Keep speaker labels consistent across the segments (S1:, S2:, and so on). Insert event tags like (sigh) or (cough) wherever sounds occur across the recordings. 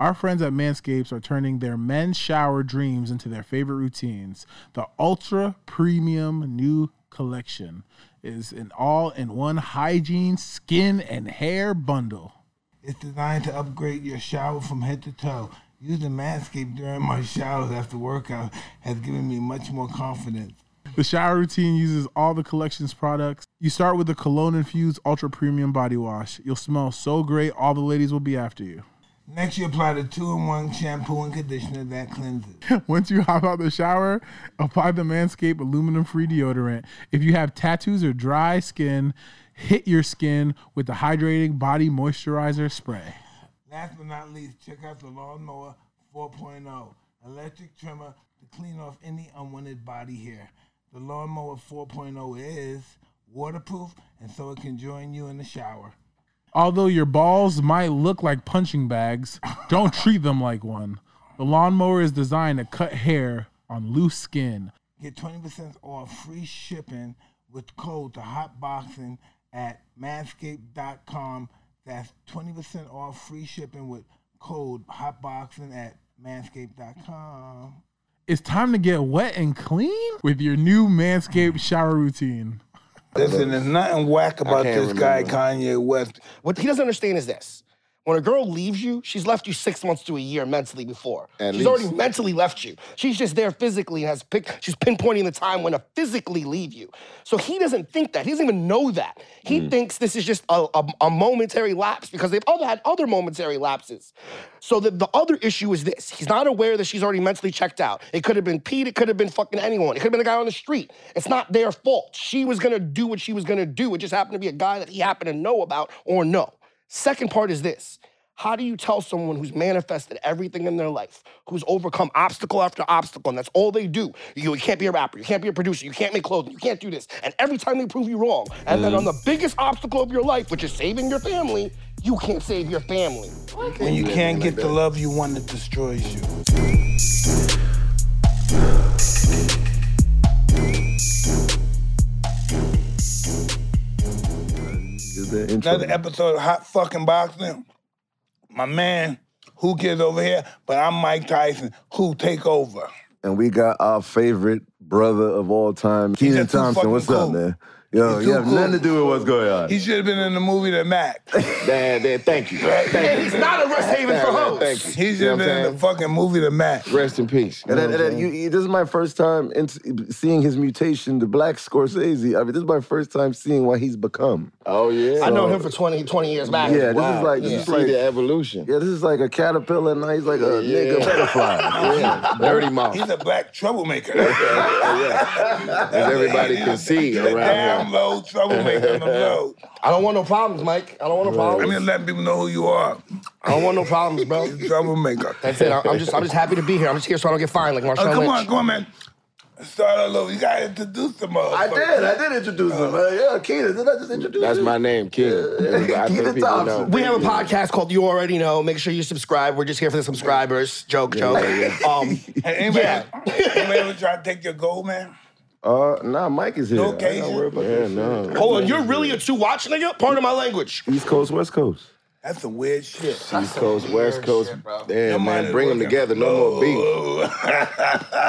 S1: Our friends at Manscapes are turning their men's shower dreams into their favorite routines. The ultra premium new collection is an all in one hygiene, skin, and hair bundle.
S2: It's designed to upgrade your shower from head to toe. Using Manscaped during my showers after workout has given me much more confidence.
S1: The shower routine uses all the collection's products. You start with the cologne infused ultra premium body wash. You'll smell so great, all the ladies will be after you.
S2: Next, you apply the two in one shampoo and conditioner that cleanses.
S1: Once you hop out the shower, apply the Manscaped aluminum free deodorant. If you have tattoos or dry skin, hit your skin with the hydrating body moisturizer spray.
S2: Last but not least, check out the Lawnmower 4.0 electric trimmer to clean off any unwanted body hair. The Lawnmower 4.0 is waterproof and so it can join you in the shower.
S1: Although your balls might look like punching bags, don't treat them like one. The lawnmower is designed to cut hair on loose skin.
S2: Get 20% off free shipping with code to hotboxing at manscaped.com. That's 20% off free shipping with code hotboxing at manscaped.com.
S1: It's time to get wet and clean with your new Manscaped shower routine.
S2: Listen, there's nothing whack about
S3: can't
S2: this guy,
S3: remember.
S2: Kanye West.
S4: What he doesn't understand is this. When a girl leaves you, she's left you six months to a year mentally before.
S3: At
S4: she's
S3: least.
S4: already mentally left you. She's just there physically and has pick, she's pinpointing the time when to physically leave you. So he doesn't think that. He doesn't even know that. He thinks this is just a, a, a momentary lapse because they've other, had other momentary lapses. So the, the other issue is this. He's not aware that she's already mentally checked out. It could have been Pete, it could have been fucking anyone. It could have been a guy on the street. It's not their fault. She was gonna do what she was gonna do. It just happened to be a guy that he happened to know about or know. Second part is this. How do you tell someone who's manifested everything in their life, who's overcome obstacle after obstacle, and that's all they do? You, you can't be a rapper, you can't be a producer, you can't make clothing, you can't do this. And every time they prove you wrong, and then on the biggest obstacle of your life, which is saving your family, you can't save your family.
S2: When you can't get the love you want, it destroys you.
S3: Is that intro?
S2: Another episode of Hot Fucking Boxing. My man, who gets over here? But I'm Mike Tyson. Who take over?
S3: and we got our favorite brother of all time, Keenan
S2: just too
S3: Thompson.
S2: fucking
S3: What's up,
S2: cool.
S3: man? Yo,
S2: He's
S3: you
S2: too
S3: have nothing
S2: cool.
S3: to do with what's going on.
S2: He should have been in the movie The Mac.
S5: Dad, dad, thank you. Thank
S4: And
S5: you.
S4: he's not a rest haven for
S2: Oh,
S5: Dad, dad,
S4: hoes.
S5: thank you.
S2: He
S5: You
S2: should
S5: know
S2: have
S5: what
S2: been in
S5: I'm
S2: the fucking movie The Mac.
S5: saying? Rest in peace. You
S3: And,
S5: know
S3: then, and
S5: what I'm
S3: then
S5: saying?
S3: you, you- this is my first time in seeing his mutation to Black Scorsese. I mean, this is my first time seeing what he's become.
S5: oh yeah.
S4: I know him for 20, 20 years back.
S3: Yeah, this
S5: Wow.
S3: is like this
S5: you
S3: is
S5: see
S3: like
S5: the evolution.
S3: yeah, this is like a caterpillar, and now he's like a nigga
S5: Yeah.
S3: butterfly.
S5: (laughs) Yeah, dirty mouth.
S2: He's a black troublemaker.
S5: Oh,
S2: (laughs)
S5: As everybody can see
S2: The
S5: around
S2: down
S5: here.
S2: low troublemaker on
S5: (laughs)
S2: the low.
S4: I don't want no problems, Mike. I don't want no
S2: I'm
S4: problems.
S2: just letting people know who you are.
S4: I don't want no problems,
S3: (laughs)
S4: bro.
S2: You Troublemaker.
S4: (laughs) That's it. I- I'm just, I'm just happy to be here. I'm just here so I don't get fined like Marshawn
S2: Oh, come
S4: Lynch.
S2: on, come on, man. Start all over. You gotta introduce them all.
S3: I did, I did introduce him. Uh, yeah, Keenan, did I just introduce
S5: That's
S3: you?
S5: my name, King.
S3: (laughs)
S5: I
S3: Keenan
S5: think people know.
S3: Thompson.
S4: We have a podcast called You Already Know. Make sure you subscribe. We're just here for the subscribers. Joke, joke. (laughs) Um,
S2: Hey, anybody,
S4: Yeah.
S2: (laughs) anybody ever try to take your gold, man?
S3: Uh, nah, Mike is here.
S2: No
S3: I ain't gotta worry about
S5: Yeah,
S3: that shit.
S5: no.
S4: hold on, you're really a two watch nigga? Pardon my language.
S3: East Coast, West Coast.
S2: That's some weird shit.
S5: East Coast, West Coast.
S2: Your
S5: Damn,
S2: mind is
S5: man, bring them
S2: working.
S5: together. No more beef.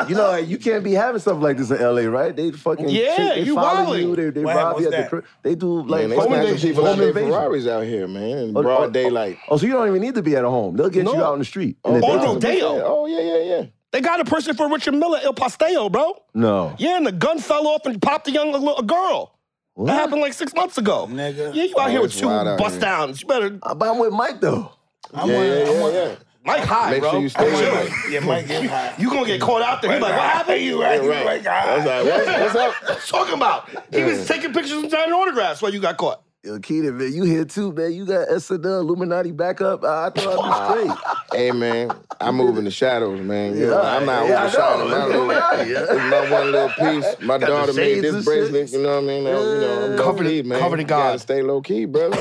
S3: You know, you can't be having stuff like this in LA, right? They fucking
S4: Yeah,
S3: shit- they
S4: you
S3: follow
S4: wilding.
S3: you, they, they
S2: What
S3: rob
S2: happened
S3: you at the
S2: with
S3: crib. They do like
S5: Man, they
S3: fucking
S4: Home
S5: snatching
S4: invasion.
S5: people out
S3: home
S5: their
S3: invasion.
S5: Ferraris out here, man, in
S3: Oh, oh,
S5: broad daylight.
S3: Oh, so you don't even need to be at home. They'll get you
S4: No.
S3: out in the street.
S5: Oh,
S3: in the
S4: Oh,
S3: daytime.
S4: no, they- Rodeo.
S5: Oh yeah, yeah, yeah.
S4: They got a person for Richard Miller, El Pastello, bro.
S3: no.
S4: Yeah, and the gun fell off and popped a young little a girl. That happened like six months ago.
S2: Nigga.
S4: Yeah, you out
S5: Oh,
S4: here with
S5: it's
S4: two
S5: wild out
S4: bust
S5: here.
S4: downs. You better,
S3: Uh, But I'm with Mike though.
S2: I'm
S5: Yeah,
S2: one-
S5: yeah,
S2: I'm
S5: yeah,
S2: one-
S5: yeah.
S4: Mike high,
S5: Make
S4: bro.
S5: sure you stay
S4: I'm sure.
S5: with Mike.
S2: Yeah, Mike is high.
S4: You gonna get caught out there. He's like, what happened?
S2: You right, you ah.
S5: Right.
S2: right.
S5: I was like, what- what's up?
S4: What's talking about? He was taking pictures and signing autographs while you got caught.
S3: Yo, Keita, man, you here too, man. You got SNL, Illuminati backup. Uh, I thought I'd be straight.
S5: Hey man, I move in the shadows, man. You know, I'm not
S3: Yeah, I
S5: over
S3: know.
S5: shining. My little,
S3: (laughs)
S5: it's my one little piece. My
S3: the
S5: daughter
S3: shades
S5: made
S3: and
S5: this bracelet.
S3: shit.
S5: You know what I mean? I, you know, I'm
S4: Covered
S5: covered
S4: in-
S5: key, man.
S4: covered in
S5: You
S4: God.
S5: Gotta stay low
S3: (laughs)
S5: key, brother.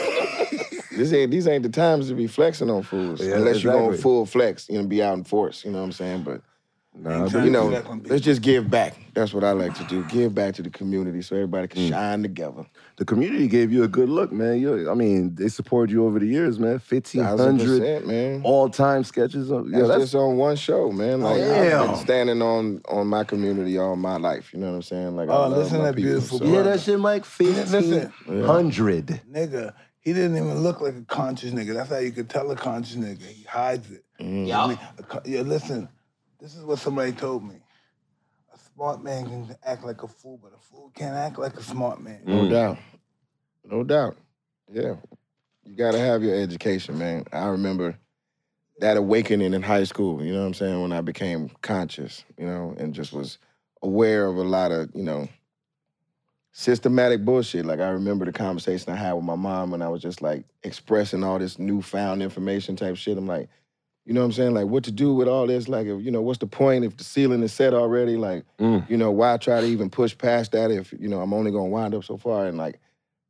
S5: this ain't these ain't the times to be flexing on fools
S3: Yeah,
S5: unless you're going
S3: exactly.
S5: full flex. You know, be out in force. You know what I'm saying? But
S3: Nah,
S5: you know,
S2: That's gonna be-
S5: let's just give back. That's what I like to do. Give back to the community so everybody
S3: Mm.
S5: can shine together.
S3: the community gave you a good look, man. You, I mean, they supported you over the years, man. Fifteen hundred
S5: 100%, man.
S3: all time sketches. Of, yeah,
S5: that's,
S3: that's Oh,
S5: just on one show, man. Like I've
S3: damn.
S5: been standing on on my community all my life. You know what I'm saying? Like, I
S2: Oh,
S5: love
S2: listen to
S5: my
S2: that
S5: people,
S2: beautiful
S5: so-
S3: you hear that shit, Mike. Fifteen
S2: Listen.
S3: hundred.
S2: nigga, he didn't even look like a conscious nigga. That's how you could tell a conscious nigga. He hides it.
S5: Mm.
S2: I mean, a co- yeah, listen, this is what somebody told me. A smart man can act like a fool, but a fool can't act like a smart man.
S5: No doubt. No doubt. Yeah. You gotta have your education, man. I remember that awakening in high school, you know what I'm saying, when I became conscious, you know, and just was aware of a lot of, you know, systematic bullshit. Like I remember the conversation I had with my mom when I was just like expressing all this newfound information type shit. I'm like, you know what I'm saying? Like what to do with all this? Like, if, you know, what's the point if the ceiling is set already? Like,
S3: Mm.
S5: you know, why try to even push past that if, you know, I'm only gonna wind up so far? And like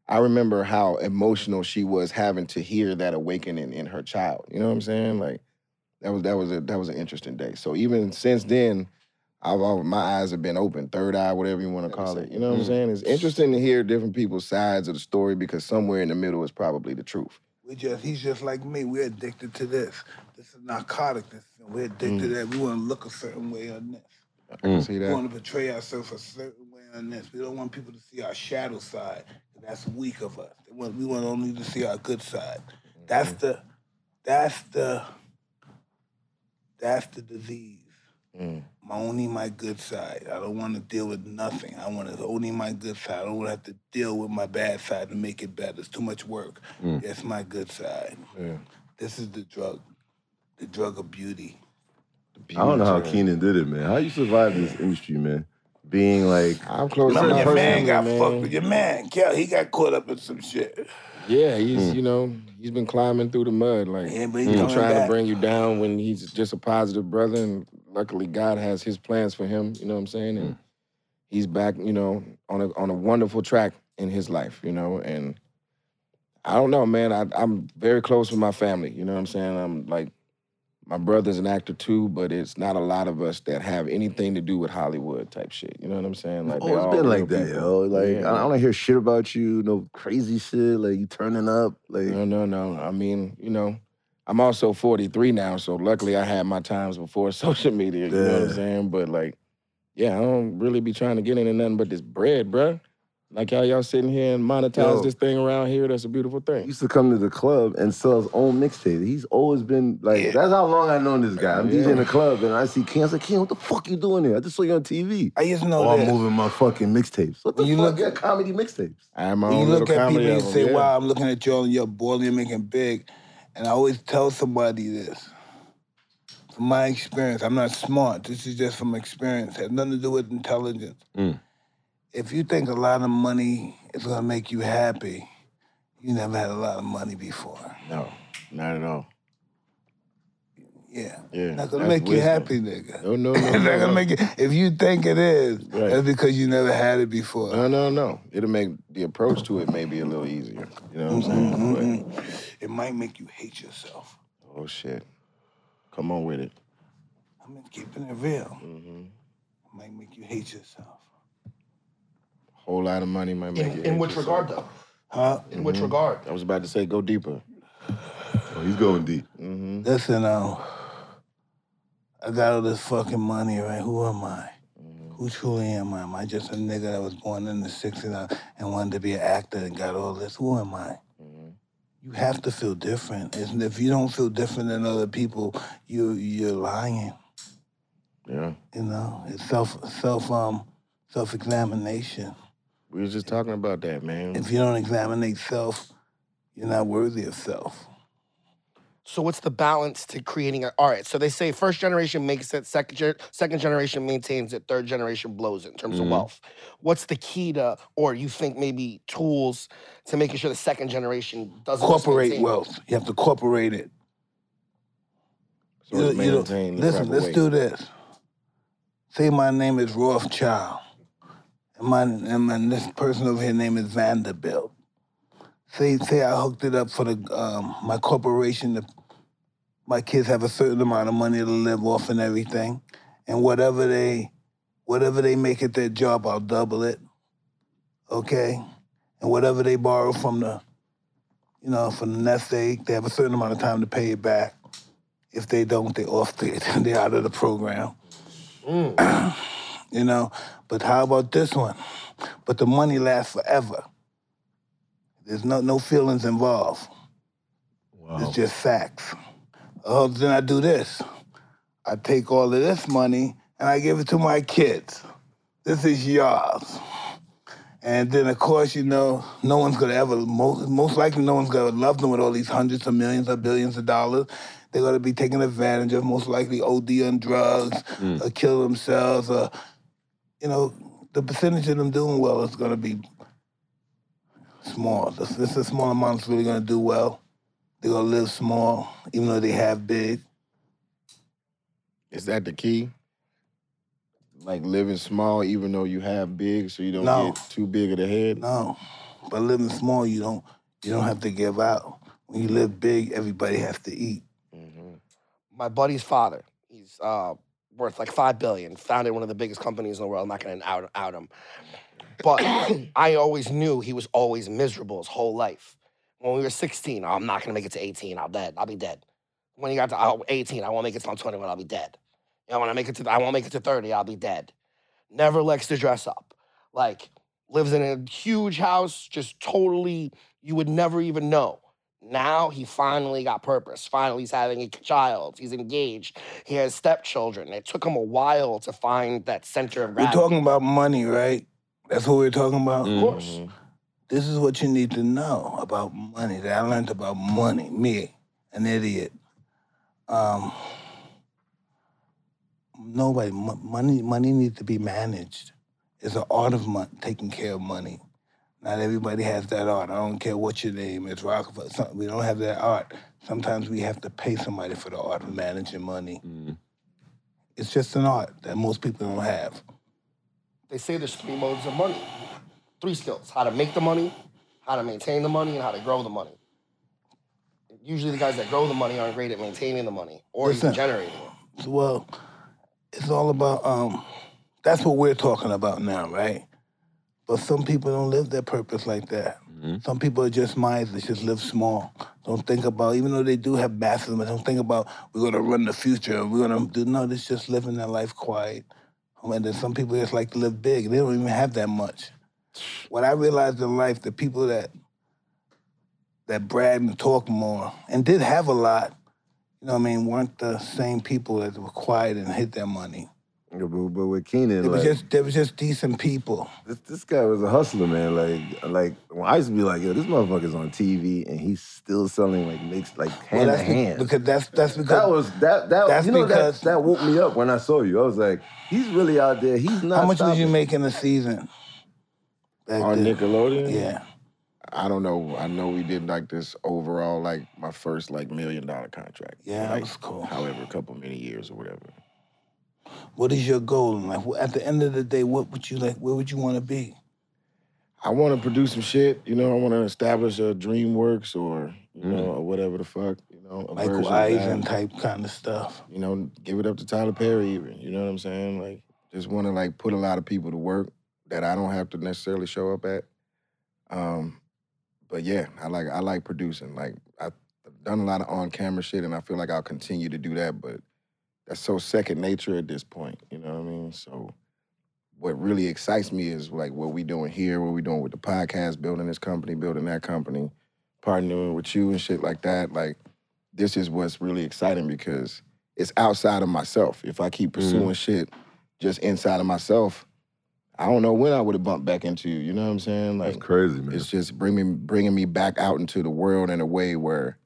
S5: I remember how emotional she was having to hear that awakening in her child. You know what I'm saying? Like that was that was a that was an interesting day. So even since then, I've al- my eyes have been open, third eye, whatever you want to call it. You know what I'm saying? It's interesting to hear different people's sides of the story because somewhere in the middle is probably the truth.
S2: We just he's just like me. We're addicted to this. This is narcotic. This we're addicted to that. We want to look a certain way on this.
S5: I can see
S2: We
S5: that.
S2: want to portray ourselves a certain way on this. We don't want people to see our shadow side. That's weak of us. They want- We want only to see our good side. That's
S5: Mm-hmm.
S2: the, that's the, that's the disease.
S5: Mm.
S2: My only my good side. I don't want to deal with nothing. I want to only my good side. I don't want to have to deal with my bad side to make it better. It's too much work. That's my good side.
S5: Mm. Yeah.
S2: This is the drug, the drug of beauty.
S3: I don't know how Keenan did it, man. How you survive this industry, man? Being like,
S5: I'm close to
S2: Remember,
S5: my
S2: your man
S5: personal,
S2: got
S5: man.
S2: fucked with your man. Kel, he got caught up in some shit.
S5: Yeah, he's
S3: Hmm.
S5: you know he's been climbing through the mud, like
S2: Yeah, but he's
S3: Mm.
S5: you know,
S2: coming
S5: Mm, trying
S2: back.
S5: to bring you down when he's just a positive brother, and luckily God has His plans for him. You know what I'm saying?
S3: Mm.
S5: And he's back, you know, on a on a wonderful track in his life, you know. And I don't know, man. I, I'm very close with my family. You know what I'm saying? I'm like my brother's an actor too, but it's not a lot of us that have anything to do with Hollywood type shit. You know what I'm saying? Like they
S3: oh,
S5: all
S3: it's been
S5: real
S3: like that,
S5: people.
S3: yo. Like,
S5: Yeah.
S3: I, I don't hear shit about you. No crazy shit. Like you turning up. Like,
S5: No, no, no. I mean, you know, I'm also 43 now, so luckily I had my times before (laughs) social media. You know what I'm
S3: Yeah.
S5: saying? But like, yeah, I don't really be trying to get into nothing but this bread, bruh. Like how y'all sitting here and monetize
S3: Yo.
S5: this thing around here. That's a beautiful
S3: He
S5: thing.
S3: used to come to the club and sell his own mixtape. He's always been like, that's how long I've known this guy. I'm
S5: Yeah.
S3: DJing the club and I see Ken. I was like, Ken, what the fuck you doing there? I just saw you on TV.
S2: I just know
S3: Oh, I'm
S2: this.
S3: moving my fucking mixtapes. What the
S2: When you
S3: fuck?
S2: look-
S3: yeah, comedy mixtapes.
S5: I have my
S2: When
S5: own
S2: you look
S5: little
S2: at people,
S5: comedy
S2: you
S5: album,
S2: say,
S5: yeah.
S2: "Wow, I'm looking at y'all and you're balling, you're making big." And I always tell somebody this. From my experience, I'm not smart. This is just from experience. It has nothing to do with intelligence.
S5: Mm.
S2: If you think a lot of money is gonna make you happy, you never had a lot of money before.
S5: No, not at all.
S2: Yeah,
S5: Yeah,
S2: not gonna
S5: that's
S2: make you
S5: wisdom.
S2: happy, nigga.
S5: No, no, no.
S2: It's
S5: no,
S2: (laughs) not gonna
S5: no.
S2: make you. If you think it is,
S5: Right. Uh-huh.
S2: that's because you never had it before.
S5: No, no, no. It'll make the approach to it maybe a little easier. You know what I'm
S2: Mm-hmm,
S5: saying? But-
S2: It might make you hate yourself.
S5: oh shit. Come on with it.
S2: I'm just keeping it real. It might make you hate yourself.
S5: Whole lot of money might make
S6: In,
S5: it. Mm-hmm.
S6: in which
S5: easier.
S6: regard, though?
S2: Huh?
S6: In which regard?
S5: I was about to say, go deeper. Mm-hmm.
S3: Oh, he's going deep.
S2: Listen, um, I got all this fucking money, right? Who am I? Who truly am I? Am I just a nigga that was born in the 60s and- and wanted to be an actor and got all this? Who am I? You have to feel different. It's- If you don't feel different than other people, you you're lying.
S5: Yeah.
S2: You know, it's self self um self examination.
S5: We was just talking about that, man.
S2: If you don't examine self, you're not worthy of self.
S4: So what's the balance to creating a all right? So they say first generation makes it, second gen, second generation maintains it, third generation blows it in terms of
S2: Mm-hmm.
S4: wealth. What's the key to, or you think maybe tools to making sure the second generation doesn't just
S2: Corporate
S4: maintain-
S2: wealth. You have to corporate it.
S5: So
S2: You-
S5: it's
S2: you know,
S5: maintained the
S2: listen,
S5: proper
S2: let's
S5: way.
S2: do this. Say my name is Rothschild, and my and my- this person over here name is Vanderbilt. Say say I hooked it up for the um, my corporation. To, my kids have a certain amount of money to live off and everything, and whatever they whatever they make at their job, I'll double it. Okay? And whatever they borrow from the you know, from the nest egg, they have a certain amount of time to pay it back. If they don't, they off the, (laughs) they're out of the program. (clears throat) you know, but how about this one? But the money lasts forever. There's no no feelings involved.
S6: Wow.
S2: It's just facts. Oh, then I do this. I take all of this money and I give it to my kids. This is yours. And then, of course, you know, no one's gonna ever, most, most likely, no one's gonna love them with all these hundreds of millions or billions of dollars. They're gonna be taken advantage of, most likely OD on drugs, or kill themselves, or, you know, the percentage of them doing well is gonna be small. This, this is a small amount that's really gonna do well. They're gonna live small, even though they have big.
S5: Is that the key? Like living small, even though you have big, so you don't
S2: No.
S5: get too big of the head.
S2: No, by living small, you don't you don't have to give out. When you live big, everybody has to eat.
S4: my buddy's father. He's uh, worth like five billion. Founded one of the biggest companies in the world. I'm not gonna out, out him, but I always knew he was always miserable his whole life. When we were 16, I'm not gonna make it to 18. I'll dead. I'll be dead. When he got to uh, 18, I won't make it till I'm 21. I'll be dead. You know, when I make it to I won't make it to 30. I'll be dead. Never likes to dress up. Like lives in a huge house, just totally you would never even know. Now he finally got purpose. Finally, he's having a child. He's engaged. He has stepchildren. It took him a while to find that center of
S2: We're
S4: gravity.
S2: talking about money, right? That's what we're talking about.
S5: Mm.
S4: of course.
S5: Mm-hmm.
S2: This is what you need to know about money that I learned about money. Me, an idiot. Um, nobody mo- money money needs to be managed. It's an art of mon- taking care of money. Not everybody has that art. I don't care what your name is, Rockefeller. Some, we don't have that art. Sometimes we have to pay somebody for the art of managing money. It's just an art that most people don't have.
S4: They say there's three modes of money, three skills: how to make the money, how to maintain the money, and how to grow the money. Usually, the guys that grow the money aren't great at maintaining the money or
S2: Listen.
S4: even generating it.
S2: Well, it's all about um that's what we're talking about now, right? But some people don't live their purpose like that. Some people are just mindless, just live small. Don't think about, even though they do have massive, but don't think about we're gonna run the future and we're gonna do no, it's just living their life quiet. Um, And then some people just like to live big. They don't even have that much. What I realized in life, the people that that brag and talk more and did have a lot, you know what I mean, weren't the same people that were quiet and hid their money.
S3: But, but with Keenan,
S2: They were
S3: like,
S2: just they were just decent people.
S3: this, this guy was a hustler, man. Like, like when I used to be like, yo, this motherfucker's on TV and he's still selling like makes like hand
S2: that's
S3: to
S2: be-
S3: hand.
S2: because that's that's because
S3: that was that that
S2: That's
S3: you know
S2: because-
S3: that that woke me up when I saw you. I was like, he's really out there. He's not.
S2: how much was
S3: stopping.
S2: you make in a season? Back
S5: On
S2: then?
S5: Nickelodeon,
S2: Yeah.
S5: I don't know. I know we did like this overall, like my first like million dollar contract.
S2: Yeah, that
S5: like,
S2: was cool.
S5: However, a couple many years or whatever.
S2: What is your goal in life? At the end of the day, what would you like where would you want to be?
S5: I want to produce some shit. You know, I want to establish a DreamWorks or you know
S4: Mm.
S5: or whatever the fuck. You know, a version
S2: Michael
S5: of that.
S2: Eisen type kind of stuff.
S5: you know, give it up to Tyler Perry even. You know what I'm saying? Like just want to like put a lot of people to work that I don't have to necessarily show up at. Um, but yeah, I like I like producing. Like I've done a lot of on camera shit, and I feel like I'll continue to do that. But that's so second nature at this point. You know what I mean? So what really excites me is like what we doing here, what we doing with the podcast, building this company, building that company, partnering with you and shit like that. Like this is what's really exciting because it's outside of myself. If I keep pursuing shit just inside of myself, I don't know when I would have bumped back into you. You know what I'm saying? Like
S3: That's crazy, man. (laughs)
S5: it's just bringing me, bringing me back out into the world in a way where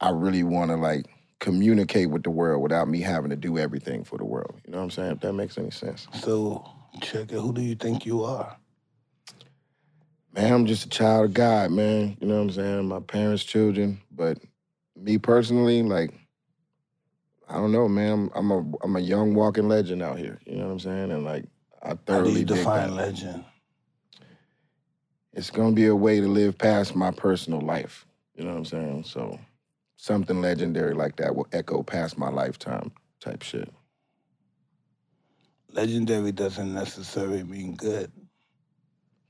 S5: I really want to like communicate with the world without me having to do everything for the world. You know what I'm saying? If that makes any sense,
S2: So check it, who do you think you are?
S5: man. I'm just a child of God, man. You know what I'm saying? My parents' children, but me personally, like, I don't know, man. I'm, I'm a I'm a young walking legend out here. You know what I'm saying? And like, I
S2: How do
S5: thoroughly
S2: you
S5: dig that.
S2: define legend?
S5: it's gonna be a way to live past my personal life. You know what I'm saying? So something legendary like that will echo past my lifetime type shit.
S2: legendary doesn't necessarily mean good.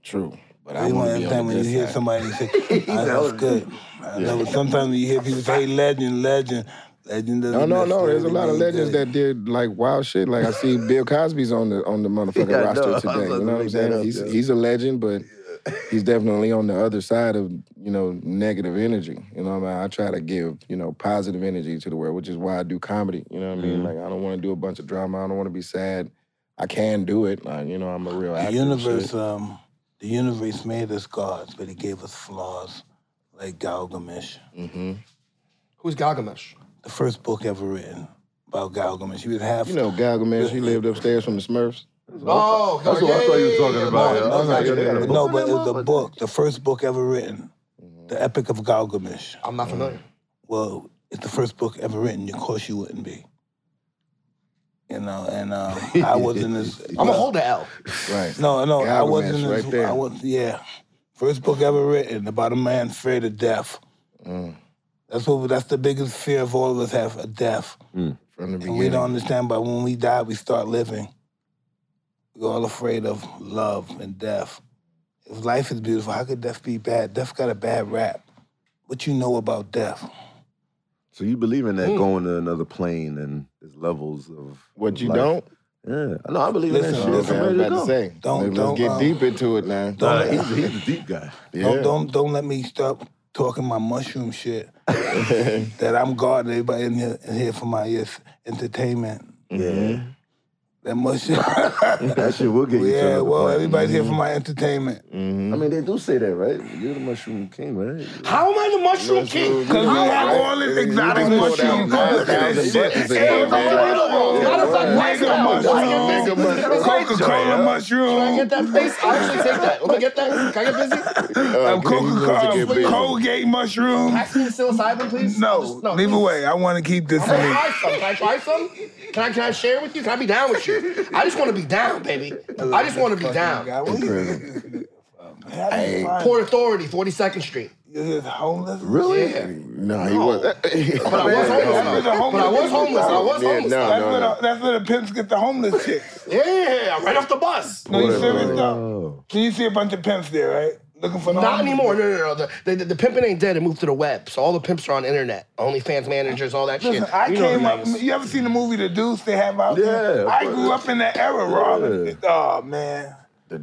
S5: True. But I
S2: You know
S5: want
S2: what
S5: to be
S2: I'm saying?
S5: on the
S2: When you
S5: good
S2: hear
S5: side.
S2: somebody say, I, that's good. I know sometimes when you hear people say legend, legend, legend doesn't
S5: No, no, no. There's a
S2: necessarily
S5: lot of
S2: mean
S5: legends
S2: good.
S5: that did like wild shit. Like I see Bill Cosby's on the on the motherfucking
S3: Yeah, I know. I
S5: roster
S3: was
S5: today.
S3: about
S5: You
S3: to
S5: know what I'm
S3: make that
S5: saying?
S3: up,
S5: he's
S3: yeah.
S5: he's a legend, but he's definitely on the other side of you know negative energy. You know what I mean? I try to give you know positive energy to the world, which is why I do comedy. You know what I mean? Like I don't want to do a bunch of drama. I don't want to be sad. I can do it. Like, you know, I'm a real actor.
S2: The
S5: and
S2: universe,
S5: shit.
S2: um, the universe made us gods, but it gave us flaws, like Gilgamesh.
S4: Who's Gilgamesh?
S2: The first book ever written about Gilgamesh. He was half.
S5: You know,
S2: (laughs)
S5: Gilgamesh. He lived upstairs from the Smurfs.
S4: Oh,
S3: That's what I thought you were talking about. yeah. I was like,
S5: no,
S3: yo, they got a
S5: no,
S3: book
S2: no,
S3: on
S2: but
S3: that
S2: it was a
S3: motherfucker?
S2: book, the first book ever written,
S5: Mm-hmm.
S2: the Epic of Gilgamesh.
S4: I'm not familiar.
S2: Well, it's the first book ever written. Of course, you wouldn't be. You know, and um, I wasn't as.
S5: (laughs)
S2: uh,
S4: I'm gonna hold the L.
S5: Right.
S2: No, no, I
S5: Gilgamesh
S2: wasn't as.
S5: right there.
S2: I was, yeah, first book ever written about a man afraid of death.
S5: Mm,
S2: That's what. That's the biggest fear of all of us have: a death.
S5: From the
S2: And we
S5: beginning.
S2: don't understand, but when we die, we start living. We're all afraid of love and death. If life is beautiful, how could death be bad? Death got a bad rap. What you know about death?
S3: So you believe in that
S2: Mm.
S3: going to another plane and there's levels of
S5: What you
S3: life.
S5: don't?
S3: Yeah, I know. I believe in that
S2: Listen,
S3: shit.
S5: Okay,
S2: listen,
S3: I'm
S5: I was
S3: ready to
S5: about to
S3: go.
S5: say.
S2: Don't-
S5: let's
S2: don't,
S5: get
S2: um,
S5: deep into it now.
S2: Don't let,
S3: Nah, he's, he's a deep guy.
S5: Yeah.
S2: Don't, don't don't let me stop talking my mushroom
S3: (laughs)
S2: shit. that I'm guarding everybody in here, in here for my yes, entertainment.
S3: Yeah,
S2: That mushroom.
S3: that shit will (laughs) get you. to
S2: yeah,
S3: another
S2: well,
S3: plane. Mm-hmm.
S2: everybody's here for my entertainment.
S5: mm-hmm.
S3: I mean, they do say that, right? You're the mushroom king, right?
S4: How am I the mushroom king?
S5: Because
S3: Mm-hmm.
S2: we have all this exotic mushroom. Look at this shit.
S5: Nigga mushroom.
S2: Coca-Cola mushroom.
S4: Get that face. I actually take that. Let me get that. Can I get busy?
S5: Uh,
S2: um, Coca-Cola,
S5: Coca-Cola,
S2: Colgate mushroom.
S4: Ask me to psilocybin, please.
S2: No,
S4: Just-
S2: leave
S4: please.
S2: away. I want to keep this
S4: Can I
S2: in me.
S4: try some? Can I try some? Can I, can I share with you? Can I be down with you? I just want to be down, baby. I just want to be down.
S2: (laughs)
S4: Port Authority, 42nd Street.
S2: You're homeless?
S3: Really?
S4: Yeah.
S5: No,
S3: (laughs)
S5: he was.
S4: But I
S2: That's where
S4: was homeless.
S2: the
S4: But I was homeless. I was
S5: Yeah,
S4: homeless.
S5: no.
S4: Yeah,
S2: That's, where the, that's where the pimps get the homeless chicks.
S4: yeah, right off the bus.
S2: No, you serious though?
S3: Oh,
S2: So you see a bunch of pimps there, right? Looking for the
S4: Not
S2: homeless.
S4: anymore. No, no, no. The, the, the pimping ain't dead. It moved to the web. So all the pimps are on internet. OnlyFans managers, all that shit.
S2: Listen, I
S4: You know
S2: came
S4: the
S2: up.
S4: niggas.
S2: You ever seen the movie The Deuce they have out
S3: Yeah,
S2: there?
S3: of
S2: I
S3: course.
S2: grew up in that era, Robin.
S3: Yeah.
S2: Oh man.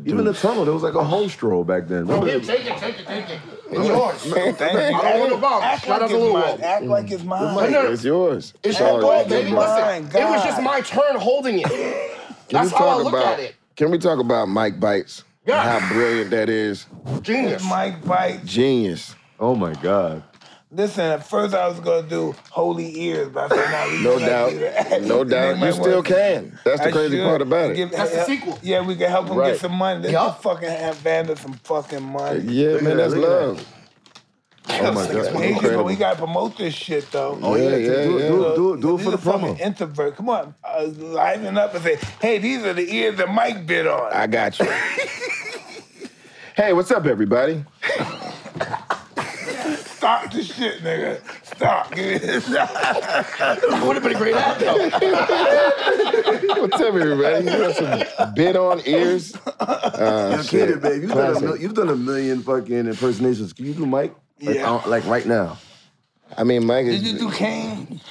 S3: even the tunnel. There was like a home stroll back then. Remember
S4: Here,
S3: that-
S4: take it, take it, take it. It's yours.
S2: Thank you.
S4: I don't want a bomb.
S2: Act
S4: Shout
S2: like
S4: out
S2: it's
S4: to Lil
S2: mine.
S4: Wayne.
S2: Act like it's
S4: But
S2: mine.
S4: no,
S5: It's yours.
S4: It's
S5: Sorry,
S4: your boy,
S5: it's
S4: baby.
S5: yours.
S4: Listen,
S2: My
S4: it was just
S2: God.
S4: my turn holding it.
S5: Can we
S4: That's how I
S5: talk
S4: look
S5: about-
S4: at it.
S5: Can we talk about Mike Bites?
S4: Yeah.
S5: How brilliant that is.
S4: Genius.
S2: Mike Bite.
S5: Genius.
S3: Oh my God.
S2: Listen, at first I was gonna do holy ears, but I said now we
S5: No
S2: gotta do (laughs)
S5: doubt.
S2: that.
S5: No
S2: They
S5: doubt.
S2: might
S5: You still
S2: work.
S5: can. That's the
S2: I
S5: crazy
S2: should.
S5: part about
S2: Give-
S5: it.
S4: That's the
S2: yeah,
S4: sequel.
S2: Yeah, we can help him
S5: Right.
S2: get some money. Let's
S4: Yup.
S2: just fucking have Vanda some fucking money.
S5: Yeah, man, that's
S3: look at that.
S5: love.
S3: Oh my God.
S4: That's
S2: Hey, you know,
S5: incredible.
S2: we gotta promote this shit though.
S3: Oh yeah,
S5: Yeah,
S3: yeah.
S5: yeah,
S3: Do, it-
S5: yeah.
S3: do, it- do, it- do it
S2: These
S3: for the
S2: are fucking
S5: (laughs)
S3: promo.
S2: Introvert, come on, uh, liven up and say, "Hey, these are the ears that Mike bit on."
S5: I got you. hey, what's up, everybody?
S2: Stop the shit, nigga. Stop. (laughs) Give me
S4: That would have been a great ad, though.
S5: What's up, everybody? You want some bit on ears? Uh,
S3: You kidding,
S5: shit.
S3: babe? You've done, a,
S5: Classic.
S3: mil- you've done a million fucking impersonations. Can you do Mike? Like,
S2: Yeah.
S3: uh, like right now.
S5: I mean, Mike
S2: Did you
S5: is
S2: do Kane?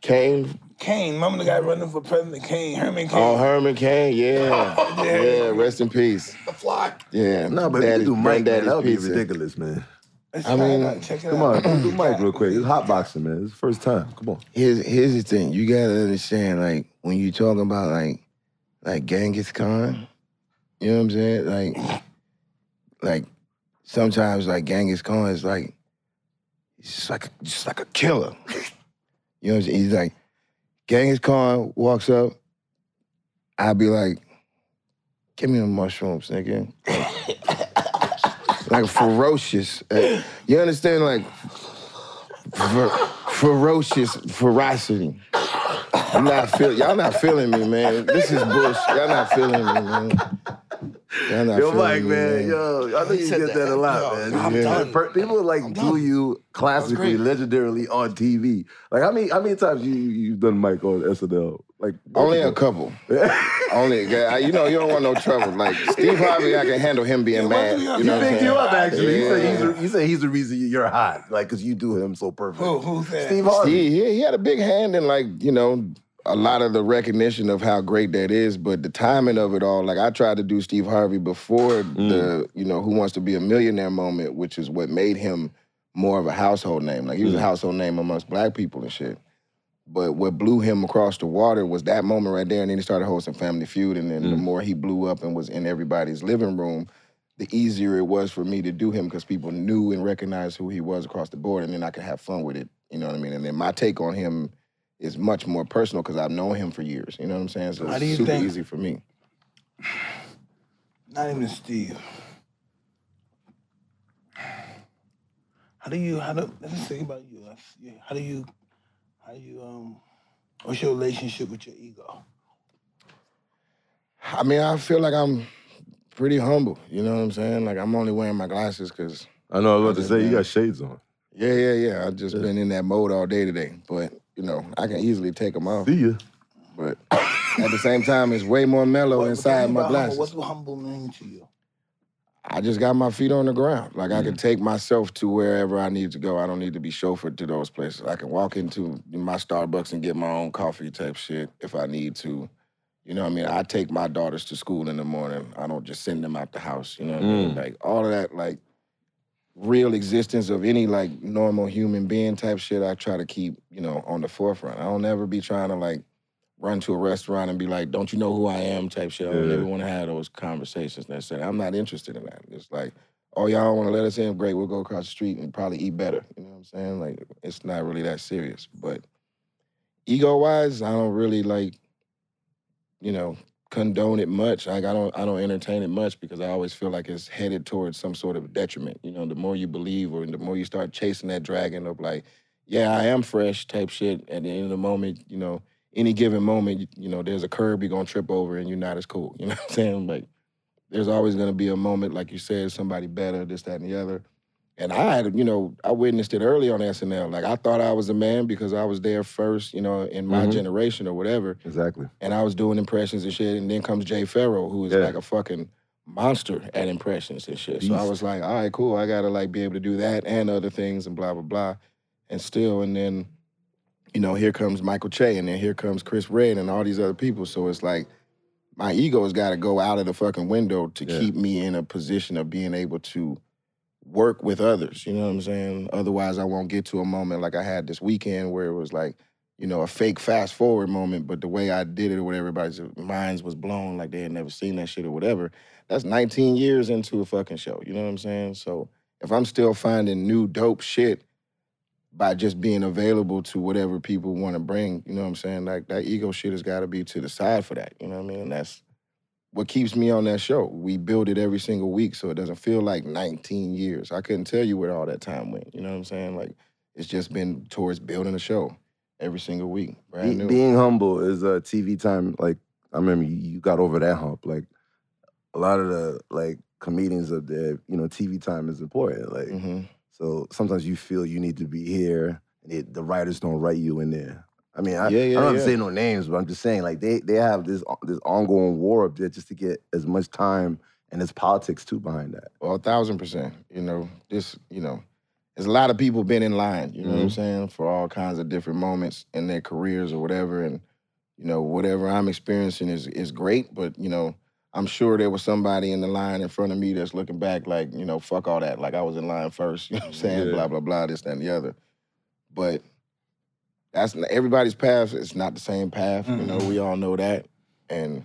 S5: Kane.
S2: Kane, remember the guy running for president? Kane, Herman Kane.
S5: Oh, Herman Kane.
S3: (laughs)
S5: Yeah, yeah. Rest in peace.
S4: The flock.
S5: Yeah.
S3: No, but if you
S5: Daddy-
S3: could do Mike, man,
S5: Granddaddy's
S3: that would be
S5: pizza.
S3: ridiculous, man.
S2: Let's
S5: I
S2: try it
S5: mean,
S2: out. check it
S3: Come
S2: out.
S3: on, do Mike real quick. It's hotboxing, man. It's the first time. Come on.
S5: Here's here's the thing. You gotta understand, like when you talking about like like Genghis Khan, you know what I'm saying? Like like sometimes like Genghis Khan is like he's just like just like a killer. (laughs) You know what I'm saying? He's like Genghis Khan walks up, I'd be like, give me the mushrooms, nigga. like (laughs) ferocious. uh, you understand? Like fer- ferocious ferocity. I'm not feel y'all not feeling me, man. This is bullshit. Y'all not feeling me, man. Y'all not
S3: Yo,
S5: feeling
S3: Mike,
S5: me,
S3: man. Yo, I think you
S4: said
S3: get that
S4: that.
S3: a lot,
S4: Yo,
S3: man.
S4: I'm
S3: Yeah.
S4: done.
S3: Per- People like do you classically, legendarily on TV. Like how many how many times you you- you've done Mike on SNL? Like
S5: Only a
S3: (laughs)
S5: couple. Only, I- you know, you don't want no trouble. Like Steve Harvey, I can handle him being mad. You
S3: He
S5: know what I'm
S3: picked you
S5: saying?
S3: up actually. He said he's
S5: Yeah.
S3: the- he said he's the reason you're hot, like because you do him so perfect.
S2: Who, who said?
S3: Steve Harvey.
S5: Steve, he, he had a big hand in like you know a lot of the recognition of how great that is, but the timing of it all. Like I tried to do Steve Harvey before
S3: Mm.
S5: the you know Who Wants to Be a Millionaire moment, which is what made him more of a household name. Like he
S3: Mm.
S5: was a household name amongst black people and shit. But what blew him across the water was that moment right there, and then he started hosting Family Feud, and then the more he blew up and was in everybody's living room, the easier it was for me to do him because people knew and recognized who he was across the board, and then I could have fun with it. You know what I mean? And then my take on him is much more personal because I've known him for years. You know what I'm saying? So
S2: do you
S5: it's super
S2: think-
S5: easy for me.
S2: Not even Steve. How do you? How do? Let's just think about you. That's- yeah, How do you? How you? Um, what's your relationship with your ego?
S5: I mean, I feel like I'm pretty humble. You know what I'm saying? Like I'm only wearing my glasses because
S3: I know. I was about to say you got shades on.
S5: yeah, yeah, yeah. I've just been in that mode all day today, but you know I can easily take them off.
S3: See ya.
S5: But at the same time, it's way more mellow
S2: What-
S5: inside
S2: what-
S5: my
S2: humble-
S5: glasses.
S2: What's humble mean to you?
S5: I just got my feet on the ground. Like I can
S2: Mm.
S5: take myself to wherever I need to go. I don't need to be chauffeured to those places. I can walk into my Starbucks and get my own coffee type shit if I need to. You know what I mean? I take my daughters to school in the morning. I don't just send them out the house. You know what I mean? Like all of that, like real existence of any like normal human being type shit, I try to keep, you know, on the forefront. I don't ever be trying to like run to a restaurant and be like, don't you know who I am type shit. I don't
S3: Yeah.
S5: ever want to have those conversations necessarily. I'm not interested in that. It's like, oh, y'all don't want to let us in? Great, we'll go across the street and probably eat better. You know what I'm saying? Like, it's not really that serious. But ego wise, I don't really like, you know, condone it much. Like I don't I don't entertain it much because I always feel like it's headed towards some sort of detriment. You know, the more you believe or the more you start chasing that dragon of like, yeah, I am fresh type shit. At the end of the moment, you know, any given moment, you, you know, there's a curb you're gonna trip over and you're not as cool. (laughs) You know what I'm saying? Like there's always gonna be a moment, like you said, somebody better, this, that, and the other. And I had, you know, I witnessed it early on SNL. Like I thought I was a man because I was there first, you know, in my
S3: Mhm.
S5: generation or whatever
S3: Exactly.
S5: and I was doing impressions and shit. And then comes Jay Farrell, who is
S3: Mm-hmm. Yeah.
S5: like a fucking monster at impressions and shit. So I
S3: Beast.
S5: was like, all right, cool. I gotta like be able to do that and other things and blah blah blah. And still, and then, you know, here comes Michael Che, and then here comes Chris Red and all these other people. So it's like my ego's gotta go out of the fucking window to
S3: Yeah.
S5: keep me in a position of being able to work with others. You know what I'm saying? Otherwise I won't get to a moment like I had this weekend where it was like you know, a fake fast forward moment, but the way I did it or whatever, everybody's minds was blown, like they had never seen that shit or whatever. That's 19 years into a fucking show. You know what I'm saying? So if I'm still finding new dope shit by just being available to whatever people want to bring, you know what I'm saying? Like that ego shit has got to be to the side for that. You know what I mean? And that's what keeps me on that show. We build it every single week, so it doesn't feel like 19 years. I couldn't tell you where all that time went. You know what I'm saying? Like it's just been towards building a show every single week. Brand
S3: Be-
S5: new.
S3: being humble is a TV time. Like I remember you, you got over that hump. Like a lot of the like comedians up there, you know, TV time is important. Like
S5: Mhm.
S3: so sometimes you feel you need to be here, and it, the writers don't write you in there. I mean, I,
S5: Yeah, yeah,
S3: I don't
S5: yeah.
S3: say no names, but I'm just saying like they they have this this ongoing war up there just to get as much time and there's politics too behind that.
S5: Well, a thousand percent. You know, this, you know, there's a lot of people been in line, you know what I'm saying, for all kinds of different moments in their careers or whatever. And, you know, whatever I'm experiencing is is great, but you know, I'm sure there was somebody in the line in front of me that's looking back like, you know, fuck all that. Like I was in line first, (laughs) you know what I'm saying?
S3: Yeah.
S5: Blah, blah, blah, this, that, and the other. But that's everybody's path is not the same path. You know, we all know that. And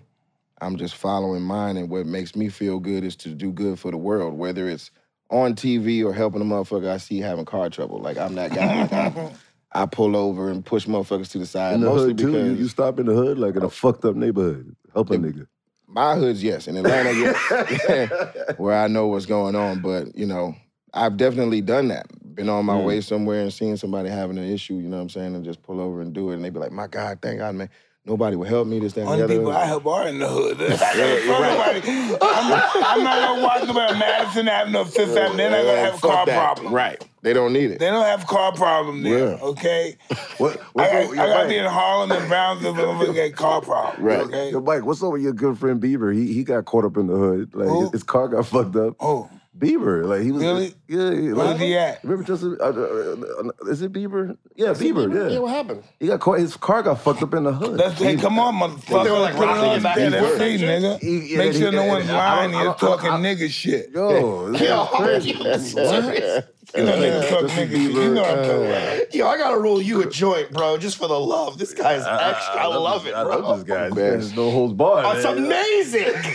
S5: I'm just following mine, and what makes me feel good is to do good for the world, whether it's on TV or helping a motherfucker I see having car trouble. Like I'm that guy. Like, I,
S2: (laughs)
S5: I pull over and push motherfuckers to the side,
S3: In the
S5: mostly
S3: hood too,
S5: because
S3: you, you stop in the hood like in a fucked up neighborhood, help a nigga.
S2: (laughs)
S5: my hood's yes, in Atlanta yes, (laughs) where I know what's going on. But you know, I've definitely done that. Been on
S2: Mm.
S5: my way somewhere and seen somebody having an issue, you know what I'm saying, and just pull over and do it, and they be like, "My God, thank God, man." nobody will help me. This, that, and
S2: Only
S5: the other.
S2: people I help are in the hood. I (laughs) can't
S5: you're
S2: fuck nobody. I'm not, I'm not gonna walk about Madison Avenue or Fifth Avenue. They're not gonna have a
S5: Fuck
S2: car
S5: that.
S2: problem.
S5: Right. They don't need
S2: They
S5: it.
S2: don't have car problem there.
S5: Yeah.
S2: Okay.
S3: What?
S2: I
S3: What's
S2: got,
S3: up
S2: I
S3: with your
S2: got to be
S3: bike?
S2: in Harlem and Brownsville before we get car problems.
S5: Right.
S2: Okay.
S3: Yo, Mike, what's up with your good friend Bieber? He he got caught up in the hood. Like
S2: Who?
S3: his, his car got fucked up.
S2: Oh,
S3: Bieber, like he was.
S2: Really?
S3: Yeah. yeah
S2: Where's
S3: like,
S2: he at?
S3: Remember Justin? Uh, uh, uh, is it Bieber? Yeah, Bieber.
S5: Yeah,
S3: Yeah.
S5: what happened?
S3: He got caught. His car got fucked up in the hood.
S2: that's, hey, come on, motherfucker.
S4: They were, like,
S2: Put it
S4: rocking
S2: on
S4: it back
S2: there,
S4: and
S2: let's
S4: forth.
S2: see, nigga.
S3: He- yeah,
S2: Make sure
S3: he-
S2: no
S3: yeah,
S2: one's
S3: yeah, I don't-
S2: lying
S3: I
S2: here
S3: don't- I don't-
S2: talking nigga shit.
S3: Yo, this
S4: Yo, (laughs)
S3: is crazy.
S4: you
S5: (laughs)
S4: serious?
S2: You know, niggas talk nigga shit. You know what
S5: uh,
S2: I'm talking about.
S4: Yo, I gotta roll you a joint, bro, just for the love. This guy's extra. I, love,
S3: this-
S4: it,
S3: I
S4: bro. Oh,
S3: love this guy. This
S5: Man.
S3: man is no holds barred.
S4: It's
S3: man.
S4: amazing. (laughs)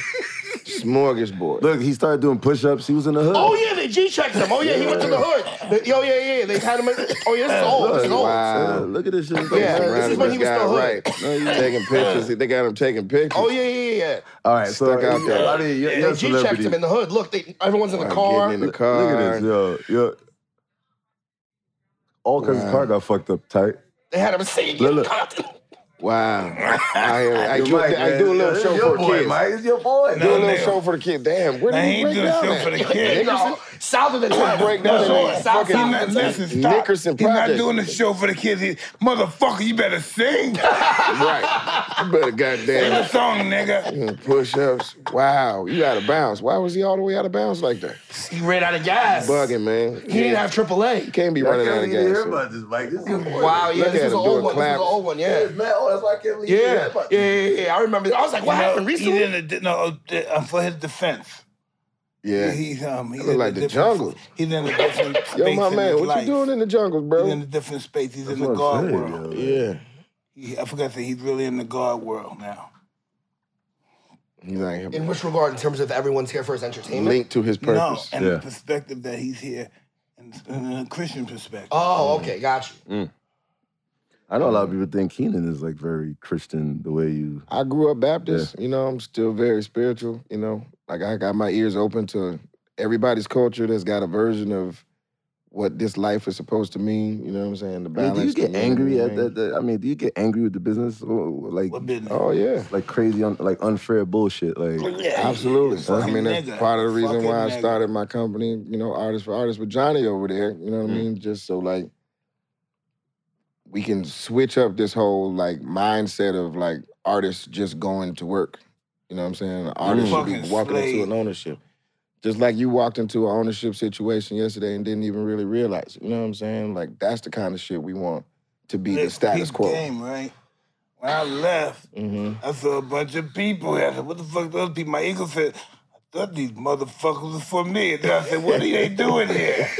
S5: Smorgasbord.
S3: Look, he started doing push-ups. He was in the hood.
S4: oh yeah, they G checked him. Oh yeah, he went to the hood. They- Yo, yeah, yeah, they had him. In, oh yeah, this is old. This is old.
S5: Wow.
S3: Uh, look at this shit.
S4: Yeah,
S5: Around
S4: this is when he was
S5: guy,
S4: still hood.
S5: right. No, you
S3: (laughs)
S5: taking pictures. They got him taking pictures.
S4: Oh yeah, yeah, yeah, yeah.
S3: All right, so
S5: Stuck out there.
S3: I mean, you're, you're
S4: They
S3: a
S4: G checked
S3: celebrity.
S4: him in the hood. Look, they, everyone's in the
S5: I'm
S4: car.
S5: getting in the
S3: Look
S5: car.
S3: at this, yo, yo. All because his
S5: Wow.
S3: car got fucked up tight.
S4: They had him singing. (laughs)
S3: Look, look.
S5: Wow. I, hear it. I,
S3: Yo,
S5: do,
S3: Mike,
S5: I
S3: man,
S5: do a
S3: yo,
S5: little
S3: this
S5: show
S3: is your
S5: for
S3: boy,
S5: kids.
S3: Mike, it's your boy.
S5: Do a
S2: No,
S5: little
S2: nigga.
S5: show for the kids. Damn, where
S2: I
S5: did you
S2: ain't
S5: break
S2: doing a
S5: down
S2: show
S5: at?
S2: for the
S4: They
S2: kids.
S4: go south of the top.
S5: break down
S4: That's
S5: in
S4: right.
S5: that
S4: South,
S5: fucking-
S4: south
S2: He
S4: of
S2: not,
S4: the
S2: listen, stop.
S5: Nickerson
S2: He's not
S5: Project.
S2: doing a show for the kids. He, motherfucker, you better sing.
S5: Right. You better
S2: Sing (laughs)
S5: (laughs) goddamn
S2: a song, nigga.
S5: push ups. Wow, you out of bounds. Why was he all the way out of bounds like that?
S4: He ran out of gas.
S5: Bugging, man.
S4: He didn't have AAA.
S5: can't be running out of gas.
S3: about this, Mike. This is your boy.
S4: Wow, yeah,
S5: Look
S4: this was
S5: at
S4: an
S5: him
S4: old one. This
S5: doing
S4: was
S5: claps.
S4: an old one, yeah.
S3: man. Oh, that's why I can't believe you
S4: Yeah,
S3: heard about
S4: yeah,
S3: this.
S4: yeah, yeah. I remember. I was like, what happened recently?
S2: He's in the, di- no, uh, uh, for his defense.
S5: Yeah.
S2: He's um, he's
S5: look
S2: in
S5: like
S2: a
S5: the
S2: different-
S5: jungle.
S2: He's in a different space.
S5: Yo, my
S2: in
S5: man,
S2: his
S5: what
S2: life.
S5: you doing in the jungles,
S2: He's in a
S5: bro?
S2: different space. He's in
S3: That's
S2: the
S3: what
S2: God
S3: I'm saying,
S2: world.
S3: yo.
S5: Yeah.
S2: He, I forgot that he's really in the God world now.
S5: He's out here.
S4: In which regard, in terms of everyone's here for his entertainment?
S5: Linked to his purpose.
S2: No, and
S3: Yeah.
S2: the perspective that he's here, and, and a Christian perspective.
S4: Oh, okay, got you.
S3: I know a lot of people think Keenan is like very Christian the way you.
S5: I grew up Baptist. You know, I'm still very spiritual. You know, like I got my ears open to everybody's culture that's got a version of what this life is supposed to mean. You know what I'm saying? The
S3: I mean,
S5: balance.
S3: do you get
S5: the meaning,
S3: angry
S5: the
S3: at
S5: meaning.
S3: that? that- I mean, do you get angry with the business, or, like
S2: What business?
S5: Oh yeah,
S3: like crazy, un, like unfair bullshit? Like,
S2: Oh, Yeah,
S5: absolutely. I
S2: fucking
S5: mean, that's
S2: nigga.
S5: part of the reason
S2: Fucking
S5: why I
S2: nigga.
S5: started my company. You know, artist for artist with Johnny over there. You know what I
S2: Mm.
S5: mean? Just so like we can switch up this whole like mindset of like artists just going to work. You know what I'm saying? An artist should be
S2: Fucking
S5: walking into
S2: slave.
S5: an ownership. Just like you walked into an ownership situation yesterday and didn't even really realize it. You know what I'm saying? Like that's the kind of shit we want to be the
S2: Let's
S5: status
S2: peep
S5: quo.
S2: Game, right? When I left,
S5: hmm
S2: I saw a bunch of people. here. I said, "What the fuck?" Those people. My ego said, "I thought these motherfuckers was for me." And then I said, "What are they doing
S5: (laughs)
S2: here?" (laughs)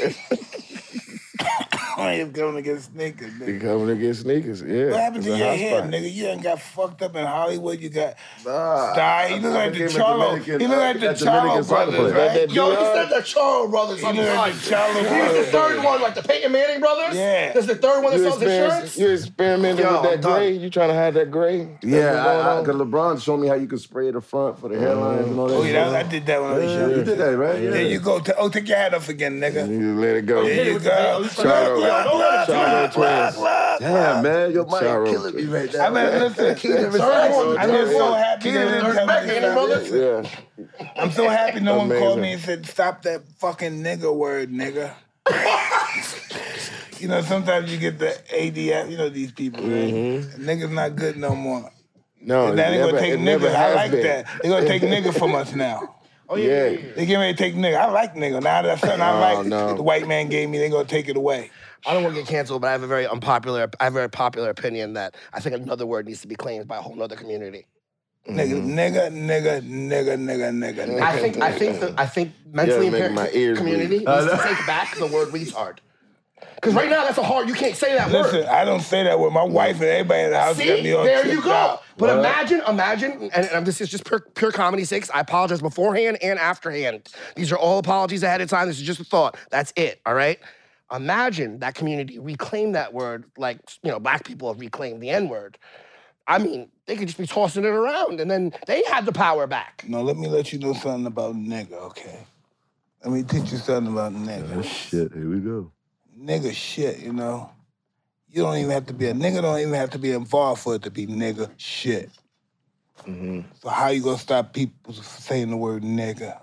S2: I ain't coming to get sneakers,
S5: They
S2: nigga.
S5: coming to get sneakers. Yeah.
S2: What happened to
S5: it's a
S2: your
S5: hot
S2: hair,
S5: spot.
S2: nigga? You ain't got fucked up in Hollywood. You got
S3: nah,
S2: Nah, he look like the
S3: became a
S2: Charlo. He
S3: Dominican-
S2: look like the
S3: a Dominican
S2: Charlo
S3: soccer
S2: brothers,
S3: player.
S2: right?
S4: Yo, he said the Charles brothers.
S2: He
S4: I'm
S2: look like
S4: sorry.
S2: the Charlo
S4: He was the
S2: brothers.
S4: third one, like the Peyton Manning brothers.
S2: Yeah.
S4: That's the third one that
S5: You,
S4: sells
S5: experiment,
S4: insurance.
S5: you experimenting
S4: Yo,
S5: with that
S4: I'm done.
S5: gray? You trying to hide that gray? That's what's going
S3: Yeah,
S5: on?
S3: because LeBron showed me how you could spray the front for the hairlines and all that.
S2: Oh, yeah, that-
S3: shit.
S2: I did that when I was
S3: Yeah,
S2: young.
S3: you did that, right? Yeah.
S2: There you go. Ta- Oh, take your hat off again, nigga.
S5: You let it go.
S2: There you go. Look,
S5: Charlo.
S2: look, look,
S5: Charlo
S2: look,
S5: twins.
S2: look, look.
S3: Damn, man, your mic
S5: Sorrow.
S3: killing me right now.
S2: I mean, listen.
S3: Keenan is-
S2: I'm just so happy they didn't tell me
S4: Manning
S2: this.
S4: brothers.
S5: Yeah.
S2: I'm so happy no one called
S5: Amazing.
S2: me and said, stop that fucking nigga word, nigga. (laughs) you know, sometimes you get the ADF, you know, these people, right? Nigga's not good no more.
S5: No,
S2: And now they're
S5: Mm-hmm.
S2: gonna
S5: Oh, it never-
S2: take
S5: it never
S2: nigga. I
S5: has
S2: like
S5: been.
S2: that. They're gonna
S5: (laughs)
S2: take nigga from us now.
S4: Oh,
S5: Yeah.
S2: They getting ready to take nigga. I like nigga. Now that's something I
S5: Oh,
S2: like.
S5: no.
S2: The white man gave me. They gonna take it away.
S4: I don't want to get canceled, but I have a very unpopular, I have a very popular opinion that I think another word needs to be claimed by a whole other community.
S2: Nigga,
S5: Mm-hmm.
S2: nigga, nigga, nigga, nigga, nigga. nigga.
S4: I think, I think, the, I think mentally
S5: Yeah,
S4: impaired
S5: making my ears
S4: community
S5: bleed.
S4: needs to take back the word retard. Because right now, that's a hard. You can't say that word.
S2: Listen, I don't say that with my wife and everybody in the house. got
S4: See,
S2: me all
S4: there you
S2: tripped
S4: go.
S2: out.
S4: But imagine, imagine, and, and I'm- this is just pure, pure comedy sakes. I apologize beforehand and afterhand. These are all apologies ahead of time. This is just a thought. That's it. All right. Imagine that community reclaim that word, like you know, black people have reclaimed the N word. I mean, they could just be tossing it around, and then they had the power back.
S2: No, let me let you know something about nigga, okay? Let me teach you something about nigga.
S3: Shit, here we go.
S2: Nigga shit, you know? You don't even have to be a nigga. Don't even have to be involved for it to be nigga shit.
S5: Mm-hmm.
S2: So how you gonna stop people from saying the word nigga?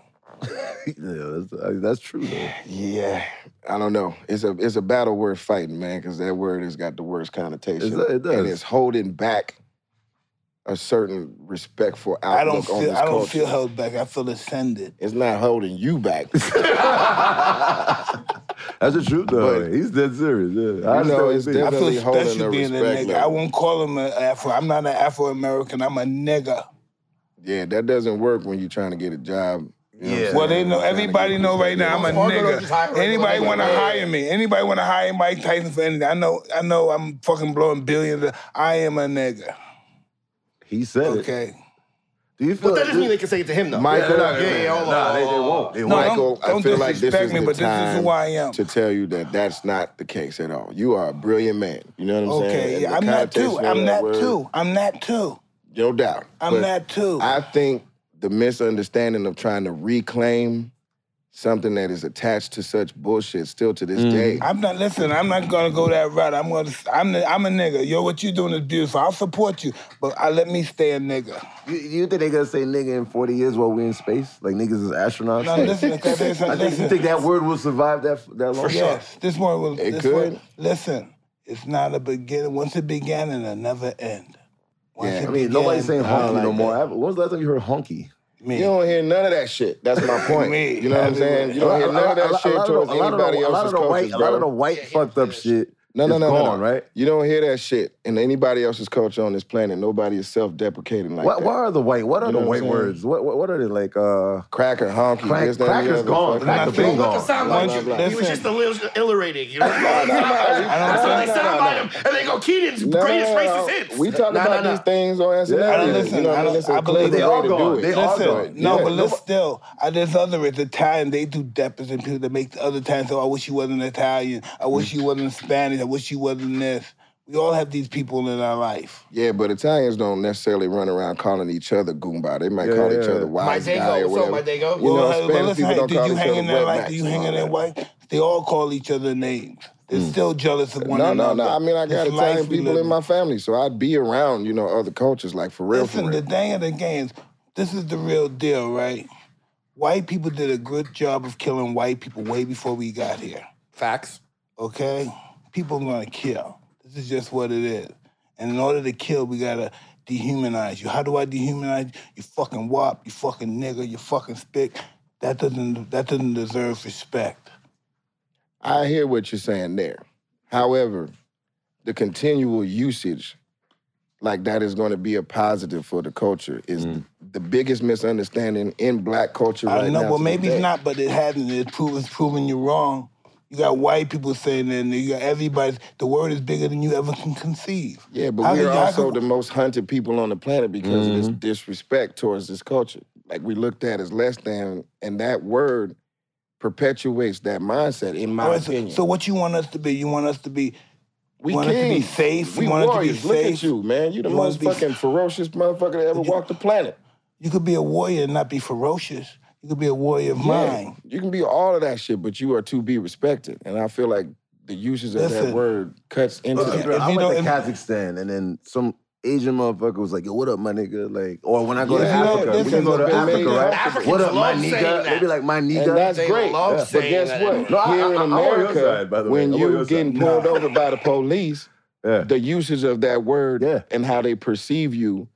S3: yeah, that's, I mean, that's true though. (laughs)
S5: Yeah, I don't know. It's a it's a battle worth fighting, man, because that word has got the worst connotation.
S3: It's- it does.
S5: and it's holding back a certain respectful outlook
S2: I don't
S5: on
S2: feel.
S5: this
S2: I don't
S5: culture.
S2: feel held back. I feel ascended.
S5: it's not holding you
S2: (laughs)
S5: back.
S3: That's the truth though.
S5: But-
S3: He's dead serious. Yeah,
S5: You know,
S3: understand
S5: it's
S2: I feel
S3: what you mean.
S5: Definitely holding
S2: special
S5: the
S2: being a
S5: respect
S2: nigga.
S5: level.
S2: I won't call him an Afro. I'm not an Afro American. I'm a nigga.
S5: yeah, that doesn't work when you're trying to get a job. You know what I'm
S3: Yeah.
S5: saying?
S2: Well, they know.
S5: Trying to
S2: Everybody
S5: get-
S2: know right now. I'm a
S4: Or go to just hire a
S2: nigga.
S4: regular
S2: Anybody
S4: nigga.
S2: want to hire me? Anybody want to hire Mike Tyson for anything? I know. I know. I'm fucking blowing billions. I am a nigga.
S3: He said it.
S2: Okay.
S3: Do you feel?
S4: But that
S3: like
S4: doesn't mean they
S3: this-
S4: can say it to him though.
S5: Michael,
S3: Yeah, yeah,
S4: yeah, yeah, hold on,
S3: Nah, they, they
S4: hold on.
S3: won't. They
S2: No,
S3: won't.
S5: Michael,
S2: don't
S5: I feel like this
S2: disrespect
S5: is
S2: me,
S5: the
S2: but this is
S5: time
S2: who I am.
S5: to tell you that that's not the case at all. You are a brilliant man. You know what I'm saying?
S2: Okay.
S5: And
S2: Yeah,
S5: the
S2: I'm that
S5: connotation
S2: too.
S5: of
S2: I'm that
S5: word,
S2: too. I'm that too.
S5: No doubt.
S2: I'm
S5: But
S2: that too.
S5: I think the misunderstanding of trying to reclaim something that is attached to such bullshit still to this day.
S2: I'm not listen. I'm not gonna go that route. I'm gonna. I'm. The, I'm a nigga. Yo, what you doing is beautiful. I'll support you, but I let me stay a nigga.
S3: You, you think they gonna say nigga in 40 years while we're in space? Like niggas is astronauts?
S2: No,
S3: Like,
S2: listen. 'cause there's a-
S3: (laughs) I think you
S2: listen.
S3: think that word will survive that that long?
S2: Yes, this one will.
S5: It
S2: this
S5: could.
S2: One, listen, it's not a beginning. Once it began, it'll never end. Once
S5: Yeah,
S2: it
S3: I mean, nobody's saying
S2: began,
S5: I
S3: honky
S5: don't
S3: no
S5: like
S3: more.
S5: that.
S3: I- When was the last time you heard honky?
S2: me.
S5: You don't hear none of that shit. That's
S2: (laughs)
S5: my point.
S2: Me.
S5: you know what I'm saying? You don't hear none of that shit
S3: lot
S5: towards
S3: the- a lot of the-
S5: anybody
S3: a lot of
S5: else's
S3: the white,
S5: cultures,
S3: A
S5: bro.
S3: lot of the white fucked up shit.
S5: no, no,
S3: is
S5: no, no,
S3: gone,
S5: no.
S3: right?
S5: You don't hear that shit in anybody else's culture on this planet. Nobody is self-deprecating like
S3: What,
S5: that.
S3: what are the white? What are
S5: You
S3: the
S5: know what
S3: white
S5: I'm saying?
S3: words? What, what what are they like? Uh,
S5: Cracker, honky,
S3: crack,
S5: this, that, and the
S3: cracker's
S5: other.
S3: gone.
S5: Fuck
S3: Cracker
S5: that.
S3: been
S4: Don't let
S3: gone.
S4: the sound like
S2: Once-
S4: you. He was
S2: listen.
S4: just a little illiterating,
S5: (laughs)
S4: you know? That's
S2: no,
S4: how they
S5: no,
S4: sound
S5: no,
S4: by
S5: no.
S4: him. And they go, Keenan's
S5: No, no,
S4: greatest
S5: no,
S4: racist
S5: no.
S4: hits.
S5: We talk
S4: No, no,
S5: about
S4: no.
S5: these things on SNL.
S3: I don't
S5: you
S2: listen.
S5: know what
S2: I
S5: mean?
S2: don't-
S5: It's a
S2: I believe
S5: clever
S2: they
S5: way
S3: all
S5: to do
S3: gone.
S5: it.
S3: They all
S2: Listen,
S3: gone.
S2: no,
S5: Yeah.
S2: but
S5: Nobody-
S2: let's still. I, there's other at the time they do deppers and people that make the other times. So I wish you wasn't Italian. I wish you wasn't Spanish. I wish you wasn't this. We all have these people in our life.
S5: Yeah, but Italians don't necessarily run around calling each other Goomba. They might
S3: Yeah,
S5: call
S3: yeah,
S5: each
S3: yeah.
S5: other wise
S4: Dago,
S5: guy
S4: what's
S5: or
S4: up,
S5: whatever.
S4: my Dago?
S5: You know,
S2: Well, hey,
S5: Spanish people don't
S2: did
S5: call
S2: you
S5: each
S2: hang
S5: other
S2: in there like?
S5: rednecks.
S2: Do you
S5: and
S2: hang
S5: all
S2: in there
S5: that.
S2: white? They all call each other names. They're still jealous of one
S5: Mm. No, no,
S2: another.
S5: no. I mean, I
S2: This
S5: got
S2: life
S5: Italian
S2: we
S5: people
S2: live
S5: in my family, so I'd be around, you know, other cultures, like for real,
S2: Listen,
S5: for
S2: the
S5: real.
S2: day of the games, this is the real deal, right? White people did a good job of killing white people way before we got here.
S4: Facts.
S2: Okay? People are gonna kill. This is just what it is. And in order to kill, we gotta dehumanize you. How do I dehumanize you? You fucking wop, you fucking nigga, you fucking spick. That doesn't that doesn't deserve respect.
S5: I hear what you're saying there. However, the continual usage like that is going to be a positive for the culture is the biggest misunderstanding in black culture right
S2: I know,
S5: now.
S2: well
S5: to
S2: maybe
S5: this
S2: it's
S5: day.
S2: not, but it hasn't. It's proven it's proven you wrong. You got white people saying that, and you got everybody. The word is bigger than you ever can conceive.
S5: Yeah, but
S2: How
S5: we're
S2: did y'all
S5: also
S2: go-
S5: the most hunted people on the planet because of this disrespect towards this culture. Like we looked at as less than, and that word perpetuates that mindset, in my
S2: All right, so,
S5: opinion.
S2: Oh, so what you want us to be? You want us to be?
S5: we
S2: want it to be
S5: kings.
S2: safe,
S5: We
S2: you want it to be
S5: warriors. Look
S2: safe.
S5: at you, man. You the
S2: You wanna
S5: most
S2: be-
S5: fucking ferocious motherfucker that ever walked the planet.
S2: You could be a warrior and not be ferocious. You could be a warrior of
S5: Yeah.
S2: mind.
S5: You can be all of that shit, but you are to be respected. And I feel like the usage of
S2: Listen.
S5: that word cuts into
S2: If
S5: that.
S2: you
S3: I
S2: don't-
S3: went to
S2: if-
S3: Kazakhstan and then some Asian motherfucker was like, "Yo, what up, my nigga?" Like, or when I go to
S5: Yeah,
S3: Africa,
S5: listen,
S3: when you go to
S5: look,
S3: Africa,
S5: man,
S3: right?
S4: Africans
S3: What up, my
S4: love saying
S3: nigga?
S4: that.
S3: They be like, "My
S5: And
S3: nigga."
S5: that's
S4: They
S5: great.
S4: love
S5: But
S4: saying
S5: guess
S4: that.
S5: what?
S3: No, I-
S5: Here
S3: I-
S5: in
S3: I'm on your
S5: America,
S3: side, by the way.
S5: when
S3: I'm on your
S5: you
S3: side.
S5: getting pulled over by the police,
S3: (laughs) Yeah.
S5: the usage of that word
S3: Yeah.
S5: and how they perceive you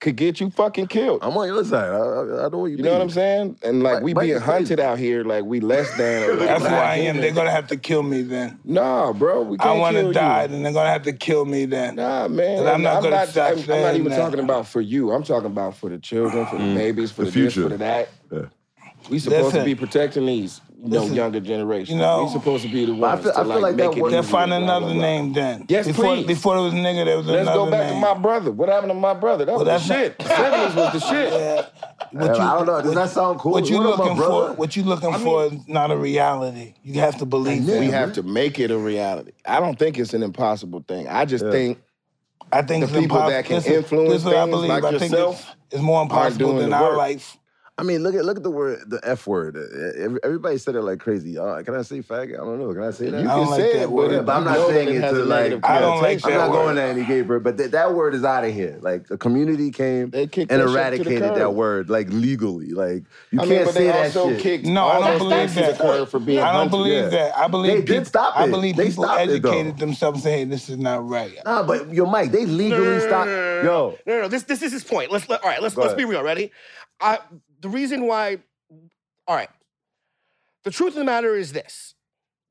S5: could get you fucking killed.
S3: I'm on your side. I, I, I know what you,
S5: you know what I'm saying? And like
S3: Mike-
S5: we
S3: Mike
S5: being
S3: is crazy.
S5: hunted out here, like we less than.
S3: (laughs)
S5: or, like,
S2: That's who
S5: black
S2: I am.
S5: women.
S2: They're gonna have to kill me then.
S5: Nah, bro, we
S2: I
S5: can't
S2: want
S5: kill
S2: to
S5: you.
S2: die, and they're gonna have to kill me then.
S5: Nah, man.
S2: And I'm not gonna
S5: not,
S2: stop
S5: I'm, I'm not
S2: saying
S5: even
S2: that.
S5: talking about for you. I'm talking about for the children, for the babies, for
S3: The
S5: Mm. the, this,
S3: future.
S5: for the that.
S3: Yeah.
S5: We supposed
S2: Listen.
S5: to be protecting these, you know,
S2: Listen.
S5: younger generations.
S2: You know-
S5: we supposed to be the
S3: I
S5: ones
S3: feel- I
S5: to
S3: feel
S5: like,
S3: like that
S5: make it.
S3: word-
S2: They'll
S5: easy,
S2: find
S5: blah, blah,
S2: another
S5: blah.
S2: name then.
S5: Yes,
S2: before,
S5: please.
S2: Before there was nigga, there was
S5: Let's
S2: another
S5: go back
S2: name.
S5: to my brother. What happened to my brother? That
S2: Well,
S5: was
S2: that's
S5: the
S2: not-
S5: shit. Seventies was the shit.
S2: Yeah.
S3: I
S2: What
S3: don't know. Does
S2: what-
S3: that sound cool?
S2: What you
S3: What up, my
S2: looking for?
S3: brother?
S2: What you looking for is not a reality. You have to believe
S5: We
S2: that.
S5: have to make it a reality. I don't think it's an impossible thing. I just think
S2: I think
S5: the
S2: it's
S5: people
S2: impos-
S5: that can
S2: listen,
S5: influence
S2: this is what I
S5: things
S2: believe.
S5: like
S2: I think
S5: yourself
S2: it's, it's more
S5: doing
S2: impossible than
S5: the
S2: our
S5: work.
S2: life.
S3: I mean, look at look at the word, the F word. Eh, ev- Everybody said it like crazy. Uh, can I say faggot? I don't know. Can I say that?
S5: You
S2: I don't
S5: can
S2: like
S5: say
S2: that
S5: it,
S2: word,
S5: but,
S3: but I'm not saying it to, like-
S2: I don't like
S3: I'm
S2: that
S3: not
S2: word.
S3: going to any gay bro, but that that word is out of here. Like the community came
S5: They kicked
S3: and
S5: that shit to the
S3: eradicated that
S5: curb.
S3: word, like legally. Like you
S5: I
S3: can't
S5: mean, but
S3: say
S5: they
S3: that
S5: also
S3: shit.
S5: kicked
S2: No, I
S5: all
S2: don't
S5: those
S2: believe
S5: things
S2: that.
S5: to the curb for being
S2: I don't
S5: hunted.
S2: believe
S3: yeah.
S2: that. I believe
S3: They did
S2: peop-
S3: stop
S2: I
S3: it.
S2: believe
S3: They
S2: people
S3: stopped it, though.
S2: educated themselves and hey, this is not right. Uh,
S3: Nah, but yo, Mike, they legally stopped. Yo,
S4: No, no, no. This, this is his point. Let's let, all right. Let's
S3: Go
S4: let's
S3: ahead.
S4: be real. Ready? I, the reason why. All right. The truth of the matter is this: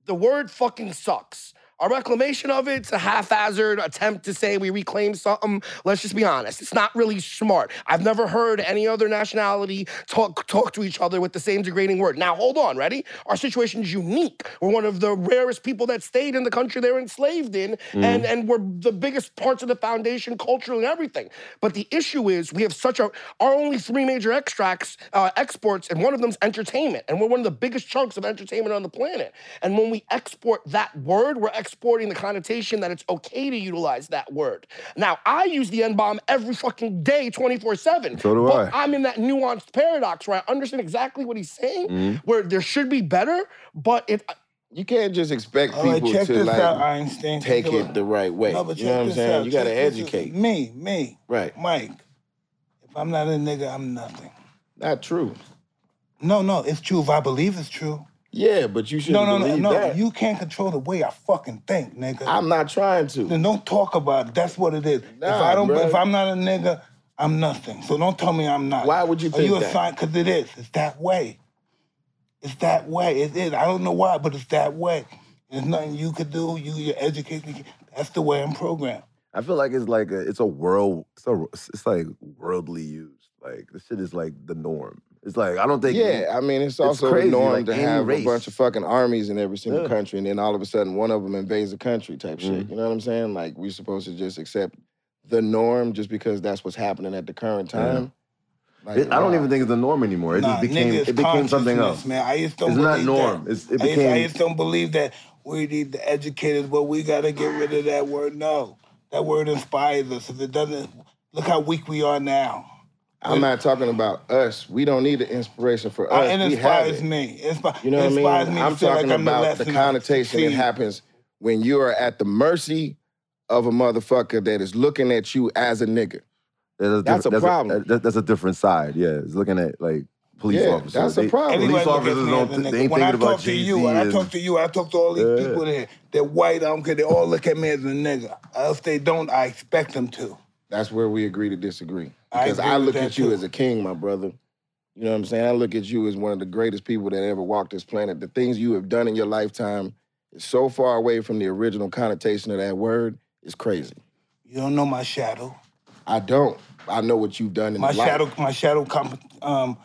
S4: the word fucking sucks. Our reclamation of it's a haphazard attempt to say we reclaim something. Let's just be honest. It's not really smart. I've never heard any other nationality talk talk to each other with the same degrading word. Now hold on, ready? Our situation is unique. We're one of the rarest people that stayed in the country they're enslaved in,
S3: Mm.
S4: and and we're the biggest parts of the foundation culturally and everything. But the issue is we have such a our only three major extracts uh, exports, and one of them's entertainment, and we're one of the biggest chunks of entertainment on the planet. And when we export that word, we're exporting the connotation that it's okay to utilize that word. Now I use the n bomb every fucking day, twenty four seven.
S3: So do
S4: but
S3: I.
S4: I'm in that nuanced paradox where I understand exactly what he's saying,
S3: Mm-hmm.
S4: where there should be better, but it
S5: You can't just expect
S2: All right,
S5: people
S2: check
S5: to
S2: this out,
S5: like
S2: Einstein.
S5: take
S2: Check
S5: it the right way.
S2: No, but
S5: You know
S2: check
S5: what I'm
S2: this
S5: saying?
S2: out.
S5: You got to
S2: Check this out.
S5: educate.
S2: Me, me,
S5: Right.
S2: Mike. If I'm not a nigga, I'm nothing.
S5: Not true.
S2: No, no, it's true if I believe it's true.
S5: Yeah, but you
S2: No,
S5: shouldn't
S2: no, no,
S5: believe
S2: no.
S5: that.
S2: You can't control the way I fucking think, nigga.
S5: I'm not trying to.
S2: Then don't talk about it. That's what it is. if
S5: Nah,
S2: I don't,
S5: bruh.
S2: if I'm not a nigga, I'm nothing. So don't tell me I'm not.
S5: Why would you
S2: Are
S5: think
S2: you a
S5: that?
S2: sign? Because it is. It's that way. It's that way. It is. I don't know why, but it's that way. There's nothing you could do. You, your education. That's the way I'm programmed.
S3: I feel like it's like a, it's a world. It's, a, it's like worldly used. Like this shit is like the norm. It's like I don't think.
S5: Yeah, I mean, it's also
S3: crazy,
S5: the norm
S3: like,
S5: to
S3: any
S5: have
S3: race.
S5: a bunch of fucking armies in every single
S3: Yeah.
S5: country, and then all of a sudden one of them invades a country type shit. You know what I'm saying? Like we're supposed to just accept the norm just because that's what's happening at the current time. Like,
S3: It- I don't
S5: nah.
S3: even think it's the norm anymore. It
S2: Nah,
S3: just became
S2: nigga, it's
S3: it became something
S2: consciousness,
S3: else.
S2: Man, I just don't
S3: It's not
S2: believe
S3: norm.
S2: That.
S3: It's-
S2: I,
S3: it
S2: just, I
S3: became-
S2: just don't believe that we need the educators, but we gotta get rid of that word. No, that word inspires us. If it doesn't, look how weak we are now.
S5: I'm not talking about us. We don't need the inspiration for
S2: Uh,
S5: us.
S2: it
S5: we have
S2: inspires
S5: it.
S2: me. Inspi-
S5: You know what I
S2: inspires
S5: mean?
S2: me to
S5: I'm
S2: feel like
S5: talking
S2: I'm the
S5: about
S2: less
S5: the
S2: than-
S5: connotation
S2: See,
S5: that happens when you are at the mercy of a motherfucker that is looking at you as a nigga.
S3: That's a,
S5: That's
S3: diff-
S5: a
S3: that's
S5: problem.
S3: that- that's a different side. Yeah, it's looking at like police
S5: Yeah,
S3: officers.
S5: that's a problem.
S3: Police
S2: Everybody look at
S3: officers
S2: me as a
S3: don't. th-
S2: nigga.
S3: they ain't
S2: when I
S3: thinking about
S2: talk to
S3: Jay
S2: you,
S3: Z.
S2: when I talk to you, I talk to all these
S3: Yeah.
S2: people there. They're white. I don't care. They all look at me as a nigga. If they don't, I expect them to.
S5: That's where we agree to disagree.
S2: I
S5: Because
S2: agree
S5: I,
S2: with
S5: look
S2: that
S5: at you
S2: too.
S5: as a king, my brother. You know what I'm saying? I look at you as one of the greatest people that ever walked this planet. The things you have done in your lifetime is so far away from the original connotation of that word. It's crazy.
S2: You don't know my shadow.
S5: I don't. I know what you've done in
S2: My
S5: the life.
S2: shadow, my shadow, comp- um,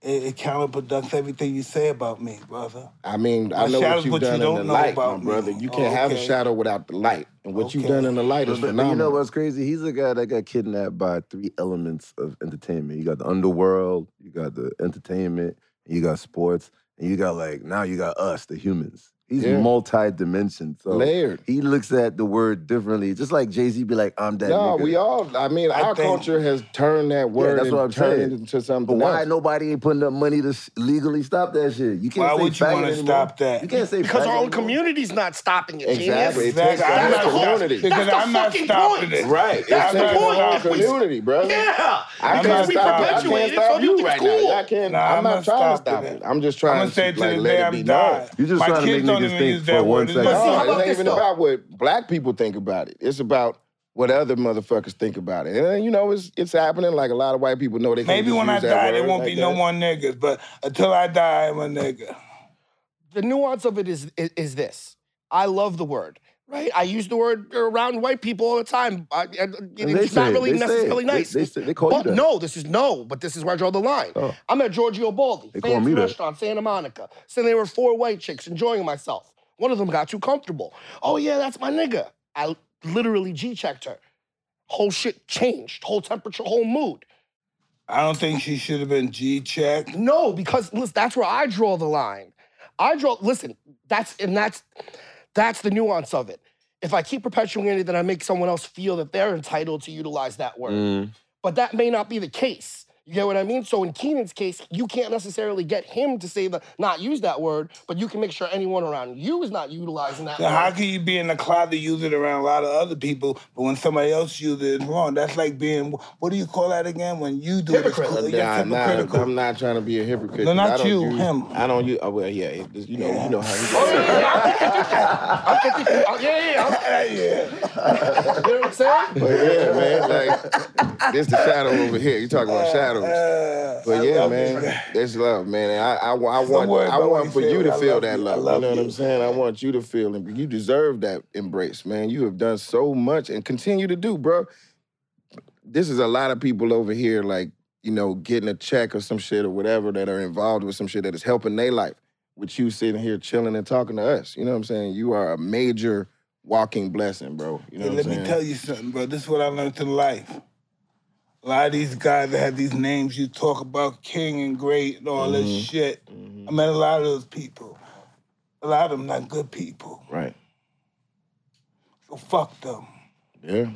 S2: it, it counterproducts everything you say about me, brother.
S5: I mean,
S2: My
S5: I know
S2: shadow's
S5: what you've
S2: what you
S5: done
S2: don't
S5: in the
S2: know
S5: light, my
S2: about me.
S5: brother. You
S2: Oh,
S5: can't have a
S2: okay.
S5: shadow without the light. And what you've
S2: Okay.
S5: done in the light is
S3: But, but
S5: phenomenal.
S3: you know what's crazy? He's a guy that got kidnapped by three elements of entertainment. You got the underworld, you got the entertainment, and you got sports, and you got like now you got us, the humans. He's
S5: Yeah.
S3: multi-dimensioned. So
S5: Layered.
S3: he looks at the word differently. Just like Jay-Z be like, I'm that
S5: No,
S3: nigga.
S5: we all. I mean,
S2: I
S5: our
S2: think-
S5: culture has turned that word
S3: that's
S5: and
S3: what I'm
S5: turned
S3: saying.
S5: it into something
S3: But why
S5: else.
S3: nobody ain't putting up money to s- legally stop that shit? You can't
S2: Why
S3: say
S2: would you
S3: faggot
S2: wanna
S3: anymore.
S2: stop that?
S3: You can't say
S4: because
S3: faggot
S4: our own
S3: anymore.
S4: community's not stopping it.
S5: Exactly.
S4: Genius.
S5: It takes
S2: I'm
S5: the
S2: not
S5: whole
S2: stop-
S5: community.
S2: because
S4: That's the
S2: I'm not
S4: fucking
S2: stopping
S4: point.
S2: it.
S5: Right. It's
S2: That's
S5: taking
S2: the
S5: the
S2: point.
S5: whole
S2: That's what-
S5: community, bro.
S4: Yeah.
S5: I
S2: I'm
S5: can't
S2: not
S5: stop, I
S2: stopping it.
S5: can't stop you
S4: It's
S5: right
S4: cool.
S5: now. I can't.
S2: Nah,
S5: I'm,
S2: I'm
S5: not
S2: not
S5: trying
S2: stopping
S5: to stop
S2: it.
S5: it. I'm just
S2: I'm
S5: trying
S2: gonna say it
S5: to
S2: to
S5: like,
S2: the
S5: let
S2: day
S5: it
S2: I'm
S5: be
S2: dying.
S5: known.
S3: You just
S2: my
S3: trying to
S2: kids
S3: make
S2: don't
S3: niggas
S2: even
S3: think
S2: use
S3: for
S2: that
S3: one
S2: word. It's
S3: second.
S2: like-
S4: see, how
S5: No,
S4: about
S5: it ain't
S4: this,
S5: even
S4: though?
S5: about what black people think about it. It's about what other motherfuckers think about it. And uh, you know, it's it's happening. Like a lot of white people know they. Can't
S2: Maybe
S5: just
S2: when I
S5: use that
S2: die, there
S5: word
S2: won't
S5: like
S2: be no
S5: that.
S2: more niggas. But until I die, I'm a nigga.
S4: the nuance of it is, is is this. I love the word, right? I use the word around white people all the time. I, I-
S3: And they
S4: it's
S3: say
S4: not
S3: it.
S4: really
S3: They say it.
S4: necessarily
S3: They-
S4: nice.
S3: They, say- they call (laughs)
S4: but
S3: you that.
S4: no, this is no. But this is where I draw the line.
S3: Oh.
S4: I'm at Giorgio Baldi,
S3: They call
S4: fancy
S3: me that.
S4: restaurant, Santa Monica. So there were four white chicks enjoying myself. One of them got too comfortable. Oh yeah, that's my nigga. I literally G-checked her. Whole shit changed. Whole temperature. Whole mood.
S2: I don't think she should have been G checked.
S4: No, because listen, that's where I draw the line. I draw. Listen, that's and that's that's the nuance of it. If I keep perpetuating it,
S5: Mm.
S4: then I make someone else feel that they're entitled to utilize that word. But that may not be the case. You get what I mean? So in Keenan's case, you can't necessarily get him to say the not use that word, but you can make sure anyone around you is not utilizing that.
S2: So how
S4: word.
S2: can you be in the closet use it around a lot of other people, but when somebody else uses it, it's wrong? That's like being what do you call that again? When you do
S4: Hypocrite.
S2: it, it's cool.
S5: Nah,
S2: Yes,
S5: nah,
S2: hypocritical.
S5: I'm not trying to be a hypocrite.
S2: No,
S5: 'cause
S2: not
S5: I don't
S2: you,
S5: use-
S2: him.
S5: I don't use. Oh, well, yeah, it, you know, you know how
S2: (laughs)
S5: he.
S4: Oh, yeah, yeah, yeah.
S2: yeah.
S4: You know what
S2: (laughs)
S4: I'm saying?
S5: But yeah, man, like this the shadow over here. You talking about shadows?
S2: Uh,
S5: But
S2: I
S5: yeah,
S2: love
S5: man,
S2: it.
S5: (laughs) that's love, man. And I, I, I want,
S2: worry
S5: I
S2: about what
S5: want
S2: he
S5: for
S2: said.
S5: you to
S2: I
S5: feel
S2: love
S5: that
S2: you. I
S5: love.
S2: love
S5: you know
S2: you.
S5: what I'm saying? I want you to feel, and you deserve that embrace, man. You have done so much and continue to do, bro. This is a lot of people over here, like you know, getting a check or some shit or whatever that are involved with some shit that is helping their life. With you sitting here chilling and talking to us, you know what I'm saying? You are a major walking blessing, bro. You know
S2: Hey,
S5: what I'm
S2: let
S5: saying?
S2: me tell you something, bro. This is what I learned in life. A lot of these guys that have these names you talk about, king and great and all
S5: Mm-hmm.
S2: this shit. I met a lot of those people. A lot of them not good people.
S5: Right?
S2: So fuck them.
S5: Yeah.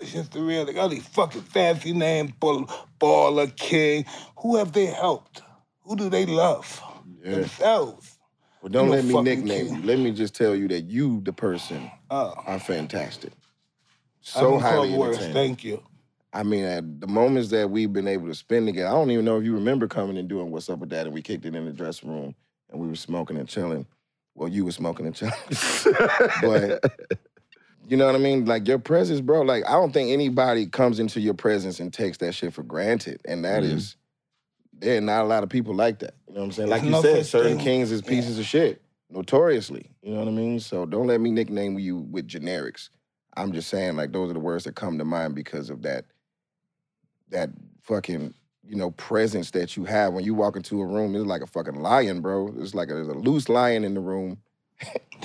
S2: It's just the real, like all these fucking fancy names, ball, baller, king. Who have they helped? Who do they love?
S5: Yeah.
S2: Themselves.
S5: Well, don't
S2: You a
S5: let me
S2: fucking
S5: nickname
S2: king.
S5: you. Let me just tell you that you, the person,
S2: Oh,
S5: are fantastic.
S2: I
S5: So
S2: haven't felt
S5: highly
S2: worse.
S5: entertaining.
S2: Thank you.
S5: I mean, at the moments that we've been able to spend together, I don't even know if you remember coming and doing what's up with that, and we kicked it in the dressing room and we were smoking and chilling. Well, you were smoking and chilling, (laughs) but you know what I mean. Like your presence, bro. Like I don't think anybody comes into your presence and takes that shit for granted, and that is, there are not a lot of people like that. You know what I'm saying? Like
S2: No
S5: you said,
S2: such
S5: certain
S2: thing.
S5: kings is pieces of shit, notoriously. You know what I mean? So don't let me nickname you with generics. I'm just saying, like those are the words that come to mind because of that that fucking you know presence that you have when you walk into a room. It's like a fucking lion, bro. It's like a, there's a loose lion in the room.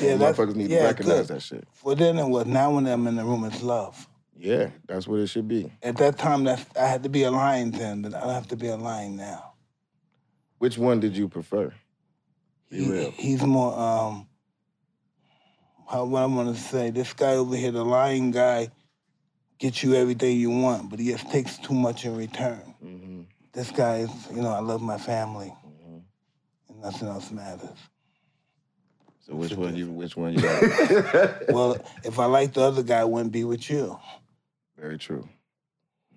S2: Yeah, that's-
S5: motherfuckers need
S2: yeah,
S5: to
S2: good.
S5: recognize that shit.
S2: For then and what now when I'm in the room, it's love.
S5: Yeah, that's what it should be.
S2: At that time, that's, I had to be a lion then, but I don't have to be a lion now.
S5: Which one did you prefer? Be
S2: He-
S5: real.
S2: He's more, um, how, what I want to say, this guy over here, the lion guy, gets you everything you want, but he just takes too much in return.
S5: Mm-hmm.
S2: This guy is, you know, I love my family, and nothing else matters.
S5: So which one you? Which one you? (laughs) Like?
S2: well, if I liked the other guy, I wouldn't be with you.
S5: Very true.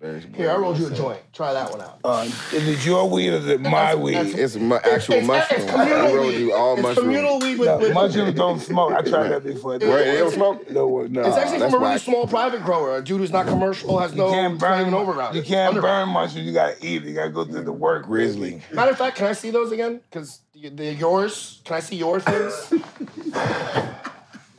S5: Very. very
S4: Here, I rolled
S5: well
S4: you a
S5: said.
S4: joint. Try that one out.
S2: Uh, is it your weed or is it my weed?
S5: It's mu-
S4: (laughs)
S5: actual
S4: it's- it's
S5: mushroom. I
S4: communal
S5: rolled
S4: weed.
S5: you all
S4: It's
S5: mushroom.
S4: communal weed with,
S2: No,
S4: with
S2: mushrooms don't smoke. I tried that before.
S5: Wait, they don't smoke?
S2: No, no.
S4: It's actually
S5: that's
S4: from a
S5: why I-
S4: really small private grower, a dude who's not commercial, has no,
S2: You
S4: it's
S2: can't
S4: not
S2: burn
S4: even overground.
S2: You
S4: It's
S2: can't
S4: underground.
S2: burn mushrooms. You gotta eat. it. You gotta go through the work.
S5: Grizzly.
S4: Matter of fact, can I see those again? Because they're yours. Can I see
S2: (laughs)
S4: your things?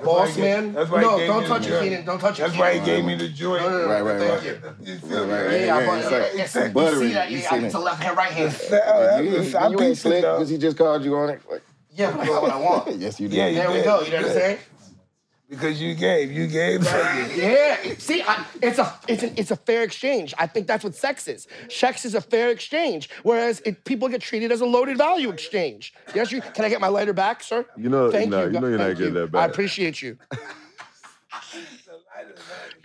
S4: Boss
S2: he gave-
S4: man.
S2: that's why he
S4: no,
S2: gave
S4: don't
S2: you
S4: touch
S2: the
S4: it,
S2: gun.
S4: Keenan. Don't touch it.
S2: That's why he
S4: Keenan.
S2: gave me the joint.
S4: No, no, no,
S5: Right, right,
S4: thank
S5: right.
S4: you.
S2: You feel me?
S5: Right, right,
S4: Yeah, yeah,
S5: yeah,
S4: I
S5: it's
S4: bought
S5: like
S4: it. Yes,
S5: it's
S4: you can
S5: buttery.
S4: see that.
S5: You
S4: Yeah,
S5: seen
S4: it's
S5: it.
S4: a left hand, right
S5: (laughs)
S4: hand.
S2: Yeah,
S5: You,
S2: that's- I
S5: you ain't
S2: pieced it
S5: slick
S2: though.
S5: because he just called you on it. Like,
S4: Yeah, but I got what I want.
S5: yes, you did.
S2: Yeah, you
S4: There we
S2: did.
S4: go. You know what I'm saying?
S2: Because you gave, you
S5: (laughs)
S2: gave. back.
S4: Yeah. See, I, it's a it's an, it's a fair exchange. I think that's what sex is. Sex is a fair exchange, whereas it, people get treated as a loaded value exchange. Yes, you. Can I get my lighter back, sir?
S3: You know-
S4: Thank
S3: no,
S4: you.
S3: you know you're not
S4: Thank
S3: getting
S4: you.
S3: that back.
S4: I appreciate you.
S3: (laughs)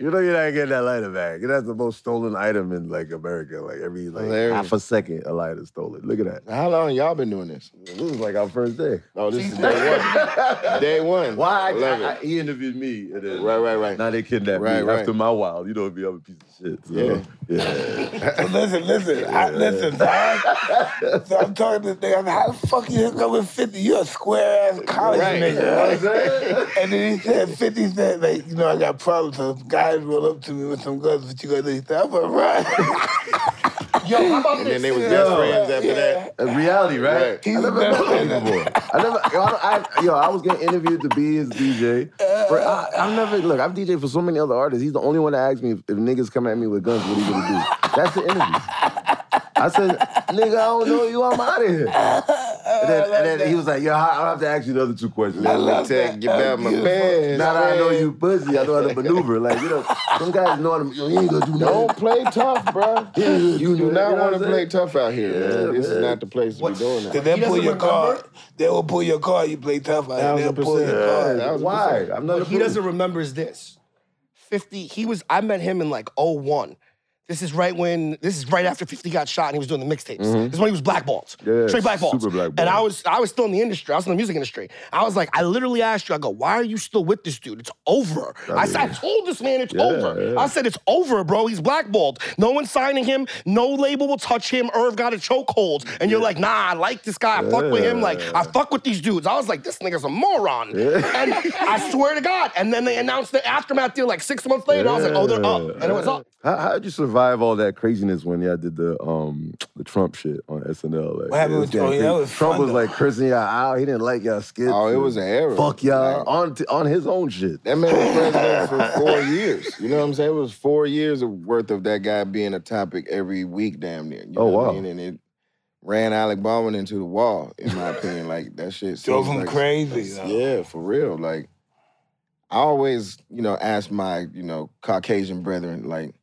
S3: You know you're not getting that lighter back. That's the most stolen item in like America. Like every like
S5: Hilarious.
S3: half a second, a lighter's stolen. Look at that.
S5: How long y'all been doing this?
S3: This is like our first day.
S5: Oh, this is day one. day one.
S3: Why? I,
S5: Love
S3: I-
S5: it.
S3: I- he interviewed me, and then
S5: Right, right, right.
S3: now they kidnapped
S5: Right,
S3: me
S5: right.
S3: after my while. You know, it'd be I'm a piece of shit. So,
S5: Yeah.
S3: yeah.
S2: So listen, listen, I, listen. So,
S5: (laughs)
S2: I, so I'm talking to this nigga. I'm like, how the fuck you hook up with 50? You're a square ass college
S5: Right.
S2: nigga.
S5: You know
S2: right?
S5: (laughs)
S2: And then he said, 50 said, like, you know, I got problems. So if guys roll up to me with some guns, what you gonna do? He said, I'm gonna run.
S4: Yo, how about
S5: And
S4: this?
S5: then they was
S3: Yeah.
S5: best friends after that.
S3: Uh, reality, right?
S5: Right.
S3: I never met him before. I never, yo, I, I, yo, I was getting interviewed to be his DJ. For, I, I've never, look, I've DJed for so many other artists. He's the only one that asked me if, if niggas come at me with guns, what are you gonna do? That's the interview. I said, nigga, I don't know you, I'm out of here. And then, and then he was like, yo, I, I'll have to ask you the other two questions.
S5: Let me take you back my best
S3: Now that I know
S5: friend.
S3: you pussy, I know
S5: (laughs)
S3: how to maneuver. Like, you know, some guys know how to, yo, he ain't gonna do nothing.
S5: Don't play tough, bro.
S3: (laughs) You
S5: You do
S3: know
S5: not
S3: what
S5: want
S3: I'm
S5: to
S3: saying?
S5: play tough out here. man. This is
S3: man.
S5: not the place to be doing
S2: Did
S5: that.
S2: they
S4: He doesn't
S2: pull your car?
S4: remember?
S2: They will pull your car. You play tough. Like, they'll
S5: Thousand
S2: pull your
S5: percent.
S2: car.
S5: That was a
S3: Why?
S5: percent.
S3: I'm not a
S4: What he
S3: fool.
S4: doesn't remember is this. 50, he was, I met him in like 01. This is right when this is right after 50 got shot and he was doing the mixtapes. This is when he was blackballed.
S3: Mm-hmm. Yeah,
S4: Straight blackballed.
S3: super blackballed.
S4: And I was I was still in the industry. I was in the music industry. I was like, I literally asked you, I go, why are you still with this dude? It's over. I, said, I told this man it's
S3: Yeah,
S4: over.
S3: yeah.
S4: I said it's over, bro. He's blackballed. No one's signing him. No label will touch him. Irv got a chokehold. And you're like, nah, I like this guy. I fuck with him. Like, I fuck with these dudes. I was like, this nigga's a moron. And I swear to God. And then they announced the aftermath deal like six months later. I was like, oh, they're up. And it was up.
S3: How how did you survive all that craziness when y'all did the um the Trump shit on SNL? Like,
S2: What happened
S3: it
S2: with- oh,
S3: getting
S2: yeah,
S3: crazy.
S2: that was
S3: Trump
S2: fun,
S3: was
S2: though.
S3: like cursing y'all out. He didn't like y'all skits.
S5: Oh, it
S3: and
S5: was an error.
S3: Fuck y'all
S5: Like,
S3: on t- on his own shit.
S5: That man was
S3: (laughs)
S5: president for four years. You know what I'm saying? It was four years of worth of that guy being a topic every week, damn near. You know
S3: Oh,
S5: what I
S3: wow.
S5: mean? And it ran Alec Baldwin into the wall, in my opinion. Like that shit
S2: Drove
S5: seems
S2: him
S5: like-
S2: crazy, though.
S5: Yeah, for real. Like I always, you know, ask my, you know, Caucasian brethren, like,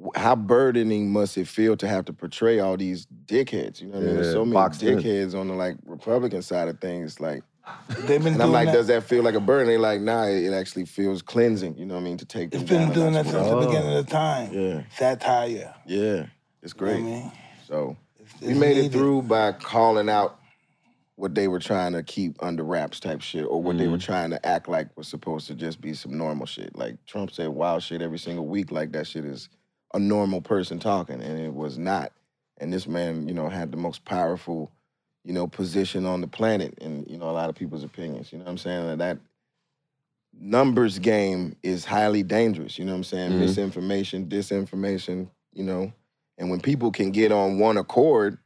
S5: wh- how burdening must it feel to have to portray all these dickheads? You know what I mean? There's
S3: Yeah,
S5: so many
S3: boxed in.
S5: dickheads on the like Republican side of things. Like
S2: They've been
S5: and I'm
S2: doing
S5: like,
S2: that.
S5: does that feel like a burden? They're like, nah, it it actually feels cleansing. You know what I mean? To take them
S2: It's been
S5: down.
S2: doing
S5: and
S2: that
S5: that's
S2: since
S5: what
S2: the beginning of the time.
S5: Yeah.
S2: Satire.
S5: I- Yeah, it's
S2: You know
S5: great.
S2: what I mean?
S5: So we
S2: it's
S5: made
S2: needed.
S5: it through by calling out what they were trying to keep under wraps type shit, or what
S2: Mm-hmm.
S5: they were trying to act like was supposed to just be some normal shit. Like Trump said wild shit every single week. Like that shit is a normal person talking, and it was not. And this man, you know, had the most powerful, you know, position on the planet, in you know, a lot of people's opinions. You know what I'm saying? And that numbers game is highly dangerous. You know what I'm saying?
S3: Mhm.
S5: Misinformation, disinformation, you know. And when people can get on one accord,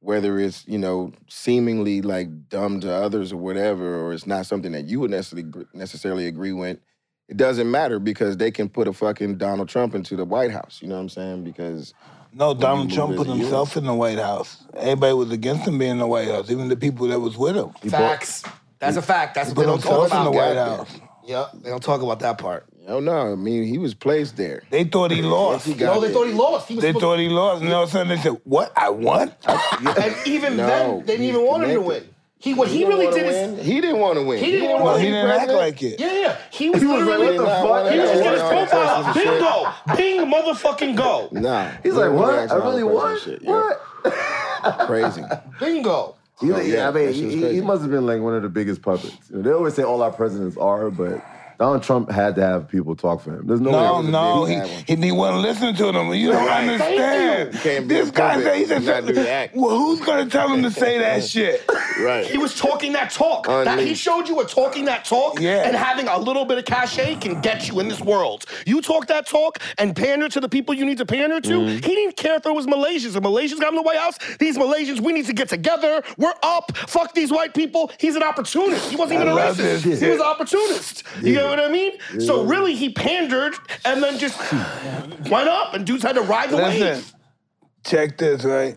S5: whether it's, you know, seemingly like dumb to others or whatever, or it's not something that you would necessarily gr- necessarily agree with, it doesn't matter because they can put a fucking Donald Trump into the White House. You know what I'm saying? Because
S2: No, Donald
S5: you
S2: Trump
S5: move
S2: put
S5: as a
S2: himself in the White House. Everybody was against him being in the White House, even the people that was with him.
S4: Facts. That's a fact. That's what
S2: Put
S4: they don't talk
S2: himself in the
S4: about.
S2: White
S5: goddamn.
S2: House.
S4: Yeah, they don't talk about that part.
S5: you know, Oh, no, I mean, he was placed there.
S2: They thought he lost.
S5: He got
S4: No, they
S5: there.
S4: thought he lost. He was
S2: They
S4: supposed-
S2: thought he lost, and all of a sudden they said, "What? I
S5: (laughs)
S2: won?
S4: and even
S5: No,
S4: then, they didn't
S5: he's
S4: even want him to
S5: connected.
S4: win. He what he,
S5: didn't
S4: really
S5: wanna
S4: did
S5: win.
S4: is
S5: he didn't want to win.
S4: He didn't wanna
S5: wanna
S4: win.
S2: He
S5: be
S2: didn't act
S5: president.
S2: like it."
S4: yeah, yeah. He was, literally
S3: like,
S4: with
S3: what the fuck?
S4: He was
S3: Yeah,
S4: on his
S3: yeah, yeah.
S4: profile. Bingo, Bing, motherfucking go,
S5: Nah.
S3: He's like,
S5: Yeah,
S3: what?
S5: that's
S3: I
S5: all
S3: really
S5: crazy
S3: won.
S5: shit, yeah.
S3: What?
S5: (laughs) Crazy.
S4: bingo.
S3: He,
S5: Oh, yeah,
S3: I mean,
S5: that shit
S3: he,
S5: was
S3: he- he
S5: crazy.
S3: must have been like one of the biggest puppets. You know, they always say all our presidents are, but Donald Trump had to have people talk for him. There's no,
S2: No,
S3: way.
S5: was a
S2: no,
S5: big
S2: he,
S5: bad one.
S2: he, he wasn't listening to them. You don't
S4: Right, thank you.
S2: understand.
S5: You can't be
S2: this
S5: a
S2: guy
S5: puppet
S2: said he said,
S5: and not do the
S2: (laughs)
S5: act.
S2: "Well, who's gonna tell him to say
S5: (laughs)
S2: that shit?"
S5: Right.
S4: He was talking that talk. That he
S5: Unleashed.
S4: showed you what talking that talk
S2: Yeah.
S4: and having a little bit of cachet can get you in this world. You talk that talk and pander to the people you need to pander to. He didn't care if it was Malaysians. The Malaysians got in the White House. These Malaysians, we need to get together. We're up. Fuck these white people. He's an opportunist. He wasn't even a
S2: love
S4: racist.
S2: this
S4: He
S2: shit.
S4: was an opportunist. You know what I mean? So really, he pandered and then just went up, and dudes had to ride the
S2: Listen,
S4: wave.
S2: check this right.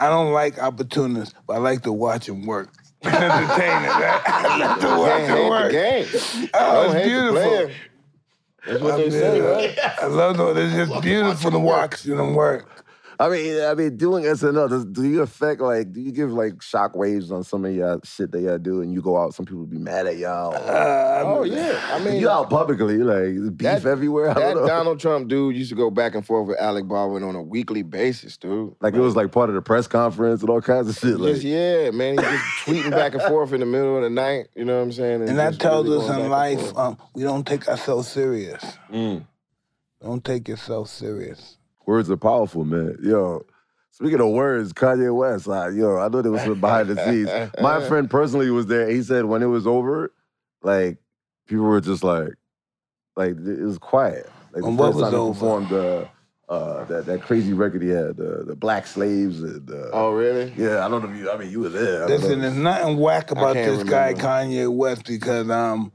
S2: I don't like opportunists, but I like to watch him work. (laughs) It's entertaining, right? (laughs) I like to watch
S5: Can't
S2: him
S5: hate
S2: work.
S5: the game.
S2: Oh,
S5: Don't
S2: it's
S5: hate the player.
S2: beautiful.
S5: That's what they say, right?
S2: I love it. It's just beautiful to watch him work.
S3: I mean, I mean, doing SNL. Does, do you affect like? Do you give like shock waves on some of y'all shit that y'all do, and you go out? Some people be mad at y'all.
S5: Oh yeah.
S3: (laughs)
S5: I mean,
S3: you out publicly, like there's beef
S5: That-
S3: everywhere. (laughs) I
S5: that
S3: don't know.
S5: Donald Trump dude used to go back and forth with Alec Baldwin on a weekly basis, dude.
S3: like it was like part of the press conference and all kinds of shit. Like,
S5: Just yeah, man. He just tweeting back and forth in the middle of the night. You know what I'm saying?
S2: And that
S5: just
S2: tells
S5: really
S2: us
S5: going
S2: in
S5: back and
S2: life,
S5: forth.
S2: um, we don't take ourselves serious. Don't take yourself serious.
S3: mm, Words are powerful, man. Yo, speaking of words, Kanye West, like, yo, I know there was some behind the
S5: (laughs)
S3: scenes. uh,
S5: Uh-huh.
S3: My friend personally was there. He said when it was over, like, people were just like, like it was quiet. Like the
S2: And what
S3: first
S2: was
S3: time he
S2: over?
S3: performed uh, uh, that that crazy record he had, the the Black Slaves and uh,
S5: Oh really?
S3: yeah, I don't know if you. I mean, you were there. I don't
S2: Listen,
S3: know.
S2: there's nothing whack about
S5: can't
S2: this guy
S5: remember.
S2: Kanye West because um,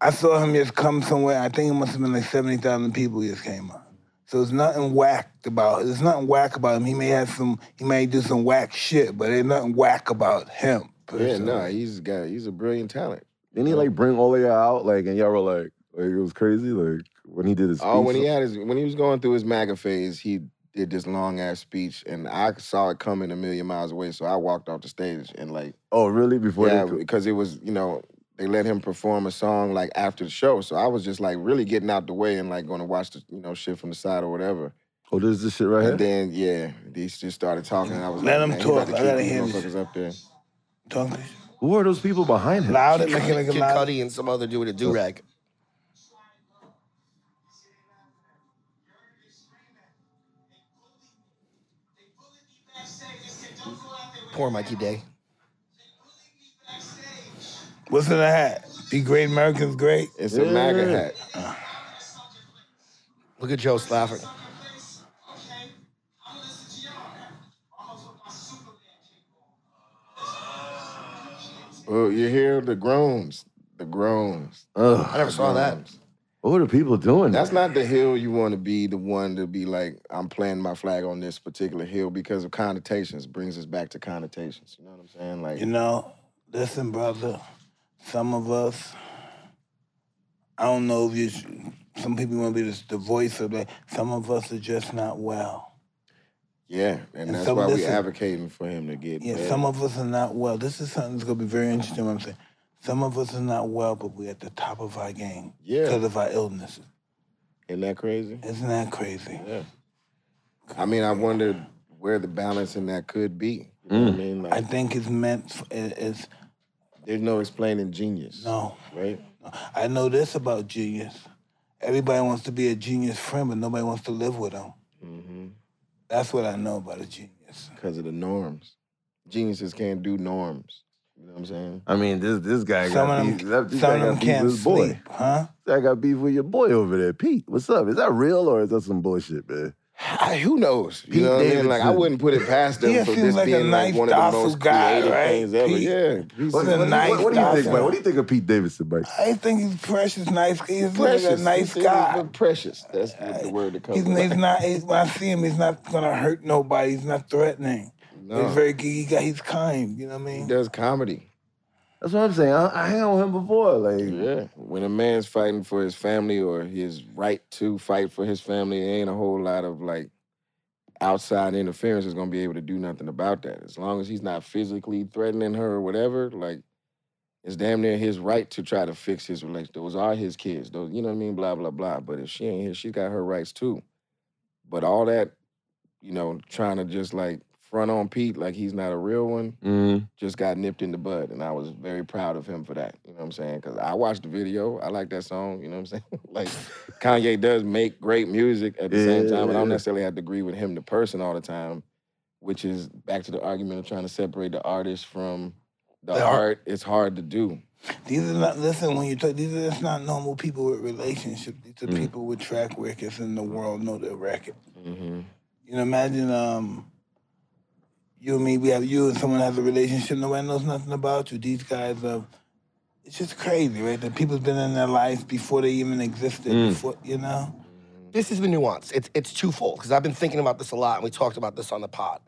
S2: I saw him just come somewhere. I think it must have been like seventy thousand people he just came on. So there's nothing whacked about. There's nothing whack about him. He may have some. He may do some whack shit, but there's nothing whack about him.
S5: Yeah,
S2: personally.
S5: no, he's got he's a brilliant talent.
S3: Didn't he like bring all of y'all out? Like, and y'all were like, like it was crazy. Like when he did his
S5: Oh,
S3: speech.
S5: when he had his when he was going through his MAGA phase, he did this long ass speech, and I saw it coming a million miles away. So I walked off the stage and like,
S3: oh, really? Before
S5: yeah,
S3: they,
S5: because it was you know they let him perform a song like after the show. So I was just like really getting out the way and like going to watch the you know shit from the side or whatever.
S3: Oh, this is this shit right
S5: And
S3: here.
S5: then yeah, they just started talking. And I was
S2: Let
S5: like,
S2: him
S5: "Man, he about
S2: talk.
S5: to
S2: I
S5: keep
S2: gotta
S5: these
S2: hear this."
S5: motherfuckers up there.
S2: Don't be
S3: Who are those people behind him?
S2: loud and make it like a
S4: Kid
S2: loud.
S4: Cudi and some other dude with a do rag. Poor Mikey Day.
S2: What's in the hat? Be great, Americans great.
S5: It's
S3: Yeah.
S5: a MAGA hat.
S4: Look at Joe Slafford.
S5: Oh, you hear the groans, the groans.
S3: Ugh.
S4: I never saw that.
S5: Groans.
S3: What are people doing?
S5: That's not the hill you want to be. The one to be like, I'm planting my flag on this particular hill because of connotations. Brings us back to connotations. You know what I'm saying? Like,
S2: You know, listen, brother. Some of us, I don't know if you. Should, some people want to be the, the voice of that. Some of us are just not well.
S5: yeah, and that's
S2: so
S5: why we
S2: listen-
S5: advocating for him to get.
S2: Yeah,
S5: better.
S2: some of us are not well. This is something that's gonna be very interesting. What I'm saying. Some of us are not well, but we're at the top of our game
S5: Yeah.
S2: because of our illnesses.
S5: Isn't that crazy?
S2: Isn't that crazy?
S5: Yeah. I mean, I wondered where the balance in that could be. You know what I mean,
S2: I
S5: like,
S2: think it's meant. For, it, it's
S5: there's no explaining genius,
S2: no.
S5: right?
S2: I know this about genius. Everybody wants to be a genius friend, but nobody wants to live with them. That's what I know about a genius.
S5: Because of the norms. Geniuses can't do norms. You know what I'm saying?
S3: I mean, this this guy
S2: Some
S3: got
S2: of
S3: beef.
S2: them,
S3: That, this
S2: some
S3: guy
S2: of them
S3: got beef
S2: can't
S3: with his boy.
S2: sleep, huh?
S3: I got beef with your boy over there, Pete. What's up? Is that real or is that some bullshit, man?
S5: I, who knows? You
S3: Pete
S5: know what I mean? Like I
S3: Davidson.
S5: wouldn't put it past them
S2: He
S5: for
S2: seems
S5: this
S2: like a
S5: being
S2: nice,
S5: like one of the
S2: docile
S5: most
S2: guy,
S5: creative
S2: right?
S5: things ever.
S2: Pete-
S5: Yeah, he's
S3: What,
S2: He's a
S3: what-
S2: nice
S3: what- what do you think,
S2: guy.
S3: Mike? What do you think of Pete Davidson, Mike?
S2: I think he's precious, nice. He's like
S5: precious.
S2: a nice
S5: He's-
S2: guy.
S5: he's precious. That's the, the word that comes.
S2: He's,
S5: to
S2: he's
S5: mind.
S2: not. He's, when I see him, he's not gonna hurt nobody. He's not threatening.
S5: No.
S2: He's very. He got. He's kind. You know what I
S5: He
S2: mean?
S5: does comedy.
S3: That's what I'm saying. I, I hang out with him before. Like,
S5: Yeah. When a man's fighting for his family or his right to fight for his family, there ain't a whole lot of like outside interference is gonna be able to do nothing about that. As long as he's not physically threatening her or whatever, like it's damn near his right to try to fix his relationship. Those are his kids. Those, you know what I mean? Blah, blah, blah. But if she ain't here, she got her rights too. But all that, you know, trying to just like front on Pete like he's not a real one
S3: mm,
S5: just got nipped in the bud, and I was very proud of him for that. You know what I'm saying? Because I watched the video, I like that song. You know what I'm saying? (laughs) like Kanye does make great music at the same time, and I
S3: Yeah.
S5: don't necessarily have to agree with him the person all the time, which is back to the argument of trying to separate the artist from the,
S2: The art.
S5: art. It's hard to do.
S2: These are not. Listen, when you talk, these are just not normal people with relationships. These are people with track records, and the world know their record. You know, imagine um, you and me. We have you and someone has a relationship. Nobody knows nothing about you. These guys are. It's just crazy, right? That people's been in their lives before they even existed. Before you know.
S4: This is the nuance. It's it's twofold because I've been thinking about this a lot, and we talked about this on the pod.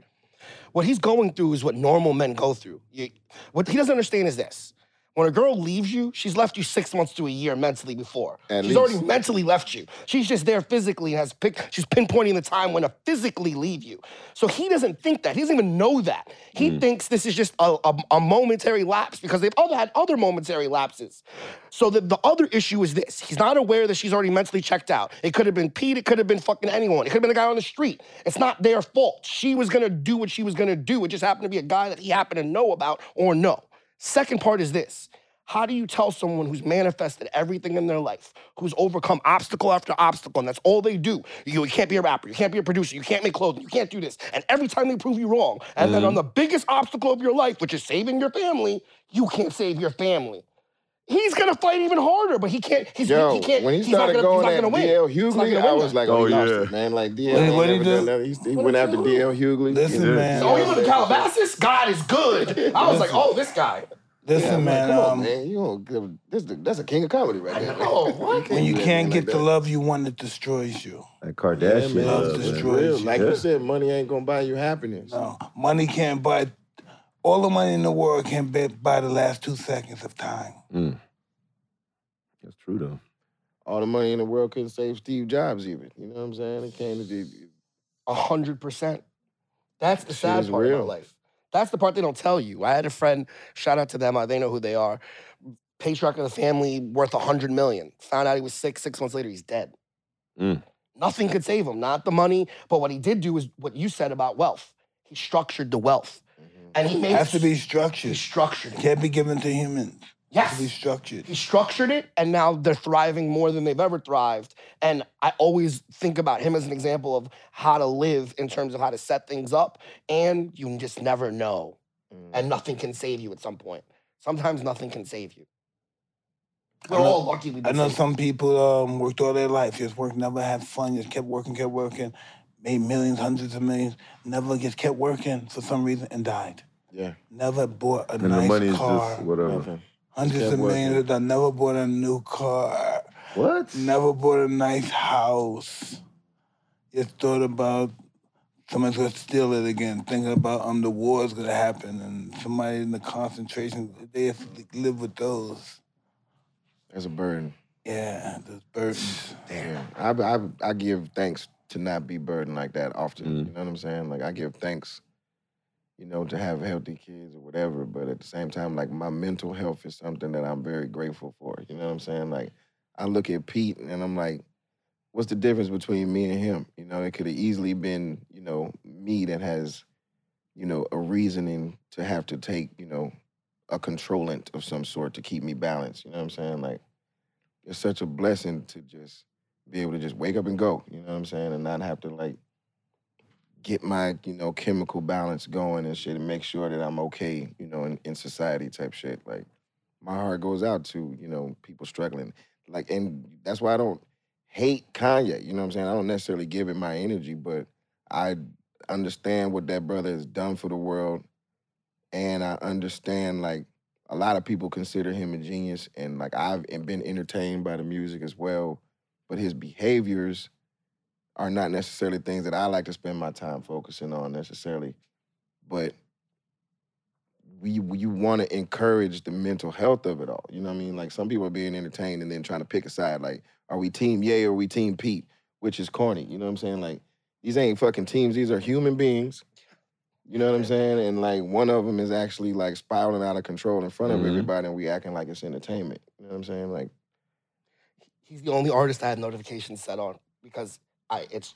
S4: What he's going through is what normal men go through. You- what he doesn't understand is this: when a girl leaves you, she's left you six months to a year mentally before.
S5: At
S4: she's
S5: least.
S4: already mentally left you. She's just there physically and has pick. She's pinpointing the time when to physically leave you. So he doesn't think that. He doesn't even know that. He thinks this is just a, a, a momentary lapse because they've all had other momentary lapses. So the, the other issue is this: he's not aware that she's already mentally checked out. It could have been Pete. It could have been fucking anyone. It could have been a guy on the street. It's not their fault. She was gonna do what she was gonna do. It just happened to be a guy that he happened to know about or know. Second part is this. How do you tell someone who's manifested everything in their life, who's overcome obstacle after obstacle, and that's all they do? You, you can't be a rapper, you can't be a producer, you can't make clothing, you can't do this. And every time they prove you wrong, and
S5: Mm-hmm.
S4: then on the biggest obstacle of your life, which is saving your family, you can't save your family. He's gonna fight even harder, but he can't. He's,
S5: Yo,
S4: he can't.
S5: when he
S4: he's not
S5: started
S4: gonna,
S5: going
S4: he's
S5: at
S4: not gonna win.
S5: DL
S4: He's not
S5: Hughley,
S4: gonna
S5: I
S4: win.
S5: was like, oh,
S3: Oh,
S5: he
S3: yeah.
S5: lost it, man. Like DL,
S2: Wait, what'd
S5: ain't
S2: he
S5: never
S2: do?
S5: done that. He, he went after DL Hughley.
S2: Listen,
S3: Yeah.
S2: man.
S4: oh, you live in Calabasas? God is good. I
S5: (laughs)
S4: was like, oh, this guy.
S2: Listen,
S5: Yeah, I'm like,
S2: man.
S5: come on,
S2: um,
S5: man. You don't give, this, the- that's a king of comedy right there.
S4: know,
S5: (laughs) You
S4: what?
S5: can't
S2: When you
S5: do that
S2: can't
S5: like
S2: get the
S5: that.
S2: love you want, it destroys you.
S3: that Kardashian.
S5: Yeah, man,
S2: Love
S3: love,
S5: it's
S3: man.
S2: destroys
S5: real.
S2: you.
S5: Like you said, money ain't gonna buy you happiness.
S2: No, money can't buy. All the money in the world can be, buy the last two seconds of time.
S3: That's true though.
S5: All the money in the world couldn't save Steve Jobs, even. You know what I'm saying? It came to the
S4: A hundred percent. That's the
S5: Shit
S4: sad
S5: is
S4: part
S5: real.
S4: of my life. That's the part they don't tell you. I had a friend, shout out to them, uh, they know who they are. patriarch of the family worth a hundred million. Found out he was sick. Six months later, he's dead.
S3: Mm.
S4: Nothing could save him. Not the money. But what he did do is what you said about wealth. He structured the wealth, and he made
S2: Mm-hmm. Has to be
S4: he
S2: structured.
S4: structured it.
S2: Can't be given to humans. Has to be
S4: Yes.
S2: structured.
S4: He structured it, and now they're thriving more than they've ever thrived. And I always think about him as an example of how to live in terms of how to set things up. And you just never know.
S2: Mm-hmm.
S4: And nothing can save you at some point. Sometimes nothing can save you.
S2: I
S4: We're
S2: know-
S4: all lucky we
S2: I
S4: did
S2: know some people um, worked all their life, just worked, never had fun, just kept working, kept working, made millions, hundreds of millions, never just kept working for some reason and died.
S5: Yeah.
S2: Never bought a
S3: And
S2: nice
S3: the money is
S2: car.
S3: just whatever.
S5: Nothing.
S2: hundreds
S5: kept
S2: of millions. I never bought a new car.
S3: What?
S2: Never bought a nice house. Just thought about someone's gonna steal it again. Thinking about um the war's gonna happen and somebody in the concentration they have to live with those.
S5: That's a burden.
S2: Yeah, those burdens.
S5: Yeah. I, I I give thanks to not be burdened like that often. You know what I'm saying? Like I give thanks, you know, to have healthy kids or whatever. But at the same time, like my mental health is something that I'm very grateful for. You know what I'm saying? Like I look at Pete and I'm like, what's the difference between me and him? You know, it could have easily been, you know, me that has, you know, a reasoning to have to take, you know, a controllant of some sort to keep me balanced. You know what I'm saying? Like it's such a blessing to just be able to just wake up and go, you know what I'm saying? And not have to like get my, you know, chemical balance going and shit and make sure that I'm okay, you know, in, in society type shit. Like my heart goes out to, you know, people struggling. Like and that's why I don't hate Kanye, you know what I'm saying? I don't necessarily give it my energy, but I understand what that brother has done for the world and I understand like a lot of people consider him a genius and like I've been entertained by the music as well, but his behaviors are not necessarily things that I like to spend my time focusing on necessarily. But we we- you want to encourage the mental health of it all. You know what I mean? Like some people are being entertained and then trying to pick a side. Like, are we team Yay or are we team Pete? Which is corny. You know what I'm saying? Like these ain't fucking teams. These are human beings. You know what I'm saying? And like one of them is actually like spiraling out of control in front of
S3: Mhm.
S5: everybody, and we acting like it's entertainment. You know what I'm saying? Like
S4: He's the only artist I had notifications set on because I it's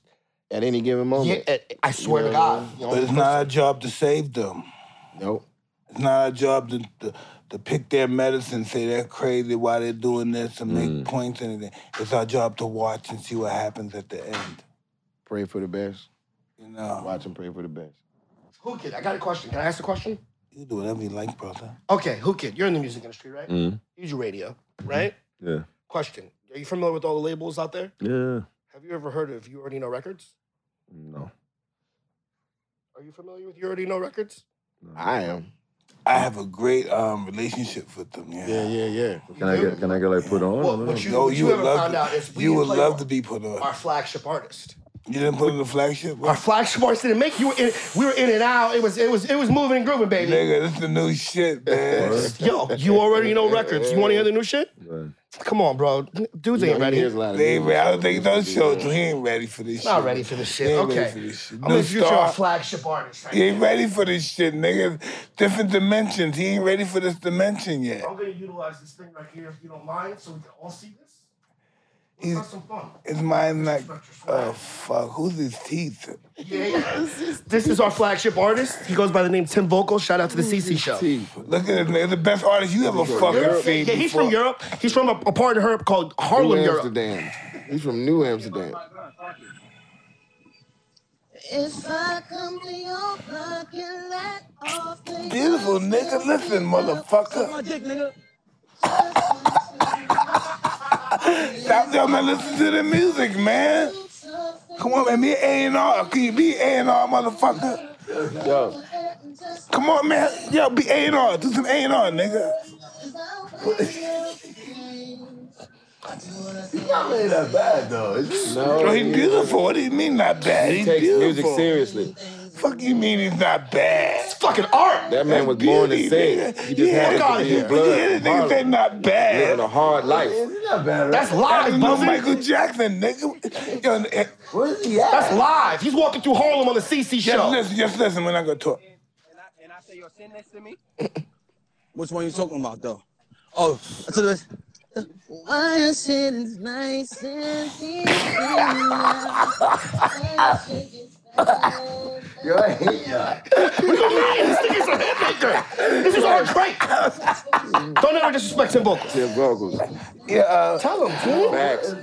S5: at any given
S4: yeah,
S5: moment.
S4: I- I swear to
S5: know,
S4: God. the
S2: But
S4: only
S2: it's not our
S4: person-
S2: job to save them.
S5: Nope.
S2: It's not our job to, to, to pick their medicine, say they're crazy, why they're doing this, and make
S3: Mm.
S2: points and everything. It's our job to watch and see what happens at the end.
S5: Pray for the best.
S2: You know,
S5: Watch and pray for the best.
S4: (laughs) Who kid? I got a question. Can I ask a question?
S2: you do whatever you like, brother.
S4: Okay, who kid? You're in the music industry, right?
S2: Mm-hmm.
S3: Mm.
S4: You do radio, right?
S3: Yeah.
S4: Question. Are you familiar with all the labels out there?
S3: Yeah.
S4: Have you ever heard of You Already Know Records?
S3: No.
S4: Are you familiar with You Already Know Records?
S5: I am.
S2: I have a great um, relationship with them. Yeah.
S5: Yeah, yeah, yeah.
S3: Can I get? Can I get like put on?
S4: Well,
S3: or no?
S4: what you,
S2: Yo,
S4: what
S2: you
S4: you,
S2: would
S4: haven't
S2: love
S4: found
S2: to-
S4: out is we
S2: You
S4: didn't
S2: would
S4: play
S2: love
S4: one.
S2: to be put on.
S4: our flagship artist.
S2: You didn't put on the flagship?
S4: Our flagship artist didn't make you. Were in, we were in and out. It was it was it was moving and grooving, baby.
S2: Nigga, this is the new shit, man.
S4: Yo, you already know records. You want to hear the new shit?
S3: Right.
S4: Come on, bro. Dudes ain't ready.
S5: Here's a lot of
S2: They ain't ready. I don't think those
S5: shows.
S2: children, he ain't ready for this shit.
S4: Not ready for this shit.
S2: They ain't ready for
S4: Okay,
S2: this shit.
S4: I'm
S2: New
S4: gonna future our
S2: star.
S4: flagship artist. Right
S2: He ain't ready for this shit, nigga. Different dimensions. He ain't ready for this dimension yet.
S4: now. I'm gonna utilize this thing right here, if you don't mind, so we can all see this. Let's
S2: He's-
S4: have some fun.
S2: His mind like, oh fuck, who's his teeth?
S4: Yeah, yeah. This is our flagship artist. He goes by the name Tim Vocal. Shout out to the CC show.
S2: Look at him, nigga, the best artist you ever fucking
S4: Europe?
S2: seen.
S4: Yeah, he's from
S2: before.
S4: Europe. He's from a, a part of Europe called
S5: New
S4: Harlem, Europe.
S5: Amsterdam. He's from New Amsterdam.
S6: If I come to your fucking let all things
S2: Beautiful nigga, listen, motherfucker. Stop telling me to listen to the music, man. Come on, man, be A and R. Can you be A and R, motherfucker?
S5: Yo,
S2: Come on, man. Yo, be A and R. Do some A and R, nigga.
S3: Y'all ain't that bad though. It's just-
S5: no.
S2: Yo, he's beautiful. What do you mean not bad?
S5: He
S2: He's
S5: takes music
S2: beautiful.
S5: seriously.
S2: Fuck you mean he's not bad?
S4: It's fucking art.
S5: That man was born to sing. He just had
S4: Fuck outta
S5: it in
S4: here.
S5: his blood.
S2: Yeah,
S5: from
S2: the nigga say
S5: Harlem.
S2: not
S5: Living a
S2: bad.
S5: hard life.
S3: It's not bad, right?
S4: That's
S2: That's
S4: live,
S2: no
S4: buzzing.
S2: Michael Jackson, nigga. Yo, eh,
S3: Where is he at?
S4: That's live. He's walking through Harlem on the CC
S2: just
S4: show.
S2: listen, just listen. We're not gonna talk.
S7: Which one you talking about though?
S2: Oh, that's what it is.
S6: Why shit is nice and easy now. Why shit is nice.
S3: Yo, I hate y'all.
S4: This nigga's a hitmaker. This is our trait. Don't ever disrespect Tim Vocals.
S3: Their vocals.
S2: yeah, uh,
S4: Tell him, dude.
S3: Facts.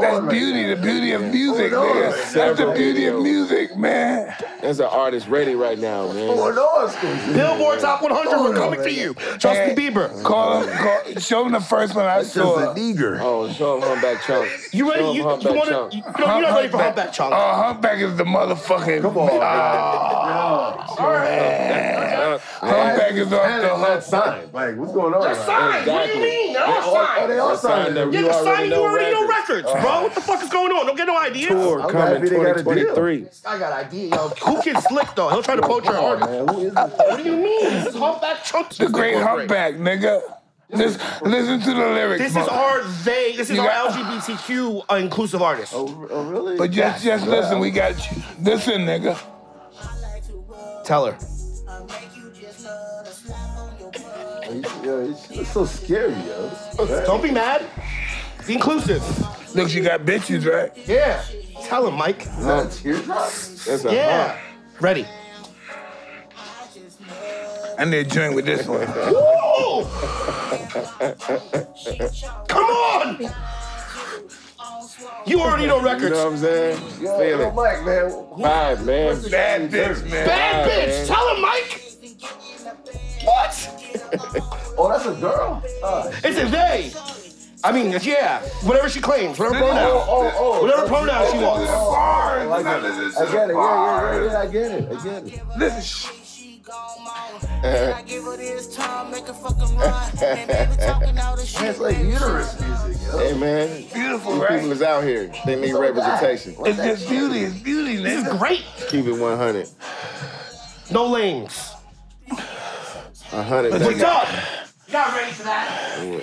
S2: that's beauty. The beauty of music, man. That's the beauty of music, man.
S5: That's an artist ready right now, man.
S3: Going on, Scoop.
S4: Billboard Top 100, we're coming for you. Justin
S2: And-
S4: Bieber.
S2: Call him. Call, show him the first one I
S3: Just a
S2: saw.
S3: nigger.
S5: Oh, show him humpback chunk.
S4: You ready? You,
S5: Show him
S4: you want
S5: humpback
S4: to?
S5: chunk.
S4: You know, you're not ready for Humpback Chunk.
S2: Oh, Humpback is the motherfucking. Ah. Come on. Humpback is off the hook.
S3: That's signed. Like, what's going on? right now?
S4: Signed. What do you
S5: Exactly.
S4: mean? They're
S3: They
S4: all
S3: all- oh,
S4: signed.
S3: they all
S5: Sign
S3: signed.
S5: that
S3: it.
S4: Yeah,
S5: you
S4: the signing, you
S5: know
S4: already know
S5: records.
S4: records, bro. What the fuck is going on? Don't get no ideas.
S5: Tour
S3: I'm
S5: coming
S3: happy they got a deal.
S5: 2023.
S4: I got idea, yo. Who can slick though? He'll try to poach your artist.
S3: Man, who is this? (laughs)
S4: What do you mean? This is Humpback Chunk.
S2: The great Humpback, nigga. Listen, listen to the lyrics.
S4: This is
S2: mother-
S4: our they. This is
S2: You
S4: our
S2: got-
S4: LGBTQ uh, inclusive artist.
S3: Oh, oh, really?
S2: But just, just listen. We got you. Listen, nigga.
S4: Tell her.
S3: He's- yo, he's- it's so scary, yo.
S4: Don't be mad. Be inclusive.
S2: Look, you got bitches, right?
S4: Yeah. Uh-huh. Tell him, Mike.
S3: Is that a teardrop?
S5: That's a
S4: Yeah.
S5: hump.
S4: Ready.
S2: I need a drink with this one.
S4: Woo! Come on! You already know
S5: You know
S4: records.
S5: what I'm saying?
S3: Yo,
S5: Feel
S3: yo,
S5: it.
S3: Mike, man.
S5: Vibe, man.
S2: Bad bitch, man.
S4: Bad
S5: Nah,
S4: bitch.
S5: man.
S4: Tell him, Mike. What?
S3: Oh, that's a girl? Uh,
S4: It's a they. I mean, yeah. Whatever she claims. Whatever
S3: oh,
S4: pronoun.
S3: oh, oh.
S4: Whatever pronoun she wants.
S2: Bars.
S3: I get it.
S2: Listen,
S3: I get it. Yeah, yeah, yeah, yeah. I get it. I get it.
S2: Listen, shh.
S8: She gone mama. And I give her this time, make her fucking run. And baby talking all this shit.
S3: It's like
S8: baby,
S3: uterus music, yo.
S5: Hey, man.
S2: beautiful,
S5: These people
S2: right?
S5: is out here. They need representation.
S2: It's just beauty. It's beauty,
S4: This
S2: nigga.
S4: is great.
S5: Keep it 100.
S4: No lanes.
S5: 100.
S4: What's
S5: That's-
S4: up? Y'all ready for that?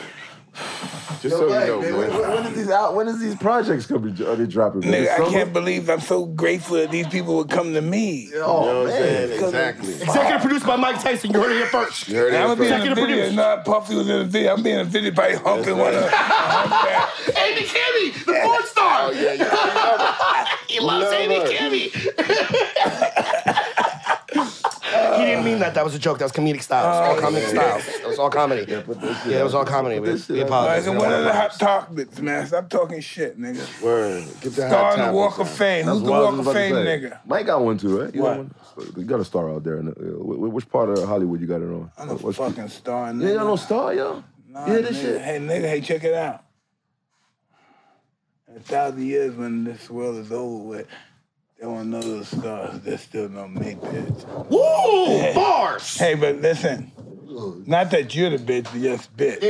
S5: Just so you
S3: Mike,
S5: know,
S3: man, when,
S5: man.
S3: when is these out? When is these projects coming? Are they dropping? man?
S2: Nigga, I
S3: Summer?
S2: can't believe I'm so grateful that these people would come to me.
S5: You know
S3: Oh
S5: what I'm
S3: man,
S5: saying? Exactly.
S4: Executive produced by Mike Tyson. You heard it here first.
S5: You heard
S2: And I'm
S5: it
S2: gonna be
S5: here
S2: in the
S4: Executive
S2: video.
S4: producer.
S2: Not Puffy was in the video. I'm being in the video by humping one of
S4: Amy Kimmy, the porn star.
S5: first. Yeah, you love it.
S4: (laughs) He loves
S5: Love
S4: Amy
S5: her.
S4: Kimmy. he didn't mean that. That was a joke. That was comedic style. It was all comedic style. It was all comedy. Yeah,
S3: put this shit
S4: it
S3: out.
S4: was all comedy.
S3: Put
S4: We,
S3: this shit
S4: we
S3: out.
S4: apologize.
S2: Guys, and one of the hot topics, man. Stop talking shit, nigga.
S5: Word. Get the
S2: Star
S5: hot
S2: on the
S5: topic,
S2: Walk
S5: man.
S2: of Fame.
S3: That's
S2: Who's the
S3: what I
S2: Walk
S3: was
S2: of
S3: about to
S2: Fame,
S3: say.
S2: nigga?
S3: Mike got one too, right? You
S2: What?
S3: got one? You got a star out there. in the- uh, wh- Which part of Hollywood you got it on?
S2: I'm a
S3: What's-
S2: fucking star, nigga.
S3: You ain't got no star, yo.
S2: Nah,
S3: you hear this
S2: nigga.
S3: shit?
S2: Hey, nigga, hey, check it out. In a thousand years when this world is over with, there won't know those stars that still don't make bitch.
S4: Woo! Bars.
S2: Hey, but listen, not that you're the bitch, but just bitch.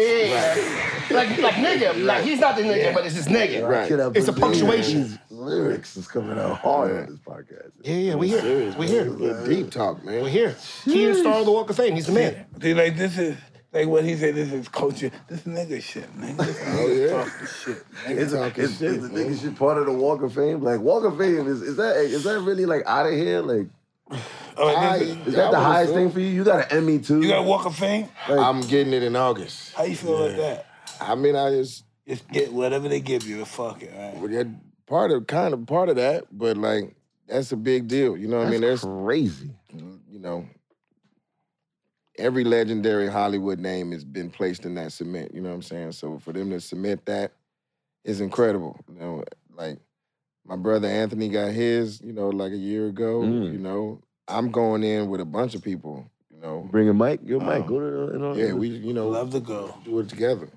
S4: Like, like nigga. Like he's not the nigga, but it's just nigga.
S5: Right.
S3: Kid, I
S4: It's a
S3: believe
S4: punctuation.
S3: these Lyrics is coming out hard on this podcast.
S4: Yeah, yeah, we here.
S5: Serious,
S4: We
S5: man.
S4: here.
S5: Little Deep talk, man.
S4: We here. He is star of the Walk of Fame. He's the man.
S2: See, like this is like what he said. This is culture. This nigga shit, man. This nigga
S5: Oh, yeah.
S2: talking shit.
S3: It's,
S2: Nigga.
S3: it's, it's the nigga shit part of the Walk of Fame. Like Walk of Fame is is that is that really like out of here? Like
S2: Oh,
S5: I-
S2: this is,
S3: is that
S5: I
S3: the
S5: would
S3: highest
S5: assume-
S3: thing for you? You got an Emmy too.
S2: you got a Walk of Fame?
S5: I'm getting it in August.
S2: How you feel about that?
S5: I mean, I just
S2: Just get whatever they give you. Fuck it. All right?
S5: well, yeah, part of kind of part of that, but like that's a big deal. You know what I mean?
S3: That's
S5: There's
S3: crazy.
S5: you know, every legendary Hollywood name has been placed in that cement. You know what I'm saying? So for them to submit that is incredible. You know, like my brother Anthony got his, you know, like a year ago.
S3: Mm.
S5: You know, I'm going in with a bunch of people. You know,
S3: Bring a mic, your mic.
S5: Oh.
S3: Go to the, you know,
S5: yeah, we you know
S2: Love to go.
S5: do it together.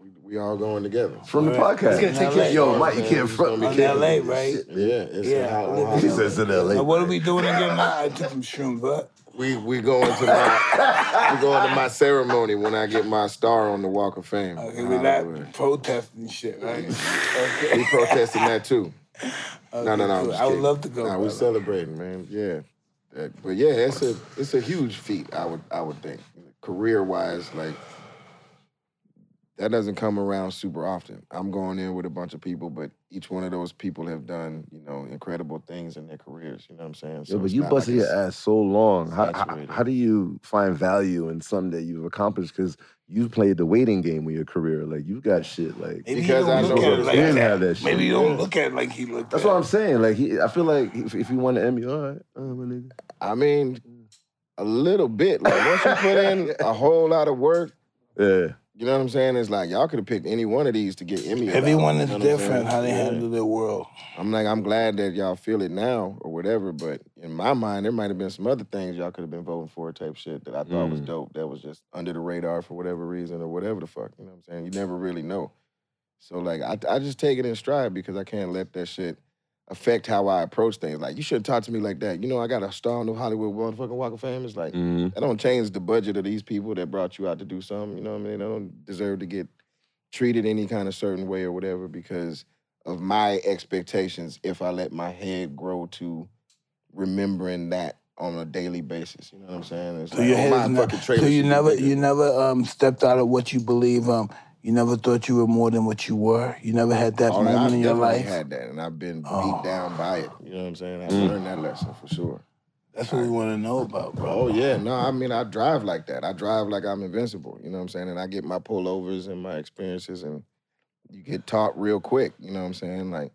S5: We, we all going together.
S3: from the
S2: Alright.
S3: podcast.
S4: It's gonna take you-
S3: Yo, Mike, you
S5: Man,
S3: can't
S5: it's
S3: front
S5: gonna
S3: me.
S5: be
S2: On LA, right?
S5: Yeah, it's
S2: Yeah,
S5: how-
S2: I live
S5: how-
S2: in (laughs)
S3: He says in L.A.
S2: Now, what are we doing again? Now? I
S5: (laughs)
S2: took some shrooms, but
S5: we we going to my we going to my ceremony when I get my star on the Walk of Fame.
S2: okay,
S5: in
S2: we're
S5: Hollywood.
S2: not protesting shit, right?
S5: We
S2: Okay.
S5: protesting that too. no, no, no. I'm
S2: cool.
S5: just
S2: Oh, I would
S5: kidding.
S2: love to go,
S5: Nah, we're
S2: brother.
S5: celebrating, man. Yeah, That- but yeah, it's a it's a huge feat. I would I would think career wise, like that doesn't come around super often. I'm going in with a bunch of people, but each one of those people have done, you know, incredible things in their careers. You know what I'm saying?
S3: Yo, but
S5: it's
S3: you
S5: not
S3: busted
S5: like
S3: your
S5: it's-
S3: ass so long. How, how,
S5: saturated.
S3: how do you find value in something that you've accomplished? Because you've played the waiting game with your career. Like you've got shit. Like
S2: Maybe
S5: Because
S2: he don't
S5: I
S2: look
S5: know
S2: at it
S5: those
S2: like
S3: men
S2: that.
S3: have that shit.
S2: Maybe you don't look at it like he looked
S3: that's
S2: at
S3: what
S2: it.
S3: I'm saying. Like he, I feel like if, if you won the Emmy, all right, uh, my nigga.
S5: I mean,
S3: Mm.
S5: a little bit. Like once you put
S3: (laughs)
S5: in a whole lot of work,
S3: Yeah.
S5: you know what I'm saying? It's like y'all could have picked any one of these to get Emmy.
S2: Everyone
S5: about,
S2: is
S5: you know what I'm saying?
S2: different how they
S5: Yeah.
S2: handle their world.
S5: I'm like, I'm glad that y'all feel it now or whatever, but in my mind, there might have been some other things y'all could have been voting for type shit that I thought was
S3: Mm.
S5: dope that was just under the radar for whatever reason or whatever the fuck. You know what I'm saying? You never really know. So like I, I just take it in stride because I can't let that shit affect how I approach things. Like you shouldn't talk to me like that. You know, I got a star on the Hollywood motherfucking Walk of Fame. It's like
S3: Mm-hmm.
S5: that don't change the budget of these people that brought you out to do something. You know what I mean? They don't deserve to get treated any kind of certain way or whatever because of my expectations if I let my head grow to remembering that on a daily basis. You know what I'm saying? It's
S2: So your
S5: oh,
S2: head's
S5: my
S2: not-
S5: fucking trailer
S2: So you
S5: should be
S2: never
S5: bigger.
S2: you never um, stepped out of what you believe. Um, you never thought you were more than what you were. You never had that
S5: Oh,
S2: moment
S5: I've
S2: in your
S5: definitely
S2: life.
S5: had that and I've been
S2: Oh. Mm.
S5: beat down by it. You know what I'm saying? I've learned that lesson for sure.
S2: That's what we want to know about, bro.
S5: Oh yeah, no, I mean I drive like that. I drive like I'm invincible. You know what I'm saying? And I get my pullovers and my experiences, and you get taught real quick. You know what I'm saying? Like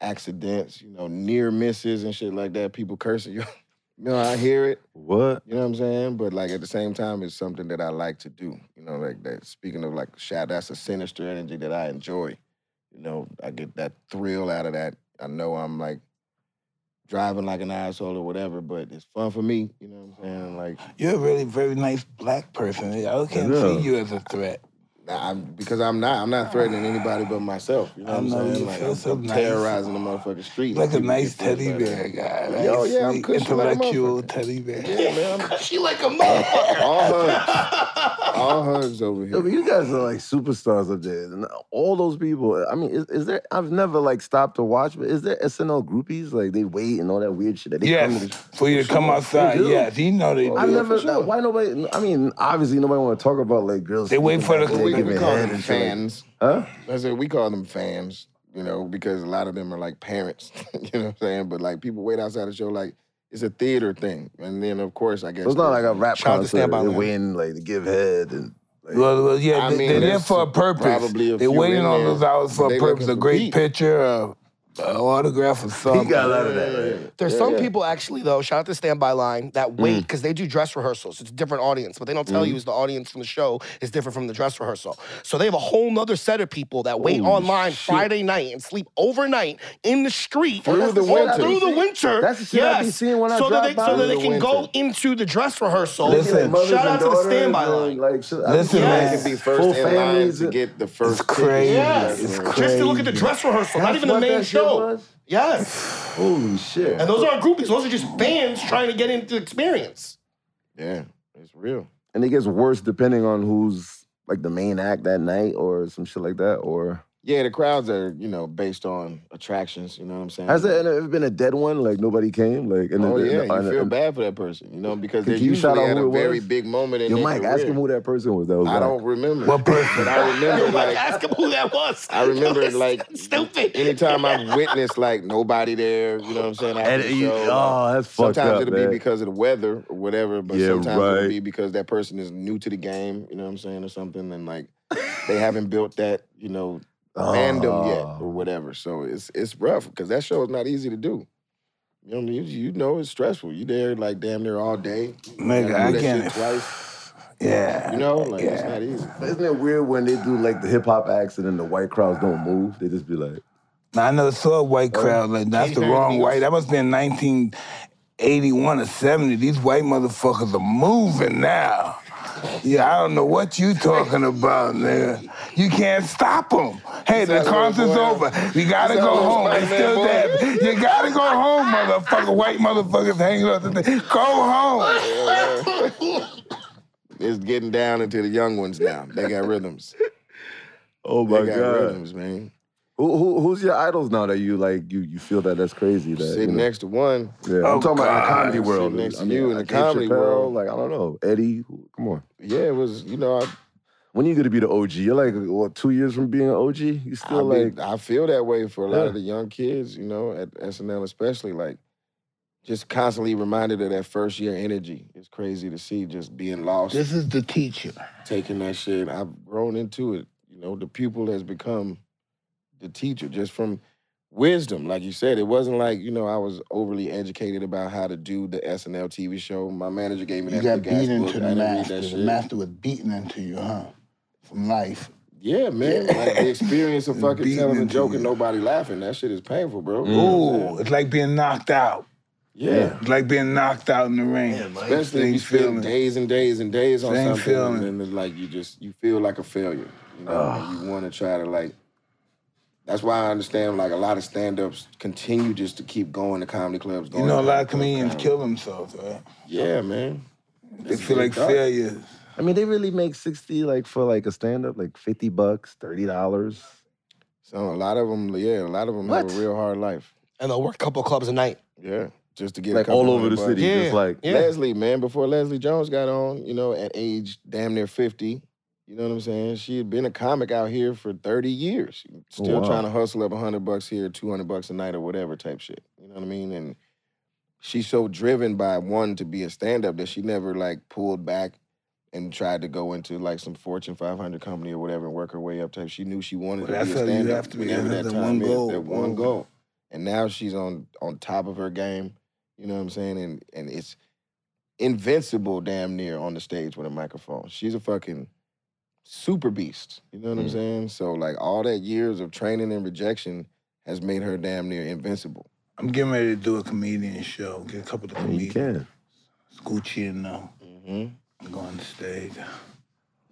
S5: accidents, you know, near misses and shit like that. People cursing you. (laughs) you know, I hear it.
S3: What?
S5: You know what I'm saying? But like at the same time, it's something that I like to do. You know, like that. Speaking of like shadow, that's a sinister energy that I enjoy. You know, I get that thrill out of that. I know I'm like driving like an asshole or whatever, but it's fun for me. You know what I'm saying? Like
S2: You're a really very nice black person. I can't
S3: Yeah.
S2: see you as a threat.
S5: Nah, I'm because I'm not. I'm not threatening anybody but myself. You know,
S2: I
S5: what
S2: know
S5: I'm saying?
S2: you
S5: Like
S2: feel
S5: I'm,
S2: so
S5: I'm
S2: nice.
S5: terrorizing the motherfucking street.
S2: Like a
S5: People
S2: nice
S5: get
S2: teddy
S5: threatened by
S2: bear guy.
S5: that.
S2: Like
S5: Yo,
S2: a
S5: yeah, I'm
S2: sweet,
S5: cushy like a
S2: intellectual
S5: motherfucker.
S2: teddy bear.
S5: Yeah, man. I'm-
S4: (laughs) She like a motherfucker.
S5: all
S4: (laughs)
S5: hugs. all hugs over
S3: Yo, but
S5: here.
S3: you guys are like superstars up there, and all those people. I mean, is, is there? I've never like stopped to watch, but is there SNL groupies like they wait and all that weird shit that they come to
S2: Yes, Oh,
S3: the
S2: for you to come outside.
S3: They do.
S2: Yes, you know they do.
S3: I never.
S5: Oh, for sure.
S3: Why nobody? I mean, obviously nobody want to talk about like girls.
S2: They wait for the-
S3: they
S5: We,
S3: give
S5: we
S3: me
S5: call
S3: head
S5: them
S3: and shit like-
S5: fans.
S3: Huh?
S5: That's it. We call them fans. You know, because a lot of them are like parents. (laughs) you know what I'm saying? But like people wait outside the show like. It's a theater thing, and then of course I guess
S3: It's not like a rap
S5: Shout out to
S3: concert.
S5: Stand By
S3: They
S5: Me.
S3: win like to give head and. Like,
S2: Well, well, yeah,
S5: I
S2: they,
S5: mean,
S2: they're there
S5: there's
S2: for a purpose.
S5: probably a
S2: they're
S5: few
S2: waiting
S5: in
S2: on
S5: there,
S2: those hours for
S5: but
S2: a
S5: they
S2: purpose.
S5: looking
S2: A
S5: for
S2: great
S5: beat.
S2: picture, a, a autograph, or something.
S3: he got a lot of that. Right?
S4: There's some people actually though, shout out to Standby Line, that
S3: Mm.
S4: wait because they do dress rehearsals. It's a different audience, but they don't tell you is the audience from the show is different from the dress rehearsal. So they have a whole nother set of people that wait online Friday night and sleep overnight in the street
S5: Through the winter.
S4: Through the winter.
S3: That's the shit I be seeing when I
S4: so that
S3: drive
S4: they,
S3: by.
S4: so that they
S5: Through
S4: can
S5: the
S4: go
S5: winter.
S4: into the dress rehearsal.
S2: Listen,
S3: Mothers
S4: shout
S3: and
S4: out to the
S3: daughters
S4: standby
S3: and,
S4: line.
S3: Like, shit, I
S2: Listen,
S3: mean,
S2: man.
S5: They can be
S3: Full
S5: first in line
S3: families
S5: to
S3: and-
S5: get the first. ticket.
S2: crazy.
S4: Yes.
S2: It's
S4: Just to look at the dress rehearsal, not
S3: that's
S4: even the
S3: what
S4: main
S3: that shit
S4: show.
S3: was?
S4: Yes.
S3: Holy shit!
S4: And those aren't groupies, those are just fans trying to get into the experience.
S5: Yeah, it's real.
S3: and it gets worse depending on who's like the main act that night or some shit like that. Or
S5: Yeah, the crowds are, you know, based on attractions, you know what I'm saying?
S3: has there ever been a dead one? Like nobody came. Like and
S5: Mm-hmm. Oh
S3: then-
S5: yeah,
S3: and- and-
S5: you feel
S3: and-
S5: bad for that person, you know, because
S3: Could
S5: they
S3: you shout
S5: usually
S3: out
S5: had
S3: who
S5: a
S3: it
S5: very
S3: was?
S5: big moment in
S3: Yo,
S5: their
S3: Mike,
S5: career.
S3: ask him who that person was. That was
S5: I
S3: black.
S5: don't remember.
S2: What person?
S5: But
S3: (laughs)
S5: I remember
S4: like,
S5: like
S4: ask him who that was.
S5: I
S4: (laughs)
S5: remember,
S4: It's
S5: like,
S4: stupid.
S5: anytime I witnessed like nobody there, you know what I'm saying? after
S3: And
S5: the
S3: you-
S5: show, like,
S3: oh, that's fucked
S5: Sometimes
S3: up,
S5: it'll
S3: man.
S5: be because of the weather or whatever, but
S3: Yeah,
S5: sometimes
S3: right.
S5: it'll be because that person is new to the game, you know what I'm saying, or something, and like they haven't built that, you know, fandom yet
S3: Oh.
S5: or whatever. So it's it's rough because that show is not easy to do. You know, you, you know it's stressful. You there like damn near all day. You
S2: Nigga,
S5: gotta
S2: I
S5: do that
S2: get
S5: shit
S2: it.
S5: twice.
S2: Yeah.
S5: You know, like it's
S2: Yeah.
S5: not easy.
S3: Isn't it weird when they do like the hip hop acts and then the white crowds don't move? They just be like,
S2: Now, I never saw a white
S5: Oh,
S2: crowd. Like, that's the
S5: hear
S2: wrong
S5: anything
S2: white. That must have been 1981 or 70. These white motherfuckers are moving now. Yeah, I don't know what you talking about, nigga. You can't stop them. Hey, the
S5: that little
S2: concert's
S5: boy?
S2: over. You gotta
S5: that
S2: go
S5: little
S2: home. They
S5: Spider-Man
S2: still
S5: boy?
S2: there. You gotta go home, motherfucker. White motherfuckers hanging up. the thing. Go home.
S5: It's getting down into the young ones now. They got rhythms.
S3: "Oh
S5: They
S3: my
S5: got
S3: god."
S5: rhythms, man.
S3: Who, who who's your idols now that you like you you feel that that's crazy? That, you
S5: Sitting
S3: know?
S5: next to one.
S3: Yeah, I'm
S2: Oh,
S3: talking about in the
S2: God.
S3: comedy
S5: Sitting
S3: world.
S5: next to
S3: I mean,
S5: you in the
S3: Dave
S5: comedy
S3: Chappelle,
S5: world.
S3: Like I don't know, Eddie. who- Come on.
S5: Yeah, it was, you know, I
S3: when you gonna be the OG? You're like what two years from being an OG? You
S5: I,
S3: still
S5: mean,
S3: like
S5: I feel that way for a lot
S3: Yeah.
S5: of the young kids, you know, at SNL especially, like just constantly reminded of that first year energy. It's crazy to see just being lost,
S7: This is the teacher.
S5: taking that shit. I've grown into it. You know, the pupil has become the teacher just from wisdom. Like you said, it wasn't like, you know, I was overly educated about how to do the SNL TV show. My manager gave me
S7: You
S5: that
S7: got
S5: thick ass
S7: beat
S5: book.
S7: into
S5: I
S7: the
S5: didn't read
S7: master.
S5: that
S7: The
S5: shit.
S7: master was beaten into you, huh? From life.
S5: Yeah, man.
S7: Yeah.
S5: Like the experience of fucking
S7: Beating
S5: telling a
S7: into
S5: joke
S7: you.
S5: and nobody laughing. That shit is painful, bro. You know what I'm saying?
S7: Ooh,
S2: It's like being knocked out.
S5: Yeah.
S2: It's like being knocked out in the rain.
S5: Especially if you
S7: Same
S5: spend
S7: feeling.
S5: days and days and days on
S7: Same
S5: something,
S7: feeling.
S5: and then it's like you just you feel like a failure. You know, and you want to try to like. That's why I understand like a lot of stand-ups continue just to keep going to comedy clubs. Going
S2: You know, a
S5: to
S2: lot of
S5: comedy
S2: comedians
S5: clubs.
S2: kill themselves, right?
S5: Yeah, man.
S2: They feel like
S5: dark.
S2: failures.
S3: I mean they really make sixty like for like a stand up like fifty bucks, thirty dollars.
S5: So a lot of them, yeah, a lot of them
S3: What?
S5: have a real hard life.
S4: And they'll work a couple clubs a night.
S5: Yeah, just to get a
S3: Like
S5: couple
S3: all over the
S5: hundred bucks.
S3: city,
S4: Yeah.
S3: just like
S4: Yeah.
S5: Leslie, man, before Leslie Jones got on, you know, at age damn near 50, you know what I'm saying? She had been a comic out here for 30 years, still
S3: wow.
S5: trying to hustle up 100 bucks here, 200 bucks a night or whatever type shit. You know what I mean? And she's so driven by one to be a stand up that she never like pulled back and tried to go into like some Fortune 500 company or whatever and work her way up type. She knew she
S2: Well,
S5: wanted to be
S2: that's
S5: a
S2: how you
S5: stand up.
S2: have to be.
S5: whenever
S2: That's the
S5: that time
S2: one
S5: is,
S2: goal.
S5: that one
S2: One
S5: goal. And now she's on on top of her game. You know what I'm saying? And and it's invincible damn near on the stage with a microphone. She's a fucking super beast. You know what I'm
S3: Mm.
S5: saying? So like all that years of training and rejection has made her damn near invincible.
S2: I'm getting ready to do a comedian show. Get a couple of
S3: and you
S2: comedians.
S3: can.
S2: Gucci and them.
S5: Mm-hmm.
S2: I'm going to stage.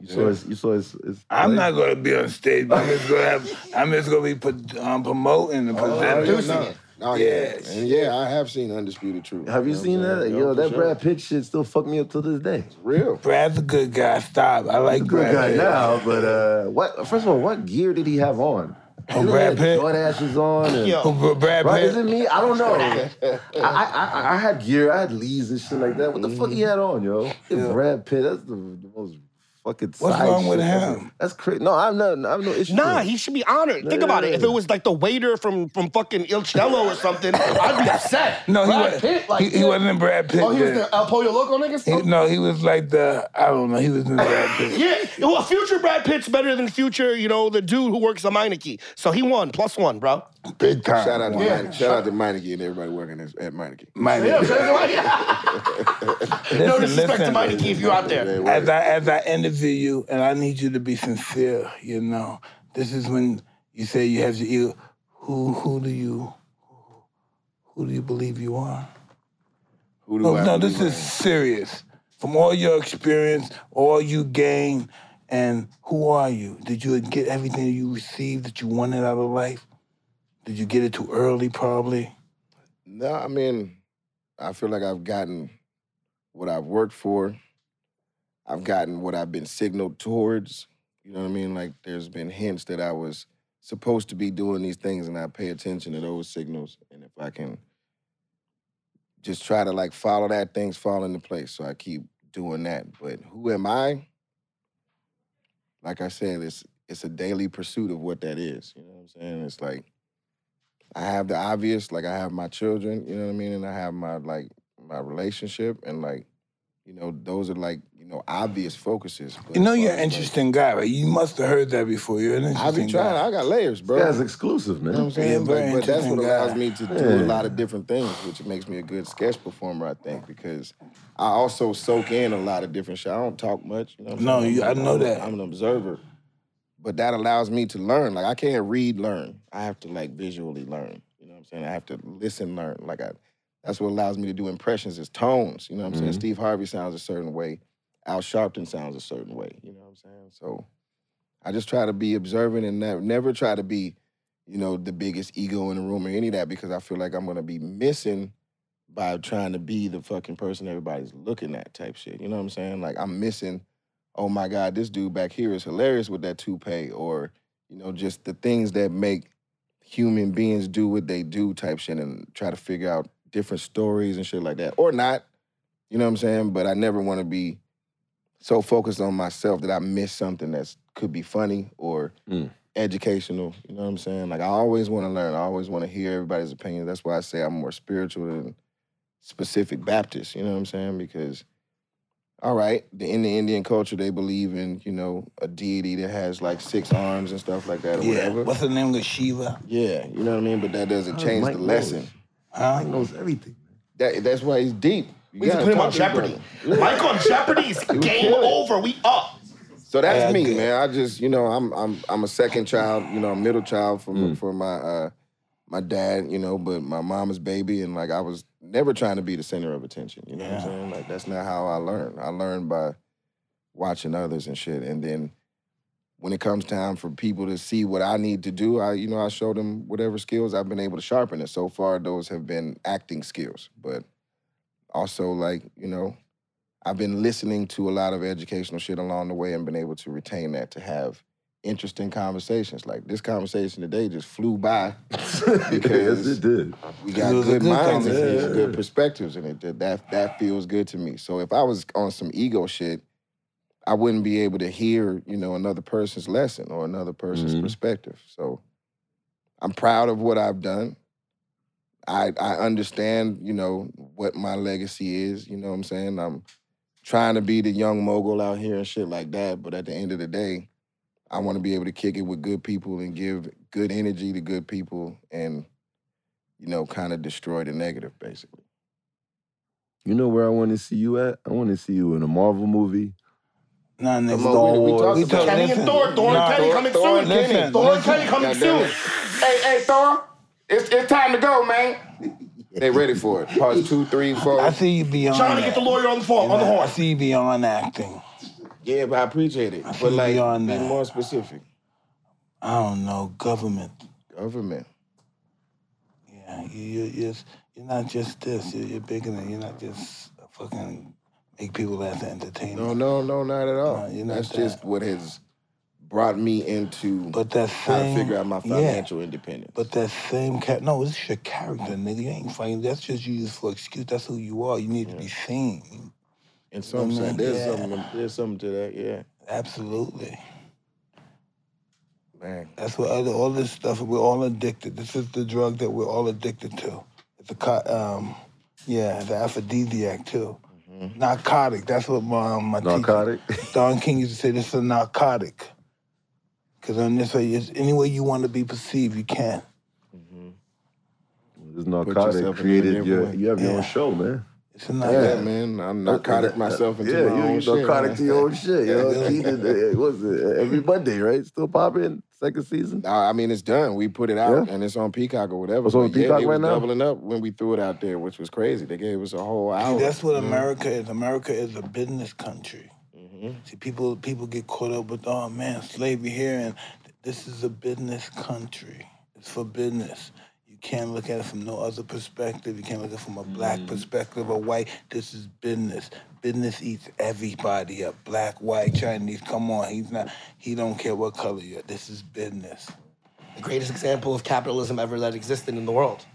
S3: You saw his you saw his, his
S2: I'm not going to be on stage, but I'm just going to
S4: (laughs)
S2: have, I'm just going to be put, um, promoting and presenting.
S5: Producing it. Oh yeah,
S2: Yes.
S5: and yeah, I have seen Undisputed Truth.
S3: have you
S5: know what
S3: seen
S5: I'm saying?
S3: that?
S5: Yeah,
S3: Yo,
S5: for
S3: that
S5: sure.
S3: Brad Pitt shit still fuck me up to this day.
S5: real.
S2: Brad's a good guy. Stop. I like
S3: Good
S2: Brad.
S3: guy
S2: Pitt.
S3: now, but uh, what? First of all, what gear did he have on?
S2: Oh,
S3: He
S2: Brad
S3: had
S2: Pitt.
S3: Jordan ashes on. And,
S4: Yo.
S2: Oh, Brad
S3: Right?
S2: Pitt.
S3: Is it me? I don't know. (laughs) I, I, I I had gear, I had leads and shit like that. What the fuck he had on, yo? It's Brad Pitt. That's the, the most fucking.
S2: What's
S3: side
S2: wrong with
S3: shit ever.
S2: him?
S3: That's crazy. No, I'm not. I'm no issue.
S4: Nah,
S3: with it.
S4: he should be honored. Think about it. If it was like the waiter from from fucking Il Cello or something, I'd be upset.
S2: No, he,
S4: Brad
S2: was,
S4: Pitt, like,
S2: he, he wasn't in Brad Pitt.
S4: Oh, he was
S2: then.
S4: the oh. El Pollo Loco nigga.
S2: He- no, he was like the I don't know. He was in Brad Pitt.
S4: Yeah, well, future Brad Pitt's better than future, you know, the dude who works at Meineke. So he won, plus one, bro.
S2: Big time.
S5: Shout out to
S4: Yeah.
S5: Meineke. shout out to Meineke and everybody working at, at Meineke.
S2: Meineke.
S4: no
S2: Listen,
S4: disrespect
S2: listen.
S4: to Meineke if you're out there.
S2: As I as I interview you, and I need you to be sincere. You know, this is when you say you have your ego. Who who do you who do you believe you are?
S5: Who do
S2: No,
S5: I
S2: no,
S5: believe
S2: this
S5: I
S2: is serious. From all your experience, all you gained, and who are you? Did you get everything you received that you wanted out of life? Did you get it too early? Probably.
S5: No, I mean, I feel like I've gotten what I've worked for. I've gotten what I've been signaled towards. You know what I mean? Like there's been hints that I was supposed to be doing these things and I pay attention to those signals. And if I can just try to like follow that, things fall into place. So I keep doing that. But who am I? Like I said, it's it's a daily pursuit of what that is. You know what I'm saying? It's like I have the obvious, like I have my children, you know what I mean, and I have my like my relationship, and like you know those are like you know obvious focuses. but
S2: You know
S5: as
S2: you're
S5: far
S2: an
S5: as, like,
S2: interesting guy, right? You must have heard that before. You're an
S5: I be
S2: interesting
S5: trying.
S2: guy.
S5: I got layers, bro.
S3: This guy's exclusive,
S5: You know what
S3: (laughs)
S5: I'm
S3: man.
S5: saying?
S2: Yeah,
S5: But,
S2: very
S5: but that's what
S2: interesting
S5: allows
S2: guy.
S5: me to do a
S3: Yeah.
S5: lot of different things, which makes me a good sketch performer, I think, because I also soak in a lot of different shit. I don't talk much. You know what I'm
S2: No,
S5: saying?
S2: you- I
S5: I'm-
S2: know
S5: I'm-
S2: that.
S5: I'm an observer. But that allows me to learn. Like I can't read, learn. I have to like visually learn. You know what I'm saying? I have to listen, learn. Like I that's what allows me to do impressions is tones. You know what I'm saying?
S3: Mhm.
S5: Steve Harvey sounds a certain way. Al Sharpton sounds a certain way. You know what I'm saying? So I just try to be observant and never, never try to be, you know, the biggest ego in the room or any of that because I feel like I'm gonna be missing by trying to be the fucking person everybody's looking at type shit. You know what I'm saying? Like I'm missing, oh my God, this dude back here is hilarious with that toupee or, you know, just the things that make human beings do what they do type shit and try to figure out different stories and shit like that. Or not. You know what I'm saying? But I never want to be so focused on myself that I miss something that could be funny or
S3: Mm.
S5: educational. You know what I'm saying? Like I always want to learn. I always want to hear everybody's opinion. That's why I say I'm more spiritual than specific Baptist. You know what I'm saying? Because all right, the- in the Indian culture, they believe in you know a deity that has like six arms and stuff like that or
S2: Yeah.
S5: whatever.
S2: What's the name of Shiva?
S5: Yeah, you know what I mean. But that doesn't change
S3: Mike
S5: the lesson.
S3: knows.
S2: Huh?
S3: He knows everything.
S5: That that's why he's deep. You
S4: We need to
S5: gotta
S4: put him on
S5: talk to
S4: Jeopardy.
S5: brother.
S2: (laughs)
S4: Mike on Jeopardy is game
S5: kill it.
S4: over. We up.
S5: So that's
S2: Yeah,
S5: me,
S2: good.
S5: man. I just, you know, I'm I'm I'm a second child, you know, a middle child from for my uh my dad, you know, but my mama's baby and like I was never trying to be the center of attention, you know what
S2: Yeah.
S5: I'm saying? Like that's not how I learned. I learned by watching others and shit and then when it comes time for people to see what I need to do, I you know, I show them whatever skills I've been able to sharpen and so far those have been acting skills, but also like, you know, I've been listening to a lot of educational shit along the way and been able to retain that to have interesting conversations. Like this conversation today just flew by. (laughs)
S3: yes, it did.
S5: We got
S2: It was a
S5: good
S2: good
S5: minds and
S2: conversation.
S5: things, good perspectives in it. That, that that feels good to me. So if I was on some ego shit, I wouldn't be able to hear, you know, another person's lesson or another person's
S2: Mm-hmm.
S3: Mhm.
S5: perspective. So I'm proud of what I've done. I I understand, you know, what my legacy is, you know what I'm saying? I'm trying to be the young mogul out here and shit like that, but at the end of the day, I want to be able to kick it with good people and give good energy to good people and you know, kind of destroy the negative basically.
S3: You know where I want to see you at? I want to see you in a Marvel movie.
S2: Nah, nigga.
S5: Come on, we- we
S3: Star
S5: talking
S3: Wars.
S5: about-
S4: Kenny and Thor. Thor and Kenny coming
S5: Thor
S4: soon.
S5: and Kenny.
S2: Listen,
S4: Thor and
S2: listen.
S4: Kenny coming
S5: God
S4: soon.
S5: damn it. Hey, hey, Thor, it's, it's time to go, man. (laughs) they ready for it. Parts two, three, four.
S2: I see you beyond.
S4: Johnny, get the
S2: that.
S4: lawyer on the phone. On the
S2: I
S4: horse.
S2: see you beyond acting.
S5: yeah, but I appreciate it.
S2: feel
S5: But like, be
S2: beyond that.
S5: more specific.
S2: I don't know government.
S5: Government.
S2: Yeah, you, you, you're, you're not just this. You're, you're bigger than. You're not just a fucking make people laugh and entertain.
S5: No, no, no, not at all.
S2: No, you're not
S5: That's
S2: that.
S5: just what has brought me into
S2: But that
S5: how to
S2: same.
S5: figure out my
S2: yeah,
S5: financial independence.
S2: but that same cat. No, this is your character, nigga. You ain't fighting. That's just you used for excuse. That's who you are. You need to be seen.
S5: In some
S2: I
S5: sense,
S2: mean,
S5: there's
S2: yeah.
S5: something, there's something to that. Yeah,
S2: Absolutely.
S5: man.
S2: That's what other, all this stuff. We're all addicted. This is the drug that we're all addicted to. It's a co- um, yeah, the aphrodisiac too. Narcotic. That's what my um, my teacher-
S3: Narcotic.
S2: Don King used to say. This is a narcotic. Because on this way, it's any way you want to be perceived, you can.
S3: This
S5: yourself in
S3: narcotic
S5: it
S3: created
S5: every
S3: your.
S5: way.
S3: You have your
S2: Yeah.
S3: own show, man.
S2: It's a narcotic.
S5: Yeah, man. I'm narcotic myself into
S3: yeah,
S5: my
S3: you,
S5: own
S3: you
S5: shit.
S3: narcotic
S5: man.
S3: to
S5: (laughs)
S3: your own shit. You know, He did, uh, what was it uh, every Monday, right? Still popping second season.
S5: No, I mean it's done. We put it out
S3: Yeah.
S5: and it's on Peacock or whatever.
S3: It's on
S5: But yeah,
S3: Peacock
S5: they
S3: right
S5: was
S3: now?
S5: Doubling up when we threw it out there, which was crazy. They gave us a whole hour.
S2: See, that's
S5: mm-hmm.
S2: what America is. America is a business country. See, people people get caught up with, oh man, slavery here, and th- this is a business country. It's for business. You can't look at it from no other perspective. You can't look at it from a black perspective, a white. This is business. Business eats everybody up. Black, white, Chinese. Come on, he's not. He don't care what color you're. This is business.
S4: The greatest example of capitalism ever that existed in the world.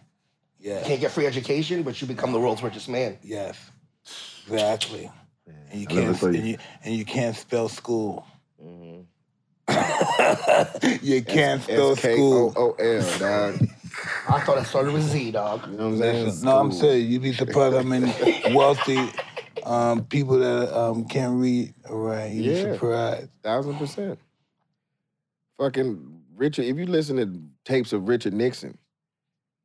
S4: You
S2: Yes,
S4: can't get free education, but you become the world's richest man.
S5: (sighs)
S2: yes, exactly. And you
S3: I never
S2: can't.
S3: thought you-
S2: And you, and you can't spell school.
S5: Mm-hmm.
S2: (laughs)
S5: you
S2: can't spell school.
S5: S-K-O-O-L, dog. You
S4: I thought it started with Z, dog.
S5: know what I'm
S2: (laughs)
S5: saying?
S2: No, I'm
S5: School.
S2: saying you'd be surprised how many
S5: (laughs)
S2: wealthy um, people that um, can't read right. You'd be
S5: Yeah.
S2: surprised.
S5: thousand percent. Fucking Richard, if you listen to tapes of Richard Nixon,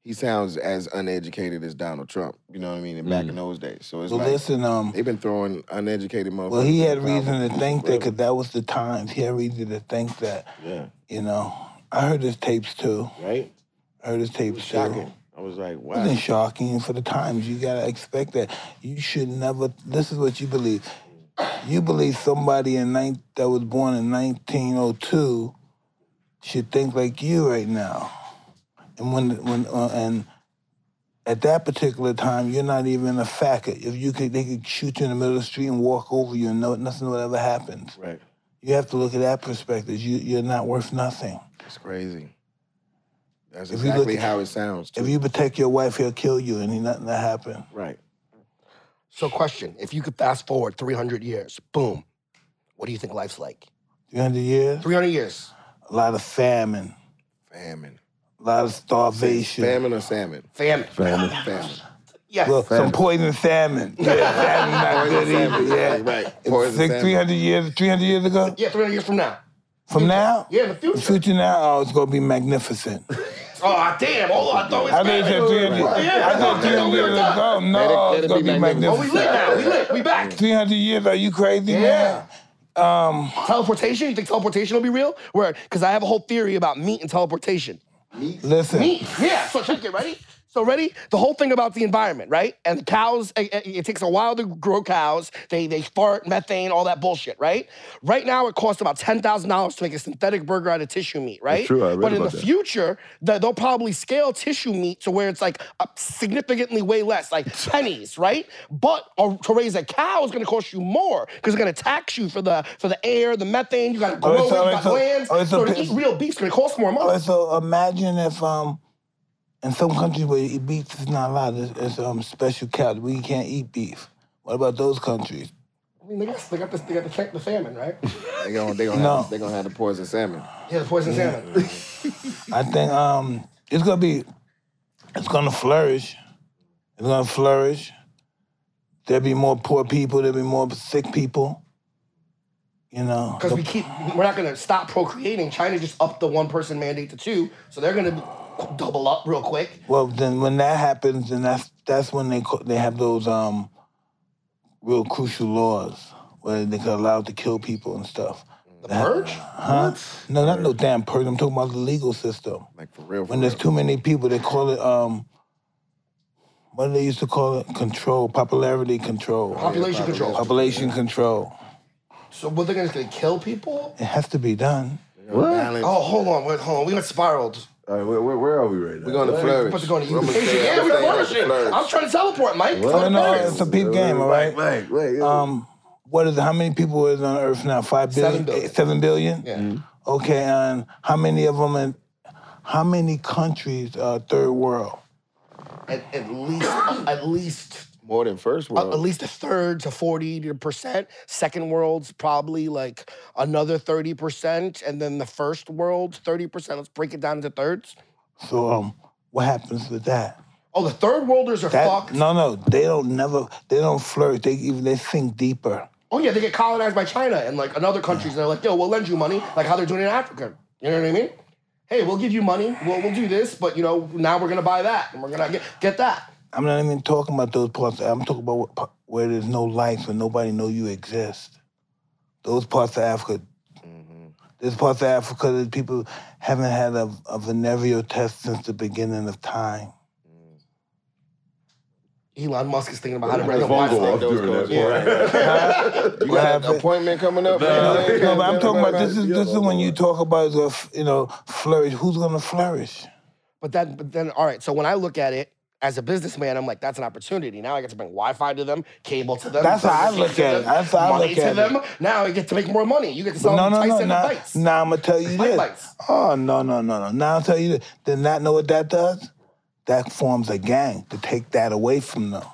S5: he sounds as uneducated as Donald Trump. You know what I mean? And Back
S3: Mm.
S5: in those days, so it's
S2: Well,
S5: like
S2: listen, um,
S5: they've been throwing uneducated motherfuckers.
S2: well, he
S5: in
S2: had
S5: the problem.
S2: reason to think that because that was the times. He had reason to think that,
S5: Yeah,
S2: you know. I heard his tapes too.
S5: right.
S2: I heard his tapes too.
S5: Shocking. I was like,
S2: It
S5: wow.
S2: wasn't shocking for the times. You gotta expect that. You should never. This is what you believe. You believe somebody in nine, that was born in 1902 should think like you right now. And when when uh, and at that particular time, you're not even a facket. If you could, they could shoot you in the middle of the street and walk over you, and no, nothing would ever happen.
S5: Right.
S2: You have to look at that perspective. You you're not worth nothing.
S5: It's crazy. That's
S2: If you look
S5: exactly
S2: at-
S5: how it sounds. Too.
S2: If you protect your wife, he'll kill you, and he, nothing will happen.
S5: right.
S4: So, question: If you could fast forward 300 years, boom, What do you think life's like?
S2: 300 years,
S4: 300 years.
S2: a lot of famine,
S5: Famine.
S2: a lot of starvation.
S5: Famine or salmon?
S4: Famine.
S3: Family.
S2: (laughs)
S5: Famine.
S4: Yes.
S2: Well, some
S3: Famine.
S2: poison
S5: (laughs)
S2: salmon. Yeah, salmon not
S5: Poison
S2: good either.
S5: salmon,
S2: Yeah,
S5: right, right.
S2: It's
S5: Poison
S2: six-
S5: salmon.
S2: 300 years, 300 years ago?
S4: yeah, 300 years from now.
S2: From now?
S4: Yeah, in the
S2: The
S4: future.
S2: future now, oh, it's going to be magnificent.
S4: Oh, damn. Hold on. I thought it was
S2: I mean,
S4: famine.
S2: said 300,
S4: Yeah,
S2: I thought
S4: yeah,
S2: 300
S4: we were
S2: years ago.
S4: done.
S2: No,
S5: Let it- let
S2: it's
S5: it
S2: going
S5: be
S2: to be
S5: magnificent.
S4: Oh, we
S2: magnificent.
S4: lit now. We lit. We back.
S2: 300 years, are you crazy,
S4: Yeah. Um.
S2: man?
S4: Teleportation? You think teleportation will be real? Word. Because I have a whole theory about meat and teleportation.
S2: Listen.
S4: Meat. Yeah. So check it. Ready? So ready? The whole thing about the environment, right? And cows. It, it- it takes a while to grow cows. They they fart, methane, all that bullshit, right? Right now, it costs about ten thousand dollars to make a synthetic burger out of tissue meat, right?
S3: true, I read
S4: but in
S3: about
S4: the
S3: that.
S4: future, the, they'll probably scale tissue meat to where it's like a significantly way
S2: (laughs)
S4: less, like pennies, right? But uh, to raise a cow is going to cost you more because it's going to tax you for the for the air, the methane. You got to
S2: Oh,
S4: grow
S2: it's
S4: it, you
S2: a-
S4: got
S2: it's a-
S4: lands.
S2: oh, it's a
S4: so
S2: bit-
S4: to eat real beef's going to cost more money.
S2: But so imagine if um in some countries where you eat beef is not allowed, it's, it's um special cow. We can't eat beef. What about those countries?
S4: I mean, they got, they got, this, they got the, fa- the famine, right?
S5: They gonna they gonna
S2: No.
S5: have, they gonna have the poison salmon.
S4: Yeah, the poison salmon.
S2: I think um it's gonna be it's gonna flourish. It's gonna flourish. There'll be more poor people, there'll be more sick people. You know.
S4: Because we keep, we're not going to stop procreating. China just upped the one person mandate to two, so they're going to double up real quick.
S2: Well, then when that happens, then that's that's when they co- they have those um real crucial laws where they can allow to kill people and stuff.
S4: The purge?
S2: Huh? No, not no damn purge. I'm talking about the legal system.
S5: Like for real. For
S2: When
S5: real.
S2: there's too many people, they call it um what do they used to call it? Control, popularity control,
S4: Population control.
S2: population control.
S4: So what, they're going to kill people?
S2: It has to be done.
S5: Balance.
S4: Oh, hold on, wait, hold on. We got spiraled.
S3: All right, where, where, where are we right now?
S5: We're gonna
S4: We're
S5: flourish.
S4: supposed to go to
S5: We're gonna
S4: Eurasia.
S5: stay-
S4: Yeah,
S5: stay
S4: we're
S5: in the
S4: flourishing.
S5: flourish.
S4: I'm trying to teleport,
S3: What?
S4: Mike.
S2: No,
S4: Come to
S2: no,
S4: Paris.
S2: it's a peep game, all right?
S3: Wait, wait.
S2: Um, what is it? How many people is on Earth now? Five billion,
S4: Seven billion.
S2: eh, seven billion?
S4: Yeah.
S2: Okay, and how many of them? In, how many countries are third world?
S4: At, at least, at least
S5: More than first
S4: a-
S5: world.
S4: at least a third to 40 percent second world's probably like another 30 percent and then the first world's 30 percent let's break it down into thirds
S2: So, um, what happens with that?
S4: oh the third worlders are
S2: That
S4: fucked
S2: no, no, they don't never. They don't flirt. They even they think deeper.
S4: oh yeah they get colonized by china and like another countries and they're like yo we'll lend you money like how they're doing in africa you know what i mean hey we'll give you money we'll, we'll do this but you know now we're gonna buy that and we're gonna get, get that
S2: I'm not even talking about those parts. I'm talking about what, pa- where there's no lights where nobody know you exist. Those parts of Africa.
S5: Mm-hmm.
S2: There's parts of Africa that people haven't had a, a venereal test since the beginning of time.
S4: elon musk is thinking about how to bring
S3: His
S4: up
S3: phone go
S4: wi-fi
S3: off during that. part.
S5: You got an
S2: happened?
S5: appointment coming up?
S3: No,
S2: No, but I'm talking about this is
S3: Yeah,
S2: this is when you
S3: Lord.
S2: talk about is gonna f- you know flourish. Who's gonna flourish?
S4: But then, but then, all right. So when I look at it as a businessman, I'm like, that's an opportunity. Now I get to bring Wi-Fi to them, cable to them.
S2: That's how I
S4: services
S2: look
S4: to
S2: at
S4: them,
S2: it. That's how I
S4: money
S2: look
S4: to
S2: at
S4: them.
S2: it.
S4: Now I get to make more money. You get to sell
S2: No,
S4: them
S2: no, no,
S4: Tyson
S2: no.
S4: bites.
S2: Now I'm gonna tell you
S4: Bite
S2: this.
S4: bites.
S2: Oh no, no, no, no. Now I'll tell you this. Then not know what that does? That forms a gang to take that away from them.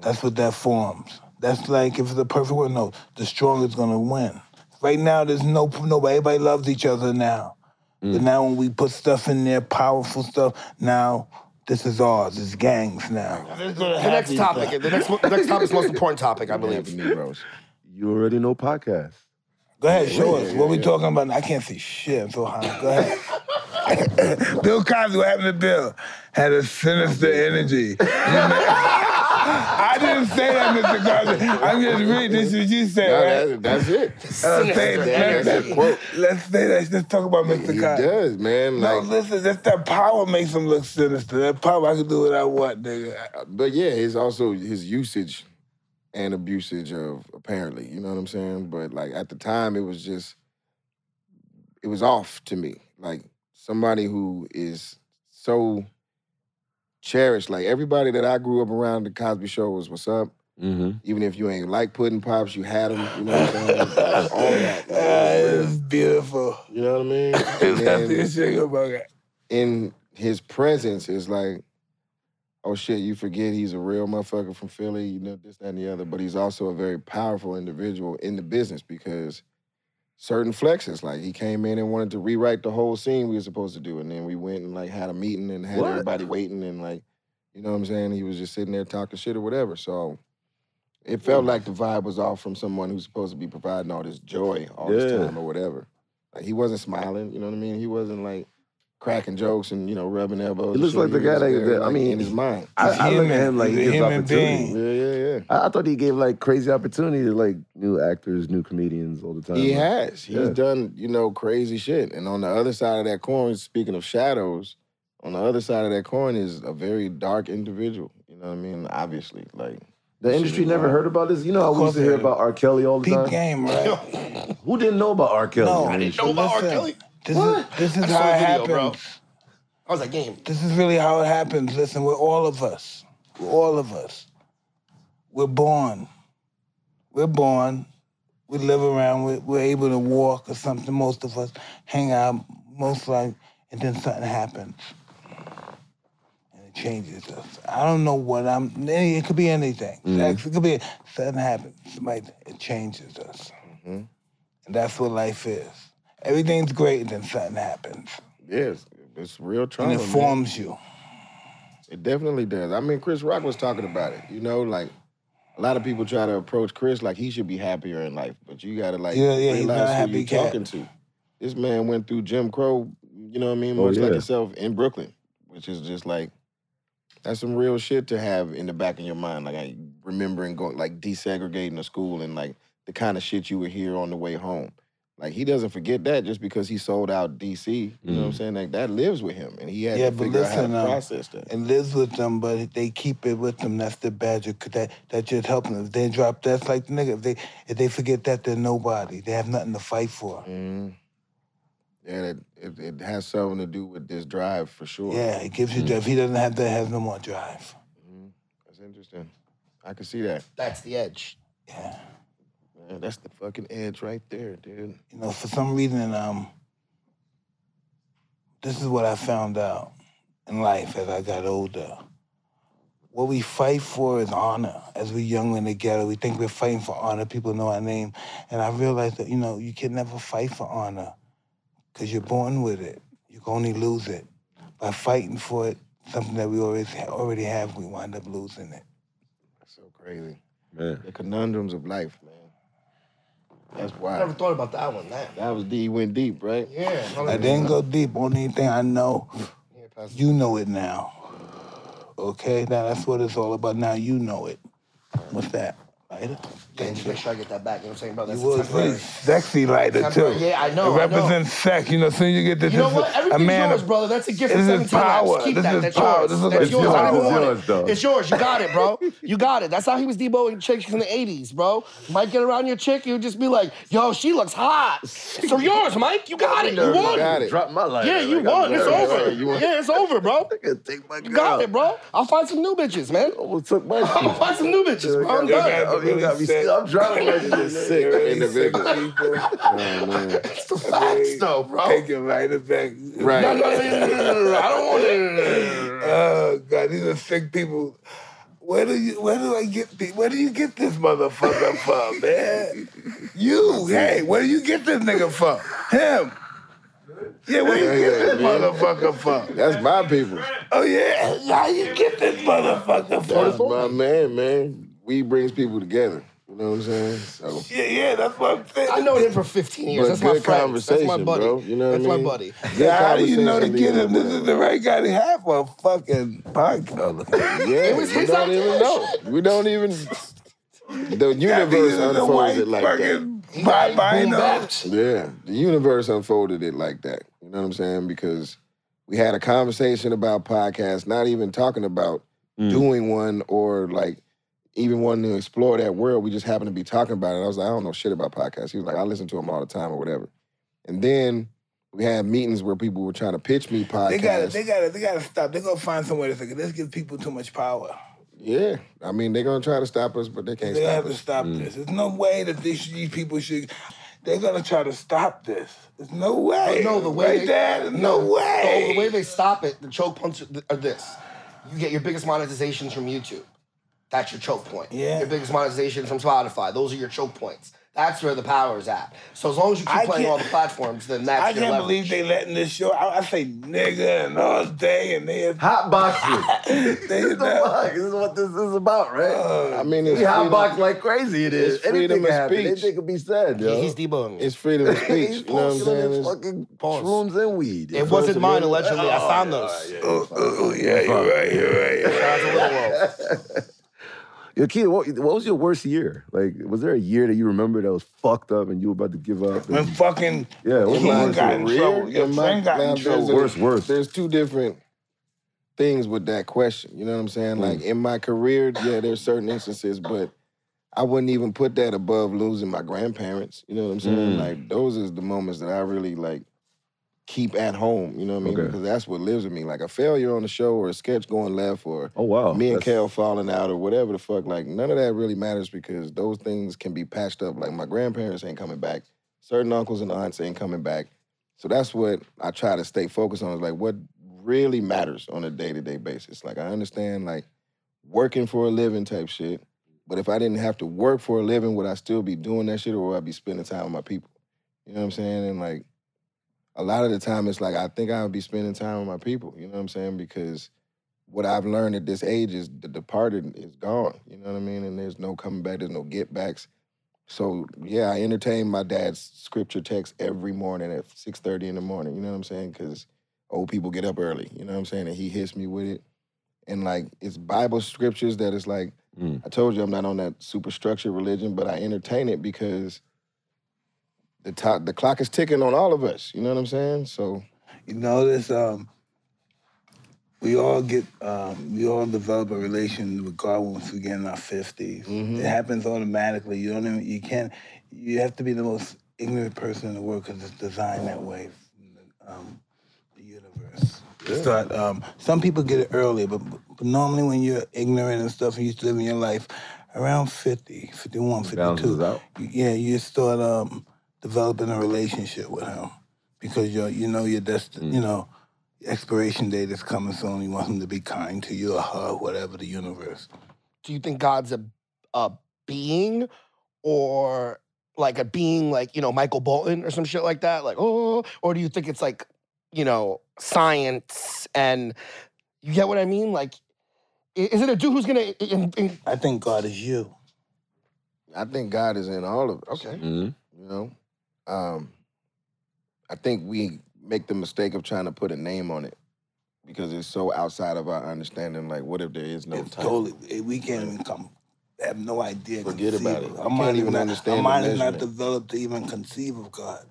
S2: That's what that forms. That's like if it's a perfect world, no, the strongest gonna win. Right now, there's no nobody. Everybody loves each other now. But now when we put stuff in there, powerful stuff. Now this is ours. It's gangs now.
S4: The next topic.
S2: uh,
S4: The next, the next topic
S2: (laughs)
S4: is the most important topic, I believe.
S5: Negroes.
S3: (laughs) You already know podcast.
S2: Go ahead, show us what we talking about. I can't see shit. I'm so high. Go
S7: (laughs)
S2: ahead.
S7: Bill Cosby, what happened to Bill? Had a sinister energy. I didn't say that, Mr. Cosby. I'm just reading. This is what you said,
S5: No,
S7: right?
S5: that's, that's
S2: (laughs)
S5: it.
S7: Uh, say-
S4: Sinister
S7: let's,
S4: energy.
S5: quote.
S7: let's say that. Let's talk about Mr.
S5: He
S7: Cosby.
S5: does, man.
S7: No,
S5: Like,
S7: listen, that's that power makes him look sinister. That power, I can do what I want, nigga.
S5: but yeah, it's also his usage and abusage of apparently, you know what I'm saying? But like at the time, it was just, it was off to me. Like somebody who is so cherished, like everybody that I grew up around, the Cosby Show was what's up.
S3: Mm-hmm.
S5: Even if you ain't like pudding pops, you had them. You know what I'm saying? All
S7: (laughs)
S5: that. like, it was
S7: Ah, It's beautiful.
S5: real. (laughs) you know what I mean?
S7: (laughs) It's
S5: And
S7: nothing
S5: then
S7: to shake about.
S5: in his presence is like, oh shit, you forget he's a real motherfucker from Philly, you know, this, that, and the other. But he's also a very powerful individual in the business because certain flexes, like he came in and wanted to rewrite the whole scene we were supposed to do. And then we went and like had a meeting and had
S3: What?
S5: everybody waiting and like, you know what I'm saying? He was just sitting there talking shit or whatever. So it felt like the vibe was off from someone who's supposed to be providing all this joy all this
S3: Yeah.
S5: time or whatever. Like he wasn't smiling, you know what I mean? He wasn't like cracking jokes and you know rubbing elbows.
S3: He looks
S5: and shit.
S3: like the guy
S5: was
S3: that-
S5: very,
S3: that- I
S5: like,
S3: mean,
S5: in his mind.
S3: I, I look at him like he
S2: He's a
S3: gives
S2: human
S3: opportunity.
S2: being.
S5: Yeah, yeah,
S3: I, I thought he gave like crazy opportunity to like new actors, new comedians all the
S5: yeah.
S3: time.
S5: He
S3: Like,
S5: has. He's
S3: Yeah.
S5: done, you know, crazy shit. And on the other side of that coin, speaking of shadows, on the other side of that coin is a very dark individual. You know what I mean? Obviously, like
S3: The industry never heard about this. You know how we used to
S2: course
S3: hear
S2: they do.
S3: about R. Kelly all the
S2: Peep
S3: time.
S2: game, right?
S3: Who didn't know about R. Kelly?
S2: No,
S3: I mean,
S4: didn't know about R. Kelly.
S2: This
S4: What?
S2: is this is
S4: I saw
S2: how
S4: the
S2: it
S4: video,
S2: happens.
S4: bro. I was like, game.
S2: This is really how it happens. Listen, with all of us, with all of us, we're born. We're born. We live around. We're, we're able to walk or something. Most of us hang out most like, and then something happens, and it changes us. I don't know what I'm. any- It could be anything. Sex, It could be something happens. Somebody, it changes us, and that's what life is. Everything's great, and then something happens,
S5: yes, it's real trauma.
S2: and it
S5: man.
S2: forms you.
S5: It definitely does. I mean, Chris Rock was talking about it. You know, like a lot of people try to approach Chris like he should be happier in life, but you gotta like
S2: Yeah, yeah, he's
S5: realize
S2: not a
S5: who
S2: happy
S5: you're
S2: cat.
S5: talking to. This man went through Jim Crow, you know what I mean,
S3: Oh,
S5: much like
S3: yeah.
S5: yourself in Brooklyn, which is just like that's some real shit to have in the back of your mind. Like I remembering going like desegregating a school and like the kind of shit you would hear on the way home. Like he doesn't forget that just because he sold out DC. You
S3: Mm.
S5: know what I'm saying? Like that lives with him, and he had
S2: Yeah,
S5: to
S2: but
S5: figure out how
S2: listen,
S5: to
S2: uh,
S5: process that.
S2: It lives with them, but they keep it with them. That's the badger. 'cause That that just helping them. If they drop, that's like the nigga. If they if they forget that, they're nobody. They have nothing to fight for.
S5: Mm. Yeah, it, it, it has something to do with this drive for sure.
S2: Yeah, it gives you drive. If he doesn't have that, he has no more drive.
S5: That's interesting. I can see that.
S4: That's the edge.
S2: Yeah,
S5: Man, that's the fucking edge right there, dude.
S2: you know, for some reason, um, this is what I found out in life as I got older. What we fight for is honor. As we're young in the ghetto, we think we're fighting for honor. People know our name. And I realized that, you know, you can never fight for honor because you're born with it. You can only lose it. By fighting for it, something that we always already have, we wind up losing it.
S5: That's so crazy.
S3: man.
S5: The conundrums of life, man. That's
S4: I never
S5: wild.
S4: thought about that one. That.
S5: That was D he went deep, right?
S4: Yeah. I
S2: I
S4: like-
S2: didn't go deep. Only thing I know,
S4: Yeah, Pastor.
S2: you know it now. Okay, now that's what it's all about. Now you know it. What's that? Lighter?
S4: Yeah, just make sure I get that back. You know what I'm saying, bro? That's
S2: You was
S4: the temporary.
S2: right. Sexy lighter
S4: Temporary. Yeah, I
S2: It
S4: know. I know.
S2: represents sex. You know, as soon as you get this,
S4: You know
S2: this-
S4: what?
S2: a
S4: Everything's
S2: man.
S4: yours, brother. That's a gift
S2: This
S4: from
S2: is
S4: 17
S2: power.
S4: Lives. Keep
S2: This
S4: that.
S2: is
S4: That's
S2: power.
S4: yours.
S2: This is
S4: That's
S2: like
S4: yours. I
S3: yours.
S4: don't even want
S3: Yours,
S4: it.
S3: though.
S4: It's yours. You got it, bro. You got it. That's how he was deboing chicks in the 80s, bro. Mike get around your chick, you'd just be like, yo, she looks hot. So yours, Mike. You got it. You won.
S5: Got it.
S3: Drop my life.
S4: Yeah, you won. It's over.
S3: (laughs)
S4: Yeah, it's over, bro.
S3: Take my
S4: You got it, bro. I'll find some new bitches, man.
S3: Almost took (laughs) my
S4: I'll
S3: shit.
S4: find some new bitches, bro. I'm
S3: You got-
S4: done.
S3: Oh, you got me sick. I'm dropping my shit.
S5: Sick individual. (laughs) Oh,
S3: (laughs)
S5: man.
S4: It's the facts, though, bro.
S2: Take it lighter back.
S4: No,
S5: Right.
S4: no, no, no, no, no, no, no. I don't want it.
S2: Oh God, these are sick people. Where do you? Where do I get? The, where do you get this
S4: (laughs)
S2: motherfucker from, man? You, hey, where do you get this nigga from? Him. Yeah, where you get this motherfucker from?
S5: That's my people.
S2: Oh yeah, how you get this motherfucker
S5: That's
S2: from?
S5: my man, man. We brings people together. You know what I'm saying? So
S2: Yeah, yeah, that's what I'm saying.
S4: I know him for 15 years.
S5: But
S4: That's my
S5: good
S4: friend.
S5: conversation,
S4: That's my buddy.
S5: bro. You know what
S4: That's
S5: I
S4: my
S5: mean?
S4: buddy.
S5: Good
S2: Yeah, how do you know to get
S5: conversation leader,
S2: him? This
S5: man.
S2: is the right guy to have a fucking
S4: Oh,
S2: podcast.
S5: Yeah,
S4: was
S5: we
S4: his
S5: don't
S4: idea.
S5: even know. We don't even. The universe unfolds it like that.
S2: Bye bye,
S4: Boom,
S2: no.
S4: bap.
S5: Yeah, the universe unfolded it like that. You know what I'm saying? Because we had a conversation about podcasts, not even talking about
S4: Mm.
S5: doing one or like even wanting to explore that world. We just happened to be talking about it. I was like, I don't know shit about podcasts. He was like, I listen to them all the time or whatever. And then we had meetings where people were trying to pitch me podcasts.
S2: They gotta, they gotta, they gotta stop. They're gonna find somewhere to think. This gives people too much power.
S5: yeah, I mean, they're gonna try to stop us, but they can't
S2: They
S5: stop
S2: have to
S5: us.
S2: stop
S4: Mm.
S2: this. There's no way that these, these people should. They're gonna try to stop this. There's no way.
S4: Oh, No, the way
S2: right
S4: they-
S2: there, no
S4: Oh, The, the
S2: way.
S4: way they stop it, the choke punch are this. you get your biggest monetizations from YouTube. That's your choke point.
S9: Yeah.
S4: Your biggest monetization from Spotify. Those are your choke points. That's where the power is at. So as long as you keep
S2: I
S4: playing
S2: can't-
S4: all the platforms, then that's
S2: I
S4: your
S2: can't believe
S4: leverage.
S2: they letting this show. I, I say nigga and all day and
S4: (laughs)
S2: they.
S3: Hot (laughs) boxing.
S2: they
S3: This is the fuck. This is what this is about, right?
S4: Uh,
S5: I mean, it's
S3: We hot box
S5: freedom,
S3: like crazy. It is.
S5: it's freedom
S3: Anything
S5: of
S3: can happen.
S5: speech.
S3: Anything can be said, yo.
S4: He's debugging.
S5: it's freedom
S2: (laughs)
S5: of speech.
S3: He's
S5: you know what I'm
S3: posting
S5: saying?
S3: his
S5: It's-
S3: fucking shrooms and weed.
S4: it wasn't mine allegedly. I
S3: Oh,
S4: found
S3: yeah,
S4: those.
S2: Oh, oh, yeah, you're right, you're right, you're right.
S4: Shout out to Little World.
S3: Yo, Keita, what, what was your worst year? Like, was there a year that you remember that was fucked up and you were about to give up?
S2: When fucking
S3: yeah, what
S2: Keita
S3: was
S5: my
S3: your
S2: got in
S3: worst-
S5: career,
S2: trouble. Your
S5: my-
S2: friend got in
S5: now,
S2: trouble.
S5: there's a-
S3: Worst, worst.
S5: There's two different things with that question. You know what I'm
S3: Hmm.
S5: saying? Like in my career, yeah, there's certain instances, but I wouldn't even put that above losing my grandparents. You know what I'm saying?
S3: Mm.
S5: Like those is the moments that I really like keep at home. You know what I mean?
S3: Okay.
S5: Because that's what lives with me. Like a failure on the show or a sketch going left or
S3: Oh wow,
S5: me and
S3: That's-
S5: Kel falling out or whatever the fuck, like none of that really matters because those things can be patched up. Like my grandparents ain't coming back, certain uncles and aunts ain't coming back. So that's what I try to stay focused on is like what really matters on a day to day basis. Like I understand like working for a living type shit, but if I didn't have to work for a living, would I still be doing that shit or would I be spending time with my people? You know what I'm saying? And like a lot of the time it's like I think I would be spending time with my people. You know what I'm saying? Because what I've learned at this age is the departed is gone. You know what I mean? And there's no coming back. There's no get backs. So yeah, I entertain my dad's scripture text every morning at 6:30 in the morning. You know what I'm saying? Because old people get up early. You know what I'm saying? And he hits me with it. And like it's Bible scriptures that it's like
S3: Mm.
S5: I told you I'm not on that superstructure religion, but I entertain it because the top, the clock is ticking on all of us. You know what I'm saying? So
S2: You notice um, we all get um, we all develop a relation with God once we get in our 50s
S3: Mm-hmm.
S2: It happens automatically. You don't even you can't you have to be the most ignorant person in the world because it's designed that way. Um, the universe. To start, um, some people get it early, but, but normally when you're ignorant and stuff, and you live in your life around 50, 51, 52,
S3: Balances out.
S2: you- yeah, you start um, developing a relationship with him because you you know your dest-
S5: Mm.
S2: you know your expiration date is coming soon. You want him to be kind to you or her, whatever the universe.
S4: do you think God's a a being or like a being like, you know, Michael Bolton or some shit like that? Like, oh, or do you think it's like, you know, science and you get what I mean? Like, i- is it a dude who's gonna i- in- in-
S2: I think God is you.
S5: I think God is in all of us.
S4: Okay.
S3: Mhm.
S5: You know, um, I think we make the mistake of trying to put a name on it because it's so outside of our understanding. Like, what if there is no
S2: It's
S5: time?
S2: totally eh, we can't even come. Have no idea.
S5: Forget about
S2: conceive-
S5: it.
S2: Our
S5: You
S2: mind
S5: can't
S2: is
S5: even
S2: not-
S5: understand
S2: Our
S5: the
S2: mind is not
S5: measurement.
S2: developed to even conceive of God.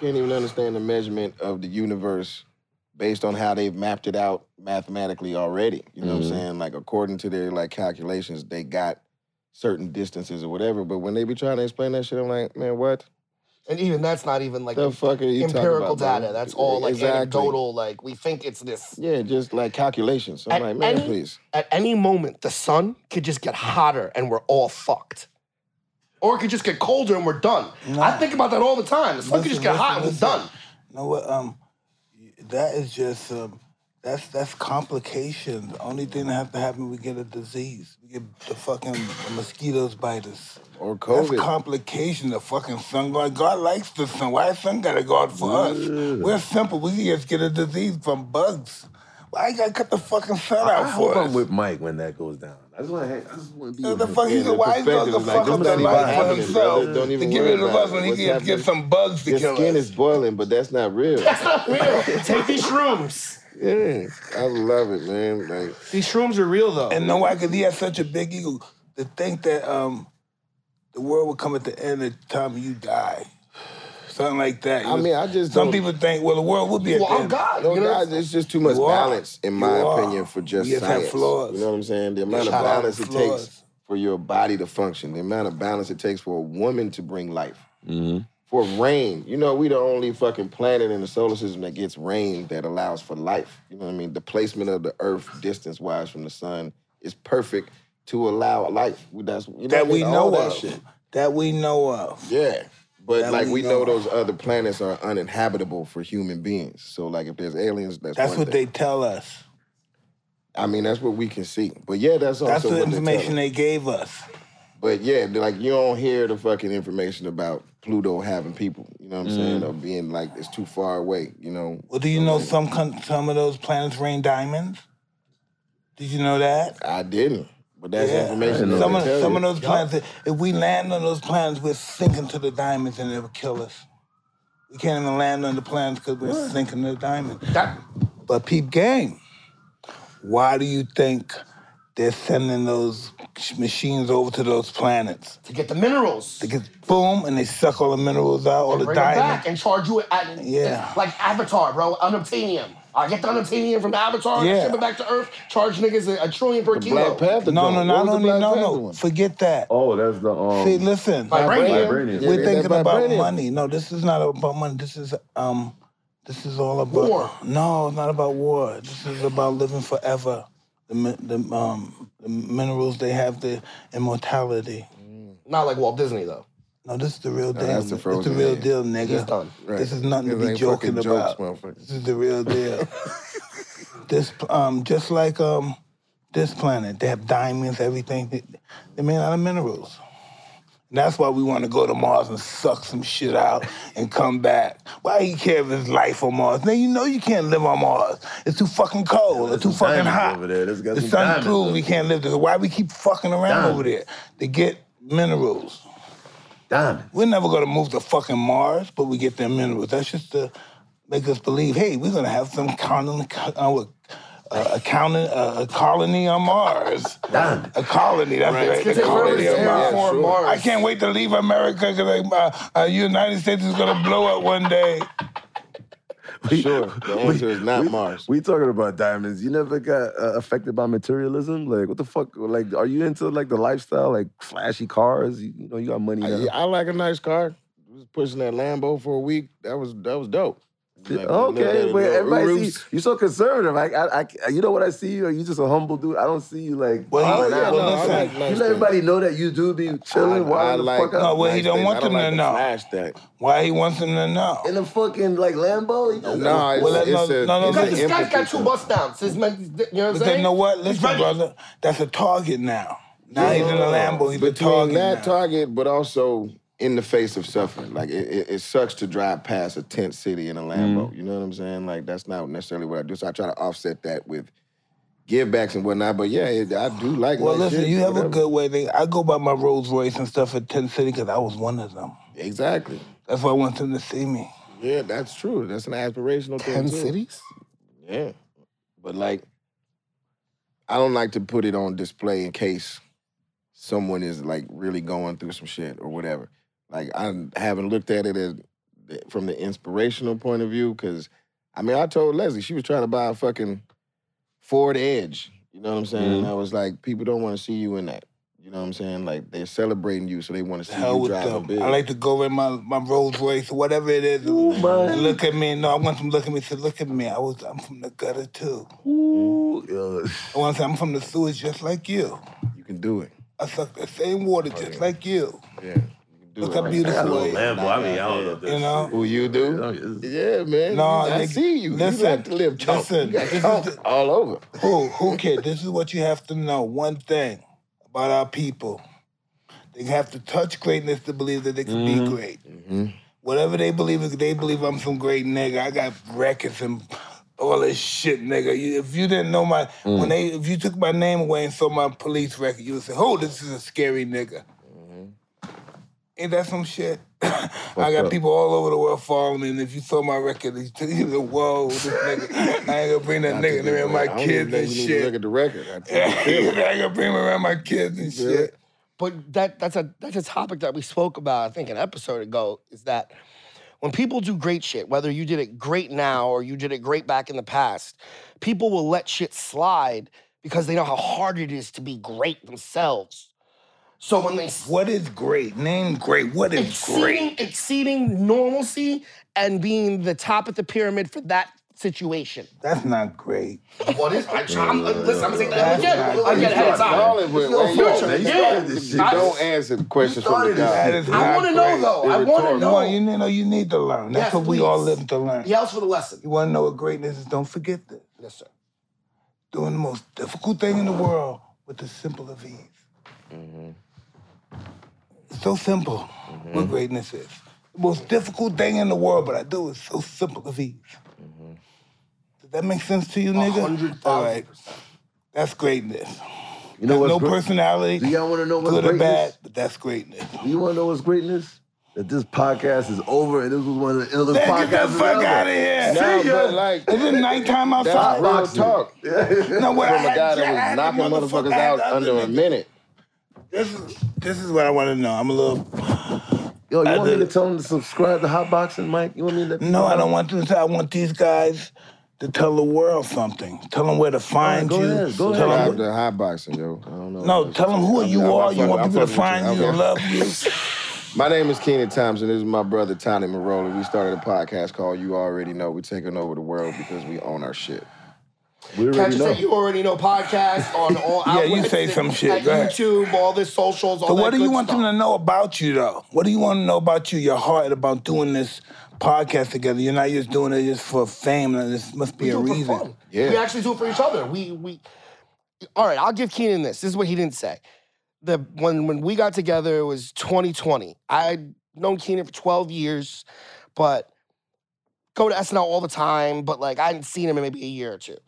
S5: can't even understand the measurement of the universe based on how they've mapped it out mathematically already. You know what
S4: Mm-hmm.
S5: I'm saying? Like according to their like calculations, they got certain distances or whatever. But when they be trying to explain that shit, I'm like, man, what
S4: and even that's not even like
S5: the fuck are you talking
S4: empirical
S5: about? man? E,
S4: data. That's all like
S5: Exactly.
S4: anecdotal, like we think it's this.
S5: Yeah, just like calculations. I'm
S4: At
S5: like, man,
S4: any-
S5: please.
S4: At any moment the sun could just get hotter and we're all fucked. Or it could just get colder and we're done. I
S2: Nah.
S4: think about that all the time. The sun could just
S2: Listen,
S4: get hot and
S2: listen,
S4: we're done.
S2: listen. You know what? Um, that is just um, that's that's complications. The only thing that has to happen, we get a disease. We get the fucking the mosquitoes bite us.
S5: Or
S2: That's
S5: COVID.
S2: complication. The fucking sun God. God likes the sun. Why the sun gotta go out for us? We're simple. We can just get a disease from bugs. Why you gotta cut the fucking sun out
S3: I
S2: for
S3: hope
S2: us?
S3: I'm with Mike when that goes down. I just want to. I just want to be.
S2: What the
S3: with him.
S2: fuck he
S5: Yeah,
S2: said,
S5: the
S2: why he gonna the
S5: perspective is like,
S2: fuck up
S5: don't
S2: that
S5: even
S2: life for
S5: happening,
S2: himself
S5: brother. Don't
S2: to
S5: even
S2: get
S5: worry
S2: rid of
S5: about
S2: us
S5: it.
S2: when he
S5: What's
S2: can just get
S5: happening?
S2: some bugs to
S5: Your
S2: kill
S5: skin
S2: us?
S5: is boiling, but that's not real.
S4: real. Take these shrooms.
S5: (laughs) yeah. I love it, man. Like
S4: These shrooms are real though.
S2: And no, why? Because he had such a big ego to think that um, the world would come at the end of the time you die. Something like that.
S5: I mean, I just
S2: Some
S5: don't-
S2: people think, well, the world will be at
S4: well,
S2: the
S4: I'm
S2: end.
S4: God.
S5: No,
S4: you know?
S5: guys, it's just too much
S2: You are.
S5: balance, in my
S2: You are.
S5: opinion, for just
S2: We just have
S5: science.
S2: flaws.
S5: You know what I'm saying? The amount of
S2: have
S5: balance it
S2: flaws.
S5: takes for your body to function, the amount of balance it takes for a woman to bring life, Mm-hmm. for rain. You know, we the only fucking planet in the solar system that gets rain that allows for life. You know what I mean? The placement of the Earth, distance wise from the sun, is perfect to allow life. That's you know,
S2: That we
S5: it's
S2: know
S5: all that
S2: of.
S5: shit.
S2: That we know of.
S5: Yeah. But
S2: That
S5: like
S2: we
S5: we know
S2: know.
S5: those other planets are uninhabitable for human beings. So like if there's aliens, that's
S2: That's
S5: one
S2: what
S5: thing.
S2: they tell us.
S5: I mean, that's what we can see. But yeah, that's also
S2: That's
S5: what
S2: the
S5: they tell
S2: information
S5: us.
S2: they gave us.
S5: But yeah, they're like you don't hear the fucking information about Pluto having people. You know what I'm saying? Or being like it's too far away. You know?
S2: Well, do you know some con- some of those planets rain diamonds? Did you know that?
S5: I didn't. But that's
S2: Yeah.
S5: information.
S2: Some
S5: that
S2: of,
S5: they tell
S2: some of
S5: you.
S2: those planets, if we land on those planets, we're sinking to the diamonds and it will kill us. We can't even land on the planets because we're sinking to the diamonds. But peep game, why do you think they're sending those sh- machines over to those planets?
S4: to get the minerals.
S2: They get boom and they suck all the minerals out, all the
S4: Bring them back
S2: diamonds.
S4: and charge you at,
S2: Yeah.
S4: like Avatar, bro. Unobtainium. I get the unobtainium from Avatar
S2: Yeah.
S4: and ship it back to Earth. Charge niggas a, a trillion per kilo.
S3: Black Panther.
S2: No,
S3: joint.
S2: no, no,
S3: What was
S2: no,
S3: the
S2: no,
S3: Black
S2: no,
S3: Panther
S2: no.
S3: one?
S2: Forget that.
S3: Oh, that's the um.
S2: See, listen.
S4: Vibranium.
S3: Vibranium.
S2: We're
S3: Yeah,
S2: thinking
S5: that
S2: about
S5: vibranium.
S2: money. No, this is not about money. This is um, this is all about
S4: War.
S2: No, it's not about war. This is about living forever. The mi- the um the minerals they have the immortality.
S4: Not like Walt Disney though.
S2: No, this is the real deal.
S5: that's the
S2: it's the
S5: frozen
S2: real
S5: man.
S2: deal, nigga.
S4: He's done.
S2: This is nothing to
S5: This
S2: be
S5: ain't
S2: joking
S5: fucking jokes,
S2: about.
S5: motherfucker.
S2: this is the real deal. this um just like um this planet, they have diamonds, everything. They, they made out of minerals. And that's why we want to go to Mars and suck some shit out and come back. Why he care if his life on Mars? Now you know you can't live on Mars. It's too fucking cold. it's too
S3: There's some
S2: fucking
S3: diamonds
S2: hot.
S3: over there. There's got
S2: The
S3: some
S2: sun
S3: diamonds
S2: proves
S3: over
S2: we
S3: there.
S2: can't live there. Why we keep fucking around over there?
S3: Diamonds.
S2: To get minerals.
S3: Diamond.
S2: We're never gonna move to fucking Mars, but we get them minerals. That's just to make us believe, hey, we're gonna have some colon, uh, what, uh, a, colon, uh, a colony on Mars.
S3: Diamond.
S2: A colony, that's right.
S4: Because
S2: A
S4: they
S2: colony
S4: were
S2: on Mars.
S4: terraform
S5: sure.
S4: Mars.
S2: I can't wait to leave America because uh, uh, United States is gonna blow up one day.
S3: (laughs)
S5: Sure. The answer is not
S3: we,
S5: Mars.
S3: We talking about diamonds. You never got uh, affected by materialism. Like what the fuck? Like are you into like the lifestyle? Like flashy cars. You, you know you got money.
S5: I,
S3: Now.
S5: yeah, I like a nice car. Was pushing that Lambo for a week. That was that was dope. Like,
S3: okay,
S5: little-
S3: but
S5: little
S3: everybody
S5: Urus.
S3: see you so conservative. I, I, I, you know what I see you? Are you just a humble dude? I don't see you like.
S2: Well, he-
S3: Oh,
S2: yeah,
S3: nah,
S2: well,
S3: nah,
S2: listen.
S3: I like- you let everybody know that you do be chilling, wilding the fuck out.
S2: No, well, he
S5: nice
S2: don't
S5: things.
S2: want
S5: I don't
S2: them to
S5: like
S2: know.
S5: Flash that.
S2: Why he wants them to know?
S3: in a fucking like Lambo. You just-
S5: No, it's,
S2: Well, that's
S5: it's
S2: not- no,
S5: a,
S2: no,
S5: it's
S2: no,
S5: an
S4: Because this guy's got
S5: empathy
S4: two bust downs. His men, you know what
S2: But
S4: I'm saying?
S2: then you know what?
S4: He's
S2: Listen,
S4: ready.
S2: brother, that's a target now. Now he's in the Lambo. He's a
S5: between
S2: target
S5: that
S2: now.
S5: target, but also in the face of suffering. Like it, it, it sucks to drive past a tent city in a
S2: Mm-hmm.
S5: Lambo. You know what I'm saying? Like that's not necessarily what I do. So I try to offset that with give backs and whatnot. But yeah, it, I do like.
S2: Well,
S5: nice
S2: listen,
S5: shit,
S2: you have a
S5: whatever.
S2: good way. They, I go by my Rolls Royce and stuff at Tent City because I was one of them.
S5: Exactly.
S2: That's why I want them to see me.
S5: Yeah, that's true. That's an aspirational thing. too. Yeah. But like, I don't like to put it on display in case someone is like really going through some shit or whatever. Like I haven't looked at it as eh, from the inspirational point of view because I mean I told Leslie she was trying to buy a fucking Ford Edge. You know what I'm saying? And I was like, people don't want to see you in that. You know what I'm saying? Like they're celebrating you, so they want to see
S2: Hell
S5: you
S2: with
S5: drive a
S2: them.
S5: big.
S2: I like to go in my, my Rolls Royce, whatever it is, and (laughs) look at me. No, I want them to look at me. Say, look at me. I was. I'm from the gutter too. (laughs)
S3: Ooh, yeah.
S2: I want to say I'm from the sewers just like you.
S5: you can do it.
S2: I suck the same water just like you.
S5: Oh, Yeah, you can do
S2: Look
S5: it.
S2: how beautiful it is.
S10: Lambo. I mean, I don't know. if
S2: You
S10: that's-
S2: know.
S5: Who you do? Yeah, man.
S2: No,
S5: I
S2: Oh, nigga,
S5: see you.
S2: listen,
S5: you like to live chunk.
S2: listen,
S5: you got
S2: this is
S5: chunk
S2: the-
S5: all over.
S2: Who, who kid? This is what you have to know. One thing about our people. They have to touch greatness to believe that they can be great.
S5: Mm-hmm.
S2: Whatever they believe is they believe I'm some great nigga. I got records and all this shit, nigga. You, if you didn't know my when they if you took my name away and saw my police record, you would say, Oh, this is a scary nigga.
S5: Mm-hmm.
S2: Ain't that some shit? (coughs) I got people all over the world following me, and if you saw my record, you took you (laughs) the whoa, this nigga. I ain't gonna bring that nigga around my
S5: I don't even
S2: kids
S5: think
S2: and
S5: you need to Look
S2: shit.
S5: at the record. I
S2: I
S5: think-
S2: ain't gonna bring him around my kids and shit.
S4: but that that's a that's a topic that we spoke about I think an episode ago is that when people do great shit whether you did it great now or you did it great back in the past people will let shit slide because they know how hard it is to be great themselves so when they s-
S2: What is great? Name great. What is great?
S4: exceeding exceeding normalcy and being the top of the pyramid for that situation
S2: That's not great.
S4: what is I, I'm, listen I'm saying
S2: That's
S4: that again
S2: not-
S4: again ahead of
S5: All
S4: time
S5: of it.
S3: your
S5: Wait,
S3: fault,
S5: you-
S3: man. You
S4: yeah.
S3: started this shit.
S4: I-
S5: Don't answer the questions from
S3: started this
S5: the
S2: (laughs) That
S5: guy.
S2: is
S4: I
S2: not
S4: want to know
S2: great.
S4: though I want to
S2: No, you
S4: know
S2: need, no, you need to learn. That's
S4: Yes,
S2: what we all
S4: please.
S2: live to learn.
S4: he yells for the lesson
S2: You want to know what greatness is? Don't forget this.
S4: yes sir
S2: doing the most difficult thing in the world with the simple of ease.
S3: Mm-hmm.
S2: It's so simple what greatness is. The most difficult thing in the world, but I do is so simple of ease.
S3: Mm-hmm.
S2: Does that make sense to you, nigga?
S3: hundred
S2: All right. That's greatness.
S3: You know what's
S2: no
S3: great?
S2: personality.
S3: Do y'all wanna know what's
S2: good or bad,
S3: greatness?
S2: but that's greatness.
S3: You want to know what's greatness? That this podcast is over and this was one of the illest
S2: Man,
S3: podcasts.
S2: get the fuck
S3: ever.
S2: out of here.
S5: Nah,
S3: See ya.
S5: but like,
S2: Is it nighttime outside?
S5: that's real
S3: boxing.
S5: talk.
S2: No, what I
S5: From a
S2: had-
S5: guy
S2: I had
S5: that
S2: the
S5: was knocking
S2: motherfucker-
S5: motherfuckers
S2: I had
S5: out
S2: the other
S5: under a
S2: nigga.
S5: minute.
S2: This is, this is what I want to know. I'm a little.
S3: Yo, you
S2: I
S3: want me
S2: did
S3: to
S2: it.
S3: tell them to subscribe to Hotboxing, Mike? You want me to? let
S2: No,
S3: people
S2: I
S3: know?
S2: don't want them to. I want these guys to tell the world something. Tell them where to find
S3: go
S2: you.
S3: ahead, go
S2: tell
S3: ahead.
S5: Subscribe
S2: Them,
S5: to hot boxing, yo.
S3: I don't know.
S2: no, tell them who
S5: I'm-
S2: you
S5: I'm-
S2: are.
S5: I'm
S2: you want
S5: fucking-
S2: people to
S5: I'm fucking
S2: find
S5: with
S2: you,
S5: you.
S2: to
S5: Okay.
S2: love
S5: (laughs)
S2: you.
S5: My name is Keenan Thompson. This is my brother Tony Marola. We started a podcast called You Already Know. We're taking over the world because we own our shit.
S3: we
S4: Can I
S3: already
S4: just
S3: know.
S4: say you already know podcast
S2: (laughs)
S4: on all
S2: Yeah, you
S4: outlets
S2: say
S4: and-
S2: some shit.
S4: at
S2: Go ahead.
S4: YouTube, all the socials, all
S2: So,
S4: that
S2: what do you
S4: good
S2: want
S4: stuff.
S2: them to know about you, though? What do you want to know about you, your heart, about doing this podcast together? You're not just doing it just for fame. and This must be a
S4: do it for
S2: reason.
S4: fun.
S5: Yeah.
S4: We actually do it for each other. We we all right, I'll give Keenan this. This is what he didn't say. The when when we got together, it was 2020. I'd known Keenan for 12 years, but go to SNL all the time, but like I hadn't seen him in maybe a year or two.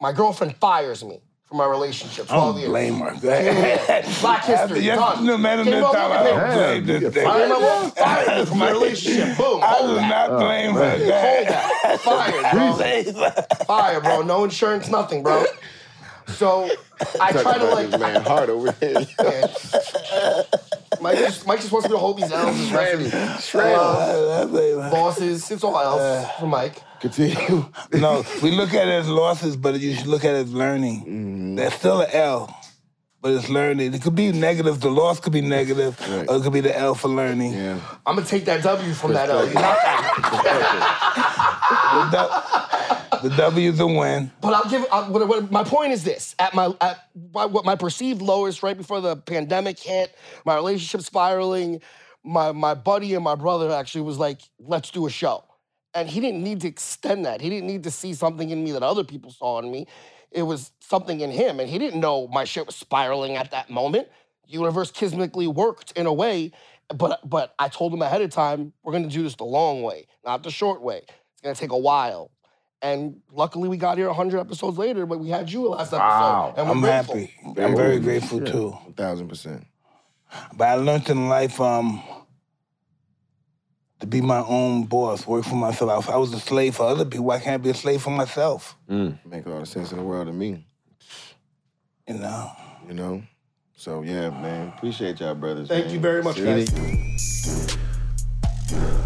S4: My girlfriend fires me from my relationship.
S2: I
S4: 12
S2: don't
S4: years.
S2: Oh, blame her.
S4: Black
S2: (laughs)
S4: history,
S2: Yes,
S4: done.
S2: no matter the
S4: Came up
S2: time, I
S4: with it.
S2: don't blame
S3: Damn, you
S2: this
S3: get
S4: I
S2: thing. (laughs)
S4: remember fired from my relationship. Boom.
S2: I
S4: Hold
S2: do
S4: that.
S2: not blame her. (laughs)
S4: Hold that. Fired, bro.
S2: Damn.
S4: fire, bro. No insurance, nothing, bro. So I try to
S5: This
S4: like.
S5: man hard over here.
S4: (laughs) Mike just, Mike just wants me to hold these L's as revenue.
S2: (laughs)
S4: Bosses, it's all L's for Mike.
S5: Continue.
S2: no, we look at it as losses, but you should look at it as learning.
S5: Mm-hmm.
S2: That's still an L, but it's learning. It could be negative. The loss could be negative,
S5: Right.
S2: or it could be the L for learning.
S5: Yeah.
S4: I'm gonna take that W from that L. You know?
S2: The, du- the W is a win.
S4: But I'll give. I'll, what, what, my point is this: at my at my- what my perceived lowest, right before the pandemic hit, my relationship spiraling. My my buddy and my brother actually was like, "Let's do a show," and he didn't need to extend that. He didn't need to see something in me that other people saw in me. It was something in him, and he didn't know my shit was spiraling at that moment. Universe kismically worked in a way, but but I told him ahead of time, we're gonna do this the long way, not the short way. It's gonna take a while. And luckily, we got here 100 episodes later, but we had you last episode.
S5: Wow,
S4: and we're
S2: I'm
S4: grateful.
S2: happy. I'm very grateful too.
S5: Thousand percent.
S2: But I learned in life um, to be my own boss, work for myself. I was a slave for other people. I can't be a slave for myself.
S5: Make all the sense in the world to me.
S2: You know.
S5: You know? So yeah, man. Appreciate y'all brothers.
S4: Thank
S5: man.
S4: you very much,
S5: Seriously.
S4: guys.